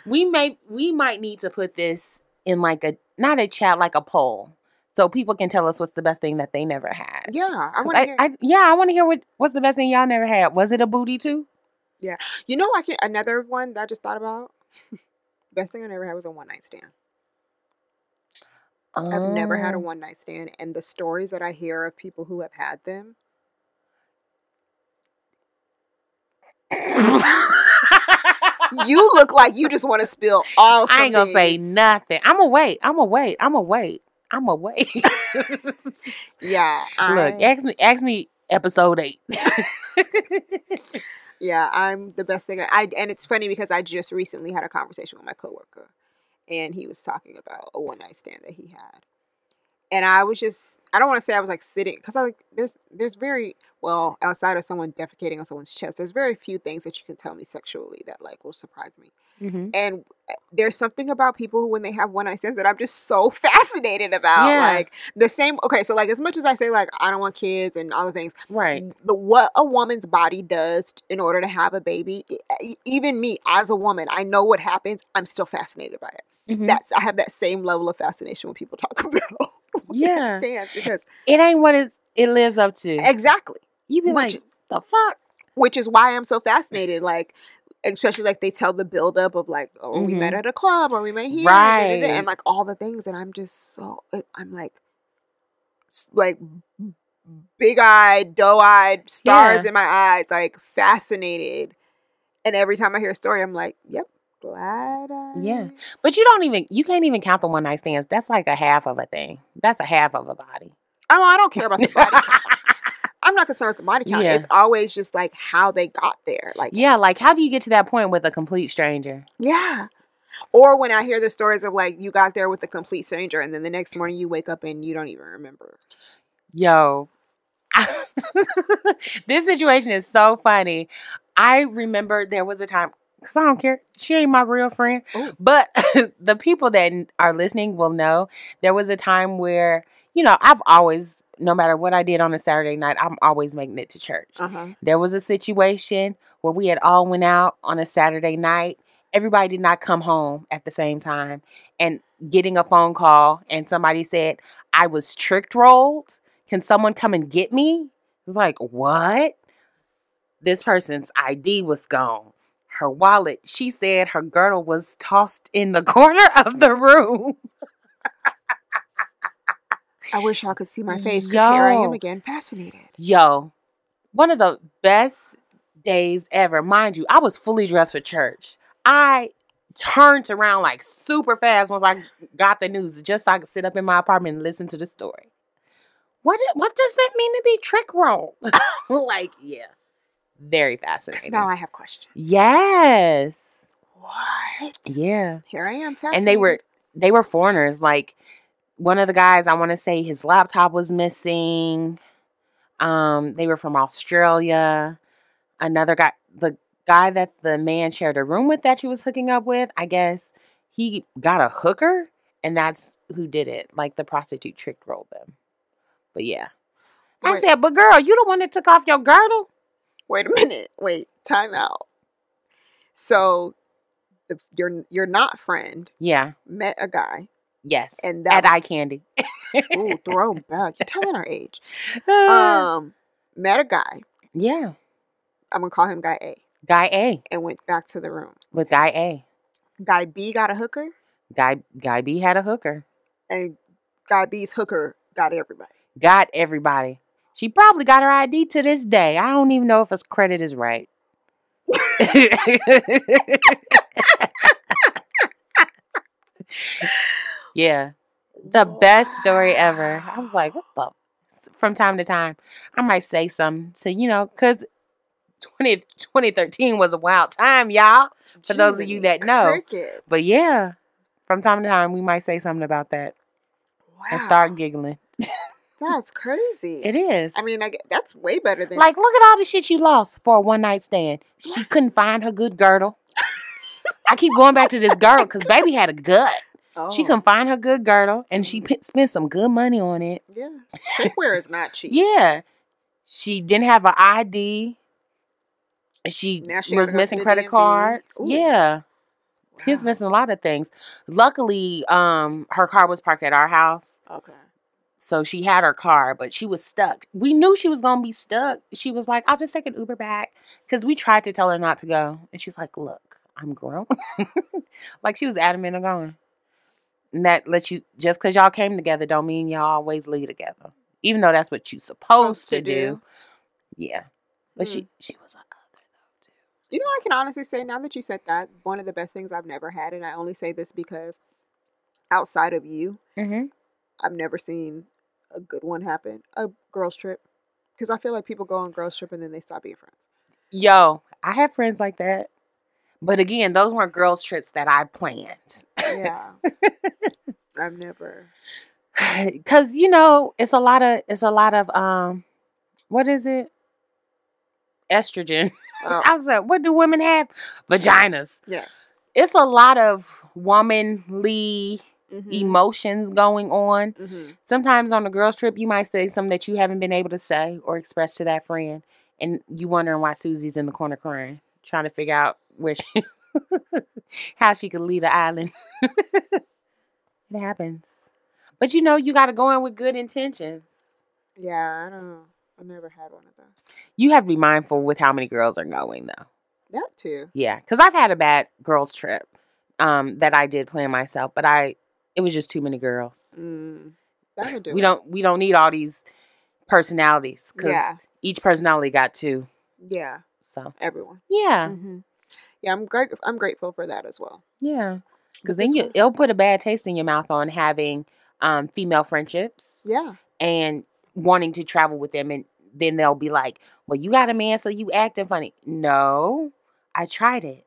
[SPEAKER 3] we may we might need to put this in like a not a chat like a poll, so people can tell us what's the best thing that they never had.
[SPEAKER 2] Yeah, I want to
[SPEAKER 3] I,
[SPEAKER 2] hear.
[SPEAKER 3] I, yeah, I want to hear what what's the best thing y'all never had. Was it a booty too?
[SPEAKER 2] you know, I can another one that I just thought about. Best thing I never had was a one night stand. I've never had a
[SPEAKER 3] Um,
[SPEAKER 2] one night stand, and the stories that I hear of people who have had them, you look like you just want to spill all.
[SPEAKER 3] I ain't gonna
[SPEAKER 2] some
[SPEAKER 3] say
[SPEAKER 2] beans.
[SPEAKER 3] nothing. I'm gonna wait. I'm gonna wait. I'm gonna wait. I'm gonna wait.
[SPEAKER 2] Yeah, I,
[SPEAKER 3] Look, eh ask me. Ask me episode eight.
[SPEAKER 2] Yeah, I'm the best thing. I, I and it's funny because I just recently had a conversation with my coworker, and he was talking about a one night stand that he had, and I was just I don't want to say I was like sitting because I like there's there's very well outside of someone defecating on someone's chest. There's very few things that you can tell me sexually that like will surprise me,
[SPEAKER 3] Mhm.
[SPEAKER 2] and uh, there's something about people who when they have one night stands that I'm just so fascinated about.
[SPEAKER 3] Yeah.
[SPEAKER 2] Like the same. Okay, so like as much as I say like I don't want kids and all the things
[SPEAKER 3] Right.
[SPEAKER 2] the what a woman's body does t- in order to have a baby e- e- even me as a woman i know what happens i'm still fascinated by it
[SPEAKER 3] Mhm.
[SPEAKER 2] that's i have that same level of fascination when people talk about
[SPEAKER 3] Yeah.
[SPEAKER 2] stands because
[SPEAKER 3] It ain't what it's, it lives up to.
[SPEAKER 2] exactly
[SPEAKER 3] You be
[SPEAKER 2] which-
[SPEAKER 3] like, the fuck?
[SPEAKER 2] which is why
[SPEAKER 3] Eh
[SPEAKER 2] i'm so fascinated like especially like they tell the buildup of like oh we met
[SPEAKER 3] Mhm.
[SPEAKER 2] at a club or we met here and, da- da- da,
[SPEAKER 3] Right.
[SPEAKER 2] and like all the things and i'm just so it- i'm like s- like big eyed, doe eyed, stars
[SPEAKER 3] Yeah.
[SPEAKER 2] in my eyes, like fascinated. And every time I hear a story, I'm like, yep, glad I.
[SPEAKER 3] Yeah. But you don't even, you can't even count the one night stands. That's like a half of a thing. That's a half of a body.
[SPEAKER 2] Oh, I don't care about the body count. I'm not concerned with the body count.
[SPEAKER 3] Yeah.
[SPEAKER 2] It's always just like how they got there. Like, yeah.
[SPEAKER 3] yeah. Like, how do you get to that point with a complete stranger?
[SPEAKER 2] Or when I hear the stories of like, you got there with a complete stranger, and then the next morning you wake up and you don't even remember.
[SPEAKER 3] Yo. this situation is so funny. I remember there was a time, because I don't care. She ain't my real friend.
[SPEAKER 2] Ooh.
[SPEAKER 3] But the people that are listening will know there was a time where, you know, I've always, no matter what I did on a Saturday night, I'm always making it to church.
[SPEAKER 2] Uh huh.
[SPEAKER 3] There was a situation where we had all went out on a Saturday night. Everybody did not come home at the same time. And getting a phone call and somebody said, I was tricked rolled. Can someone come and get me? It's like, what? This person's ID was gone. Her wallet, she said her girdle was tossed in the corner of the room.
[SPEAKER 2] I wish y'all could see my face because here I am
[SPEAKER 3] Yo.
[SPEAKER 2] again, fascinated.
[SPEAKER 3] Yo, one of the best days ever. Mind you, I was fully dressed for church. I turned around like super fast once I got the news, just so I could sit up in my apartment and listen to the story. What did- what does that mean to be trick rolled? like, yeah, very
[SPEAKER 2] Because
[SPEAKER 3] fascinating.
[SPEAKER 2] now I have questions.
[SPEAKER 3] yes,
[SPEAKER 2] What?
[SPEAKER 3] yeah,
[SPEAKER 2] Here I am, fascinated.
[SPEAKER 3] and they were they were foreigners. Like one of the guys, I want to say his laptop was missing. Um, they were from Australia. another guy the guy that the man shared a room with that she was hooking up with i guess he got a hooker and that's who did it like the prostitute trick rolled them but yeah i
[SPEAKER 2] Wait.
[SPEAKER 3] said but girl you the one that took off your girdle
[SPEAKER 2] wait a minute wait time out so the, your your not friend
[SPEAKER 3] yeah
[SPEAKER 2] met a guy
[SPEAKER 3] yes
[SPEAKER 2] and
[SPEAKER 3] at
[SPEAKER 2] that
[SPEAKER 3] eye candy
[SPEAKER 2] ooh, throw back you're telling our age
[SPEAKER 3] Uh,
[SPEAKER 2] um met a guy
[SPEAKER 3] yeah
[SPEAKER 2] i'm gonna call him guy a
[SPEAKER 3] guy a
[SPEAKER 2] and went back to the room
[SPEAKER 3] with guy a
[SPEAKER 2] guy b got a hooker
[SPEAKER 3] guy guy b had a hooker
[SPEAKER 2] and guy b's hooker got everybody
[SPEAKER 3] got everybody she probably got her id to this day i don't even know if his credit is right yeah the best story ever. I was like, what the? From time to time, I might say something to, you know, because 20, 2013 was a wild time, y'all. for those of you that know,
[SPEAKER 2] cricket
[SPEAKER 3] But yeah, from time to time, we might say something about that
[SPEAKER 2] wow
[SPEAKER 3] and start giggling.
[SPEAKER 2] that's crazy
[SPEAKER 3] It is.
[SPEAKER 2] i mean I, get- that's way better than
[SPEAKER 3] like, look at all the shit you lost for a one night stand. She couldn't find her good girdle. I keep going back to this girdle because baby had a gut.
[SPEAKER 2] Oh, Mm.
[SPEAKER 3] She couldn't find her good girdle and she p- spent some good money on it.
[SPEAKER 2] Yeah, shapewear is not cheap.
[SPEAKER 3] Yeah. She didn't have an ID. She
[SPEAKER 2] Now she gotta
[SPEAKER 3] was
[SPEAKER 2] go to
[SPEAKER 3] missing
[SPEAKER 2] the
[SPEAKER 3] credit
[SPEAKER 2] DMV.
[SPEAKER 3] cards.
[SPEAKER 2] Ooh.
[SPEAKER 3] Yeah. She was
[SPEAKER 2] Wow.
[SPEAKER 3] missing a lot of things. Luckily, um, her car was parked at our house.
[SPEAKER 2] Okay.
[SPEAKER 3] So she had her car, but she was stuck. We knew she was gonna be stuck. She was like, I'll just take an Uber back. Cause we tried to tell her not to go. And she's like, Look, I'm grown. like she was adamant on going. And that lets you just cause y'all came together don't mean y'all always leave together. Even though that's what you supposed to,
[SPEAKER 2] to
[SPEAKER 3] do.
[SPEAKER 2] do.
[SPEAKER 3] Yeah. But
[SPEAKER 2] Hmm.
[SPEAKER 3] she she was a other though too.
[SPEAKER 2] You know, I can honestly say now that you said that, one of the best things I've never had, and I only say this because outside of you,
[SPEAKER 3] Mm-hmm.
[SPEAKER 2] I've never seen a good one happen. A girls trip, because I feel like people go on girls trip and then they stop being friends.
[SPEAKER 3] Yo, I had friends like that. But again, those weren't girls' trips that I planned.
[SPEAKER 2] Yeah, I've never.
[SPEAKER 3] Cause you know, it's a lot of it's a lot of um what is it? Estrogen.
[SPEAKER 2] Oh,
[SPEAKER 3] I was like, what do women have? Vaginas.
[SPEAKER 2] yes.
[SPEAKER 3] It's a lot of womanly
[SPEAKER 2] Mm-hmm.
[SPEAKER 3] emotions going on.
[SPEAKER 2] Mm-hmm.
[SPEAKER 3] sometimes on a girls trip you might say something that you haven't been able to say or express to that friend and you wondering why susie's in the corner crying trying to figure out where she how she could leave the island it happens but you know you got to go in with good intentions
[SPEAKER 2] Yeah, I don't. I've never had one of those.
[SPEAKER 3] you have to be mindful with how many girls are going though
[SPEAKER 2] That too.
[SPEAKER 3] yeah because i've had a bad girls trip um that i did plan myself but i it was just too many girls
[SPEAKER 2] Mm. That would do.
[SPEAKER 3] we
[SPEAKER 2] it.
[SPEAKER 3] don't we don't need all these personalities because
[SPEAKER 2] Yeah.
[SPEAKER 3] each personality got two
[SPEAKER 2] Yeah.
[SPEAKER 3] so
[SPEAKER 2] Everyone.
[SPEAKER 3] yeah
[SPEAKER 2] Mm-hmm. Yeah, I'm great. I'm grateful for that as well.
[SPEAKER 3] Yeah,
[SPEAKER 2] But
[SPEAKER 3] because then
[SPEAKER 2] this
[SPEAKER 3] you
[SPEAKER 2] one-
[SPEAKER 3] it'll put a bad taste in your mouth on having um, female friendships
[SPEAKER 2] Yeah.
[SPEAKER 3] and wanting to travel with them, and then they'll be like, "Well, you got a man, so you acting funny." No, I tried it.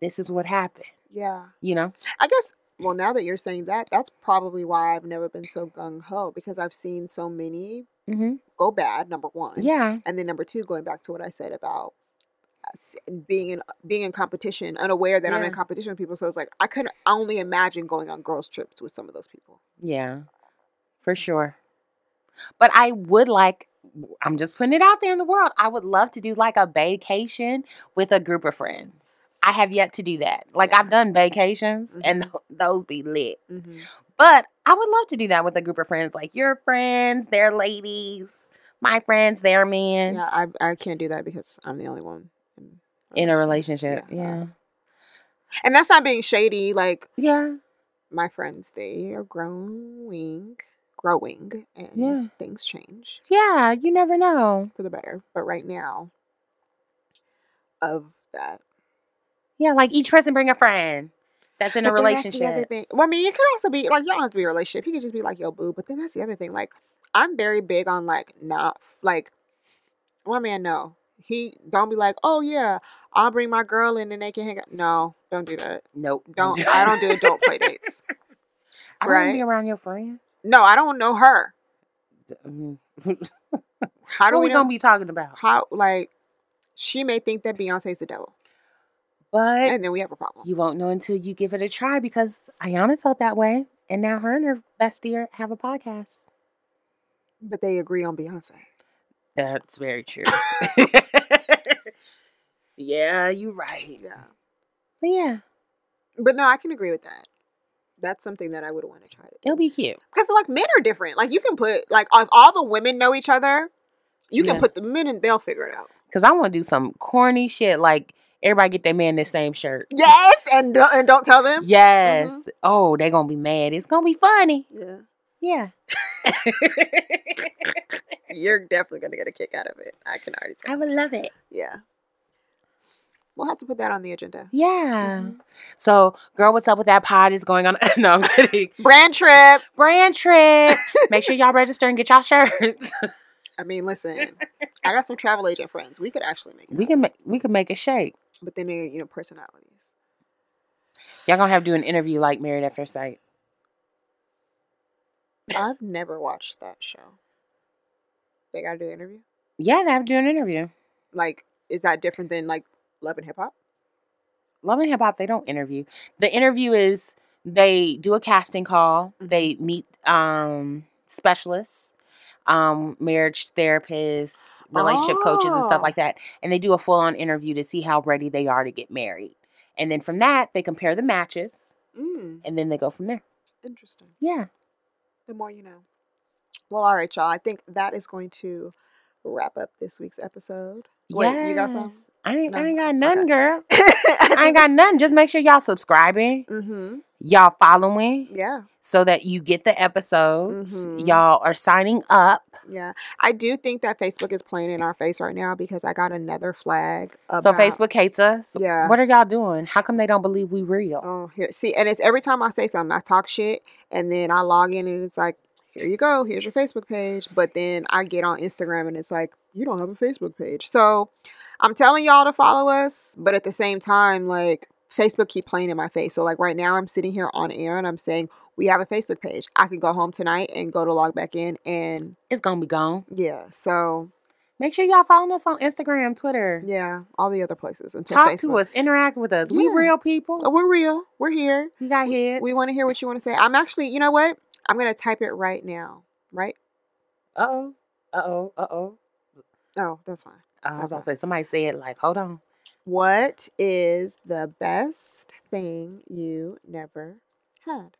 [SPEAKER 3] This is what happened.
[SPEAKER 2] Yeah.
[SPEAKER 3] You know?
[SPEAKER 2] I guess. Well, now that you're saying that, that's probably why I've never been so gung ho because I've seen so many
[SPEAKER 3] Mm-hmm.
[SPEAKER 2] go bad. Number one.
[SPEAKER 3] Yeah.
[SPEAKER 2] And then number two, going back to what I said about uh, s- being in being in competition, unaware that I'm in
[SPEAKER 3] Yeah.
[SPEAKER 2] competition with people. So it's like I could only imagine going on girls trips with some of those people.
[SPEAKER 3] Yeah. For sure. But I would like. I'm just putting it out there in the world. I would love to do like a vacation with a group of friends. I have yet to do that. Like
[SPEAKER 2] Yeah.
[SPEAKER 3] I've done vacations, and those be lit.
[SPEAKER 2] Mm-hmm.
[SPEAKER 3] But I would love to do that with a group of friends, like your friends, their ladies, my friends, their men
[SPEAKER 2] Yeah, I I can't do that because I'm the only one in
[SPEAKER 3] in a relationship. Yeah.
[SPEAKER 2] uh, And that's not being shady. Like
[SPEAKER 3] Yeah.
[SPEAKER 2] my friends, they are growing, growing, and
[SPEAKER 3] Yeah.
[SPEAKER 2] things change
[SPEAKER 3] Yeah. You never know.
[SPEAKER 2] for the better. But right now, of that,
[SPEAKER 3] Yeah. Like each person bring a friend that's in a
[SPEAKER 2] but then that's the other
[SPEAKER 3] relationship.
[SPEAKER 2] thing. Well, I mean, it could also be like you don't have to be a relationship. You could just be like yo boo. But then that's the other thing. Like I'm very big on like not like my man. No, he don't be like oh yeah, I'll bring my girl in and they can hang out. No, don't do that.
[SPEAKER 3] Nope.
[SPEAKER 2] Don't I don't do adult play dates.
[SPEAKER 3] I don't wanna be
[SPEAKER 2] right.
[SPEAKER 3] around your friends.
[SPEAKER 2] No, I don't know her.
[SPEAKER 3] Mhm.
[SPEAKER 2] How do
[SPEAKER 3] What we
[SPEAKER 2] we know?
[SPEAKER 3] gonna be talking about?
[SPEAKER 2] how like she may think that Beyonce's the devil,
[SPEAKER 3] But
[SPEAKER 2] and then we have a problem.
[SPEAKER 3] you won't know until you give it a try because Ayana felt that way, and now her and her bestie are- have a podcast.
[SPEAKER 2] But they agree on Beyonce.
[SPEAKER 3] That's very true. yeah, you're right.
[SPEAKER 2] Yeah,
[SPEAKER 3] But yeah,
[SPEAKER 2] but no, I can agree with that. That's something that I would want to try to.
[SPEAKER 3] it'll be cute.
[SPEAKER 2] because like men are different. Like you can put like if all the women know each other, you can
[SPEAKER 3] Yeah.
[SPEAKER 2] put the men and they'll figure it out.
[SPEAKER 3] Cause I want to do some corny shit like everybody get their man the same shirt.
[SPEAKER 2] Yes, and don't, and don't tell them.
[SPEAKER 3] Yes. Oh, they gonna be mad. It's gonna be funny.
[SPEAKER 2] Yeah,
[SPEAKER 3] Yeah.
[SPEAKER 2] you're definitely gonna get a kick out of it. I can already tell.
[SPEAKER 3] I would love it.
[SPEAKER 2] Yeah, we'll have to put that on the agenda.
[SPEAKER 3] Yeah.
[SPEAKER 2] Mhm.
[SPEAKER 3] So, girl, what's up with that pod is going on? no, I'm kidding.
[SPEAKER 2] Brand trip.
[SPEAKER 3] Brand trip. Make sure y'all register and get y'all shirts.
[SPEAKER 2] I mean, listen, I got some travel agent friends. We could actually make it.
[SPEAKER 3] we can make we can make a shape.
[SPEAKER 2] but then they, you know, personalities.
[SPEAKER 3] Y'all gonna have to do an interview like Married at First Sight.
[SPEAKER 2] I've never watched that show. They gotta do an interview.
[SPEAKER 3] Yeah, they have to do an interview.
[SPEAKER 2] Like, is that different than like Love and Hip Hop?
[SPEAKER 3] Love and Hip Hop, they don't interview. The interview is they do a casting call.
[SPEAKER 2] Mhm.
[SPEAKER 3] They meet um specialists, um, marriage therapists, relationship coaches and stuff
[SPEAKER 2] Oh.
[SPEAKER 3] like that. And they do a full on interview to see how ready they are to get married. And then from that they compare the matches
[SPEAKER 2] Mm,
[SPEAKER 3] and then they go from there.
[SPEAKER 2] interesting.
[SPEAKER 3] Yeah.
[SPEAKER 2] The more you know. Well, all right, y'all. I think that is going to wrap up this week's episode. Wait, you got some?
[SPEAKER 3] Yes. I ain't, I
[SPEAKER 2] No?
[SPEAKER 3] ain't got none, girl.
[SPEAKER 2] I
[SPEAKER 3] I ain't got none. Just make sure y'all subscribing,
[SPEAKER 2] Mm-hmm.
[SPEAKER 3] y'all following,
[SPEAKER 2] Yeah.
[SPEAKER 3] so that you get the episodes.
[SPEAKER 2] Mhm.
[SPEAKER 3] Y'all are signing up.
[SPEAKER 2] Yeah. I do think that Facebook is playing in our face right now because I got another flag. About,
[SPEAKER 3] So Facebook hates us.
[SPEAKER 2] Yeah.
[SPEAKER 3] What are y'all doing? How come they don't believe we real?
[SPEAKER 2] Oh, here. See, and it's every time I say something, I talk shit, and then I log in and it's like, here you go, here's your Facebook page. But then I get on Instagram and it's like, you don't have a Facebook page. So I'm telling y'all to follow us, but at the same time, like, Facebook keep playing in my face. So like right now, I'm sitting here on air and I'm saying we have a Facebook page. I could go home tonight and go to log back in, and
[SPEAKER 3] It's gonna be gone.
[SPEAKER 2] yeah. So
[SPEAKER 3] Make sure y'all follow us on Instagram, Twitter.
[SPEAKER 2] yeah, all the other places until
[SPEAKER 3] Talk
[SPEAKER 2] Facebook.
[SPEAKER 3] to us, interact with us. We
[SPEAKER 2] Yeah.
[SPEAKER 3] real people.
[SPEAKER 2] Oh, We're real. We're here.
[SPEAKER 3] We got heads.
[SPEAKER 2] We want to hear what you want to say. I'm actually, you know what? I'm gonna type it right now. Right?
[SPEAKER 3] Uh oh. Uh oh. Uh oh.
[SPEAKER 2] Oh, that's fine.
[SPEAKER 3] I was about to say somebody said like, hold on.
[SPEAKER 2] What is the best thing you never had?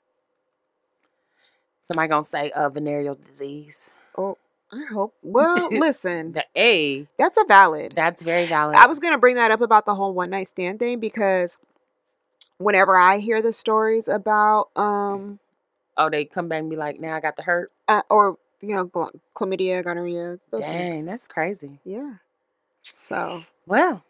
[SPEAKER 3] Somebody gonna say uh, venereal disease.
[SPEAKER 2] Oh, I hope. Well, listen,
[SPEAKER 3] The A.
[SPEAKER 2] that's a valid.
[SPEAKER 3] That's very valid.
[SPEAKER 2] Mm. I was gonna bring that up about the whole one night stand thing because whenever I hear the stories about um
[SPEAKER 3] oh, they come back and be like, now I got the hurt.
[SPEAKER 2] uh, or you know gl- chlamydia, gonorrhea, those
[SPEAKER 3] Dang,
[SPEAKER 2] things.
[SPEAKER 3] that's crazy.
[SPEAKER 2] Yeah. So
[SPEAKER 3] Well,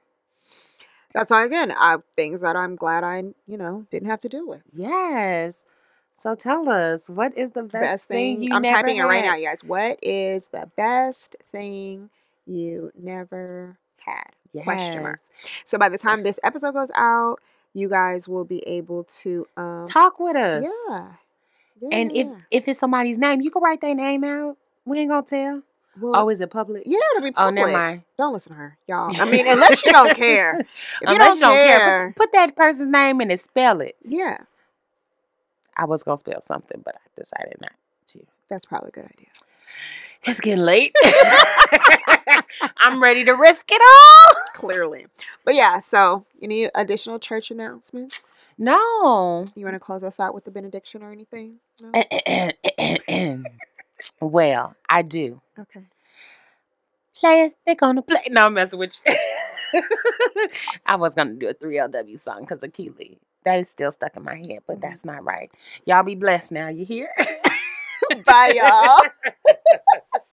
[SPEAKER 2] that's why again, I things that I'm glad I you know didn't have to deal with.
[SPEAKER 3] yes. So tell us, what is the best,
[SPEAKER 2] best,
[SPEAKER 3] thing, you
[SPEAKER 2] I'm
[SPEAKER 3] never
[SPEAKER 2] typing it right now,
[SPEAKER 3] had?
[SPEAKER 2] you guys. What is the best thing you never had? Question mark. So by the time this episode goes out, you guys will be able to um
[SPEAKER 3] Talk with us.
[SPEAKER 2] Yeah. Yeah,
[SPEAKER 3] And
[SPEAKER 2] yeah,
[SPEAKER 3] if
[SPEAKER 2] yeah.
[SPEAKER 3] if it's somebody's name, you can write their name out. We ain't gonna tell.
[SPEAKER 2] well,
[SPEAKER 3] Oh, is it public?
[SPEAKER 2] yeah, it'll be public.
[SPEAKER 3] Oh, never mind.
[SPEAKER 2] Don't listen to her, y'all. I mean, unless you don't care. If
[SPEAKER 3] Unless
[SPEAKER 2] you don't care,
[SPEAKER 3] put, put that person's name in and spell it.
[SPEAKER 2] yeah,
[SPEAKER 3] I was gonna spell something, but I decided not to.
[SPEAKER 2] that's probably a good idea.
[SPEAKER 3] It's getting late. I'm ready to risk it all.
[SPEAKER 2] Clearly, but yeah. So, any additional church announcements?
[SPEAKER 3] No.
[SPEAKER 2] You want to close us out with the benediction or anything? No?
[SPEAKER 3] well, I do.
[SPEAKER 2] Okay.
[SPEAKER 3] Players, they're gonna play. No, I'm messing with you. I was gonna do a 3LW song because of Keely. That is still stuck in my head, but
[SPEAKER 2] Mhm.
[SPEAKER 3] that's not right. Y'all be blessed now. You hear?
[SPEAKER 2] Bye, y'all.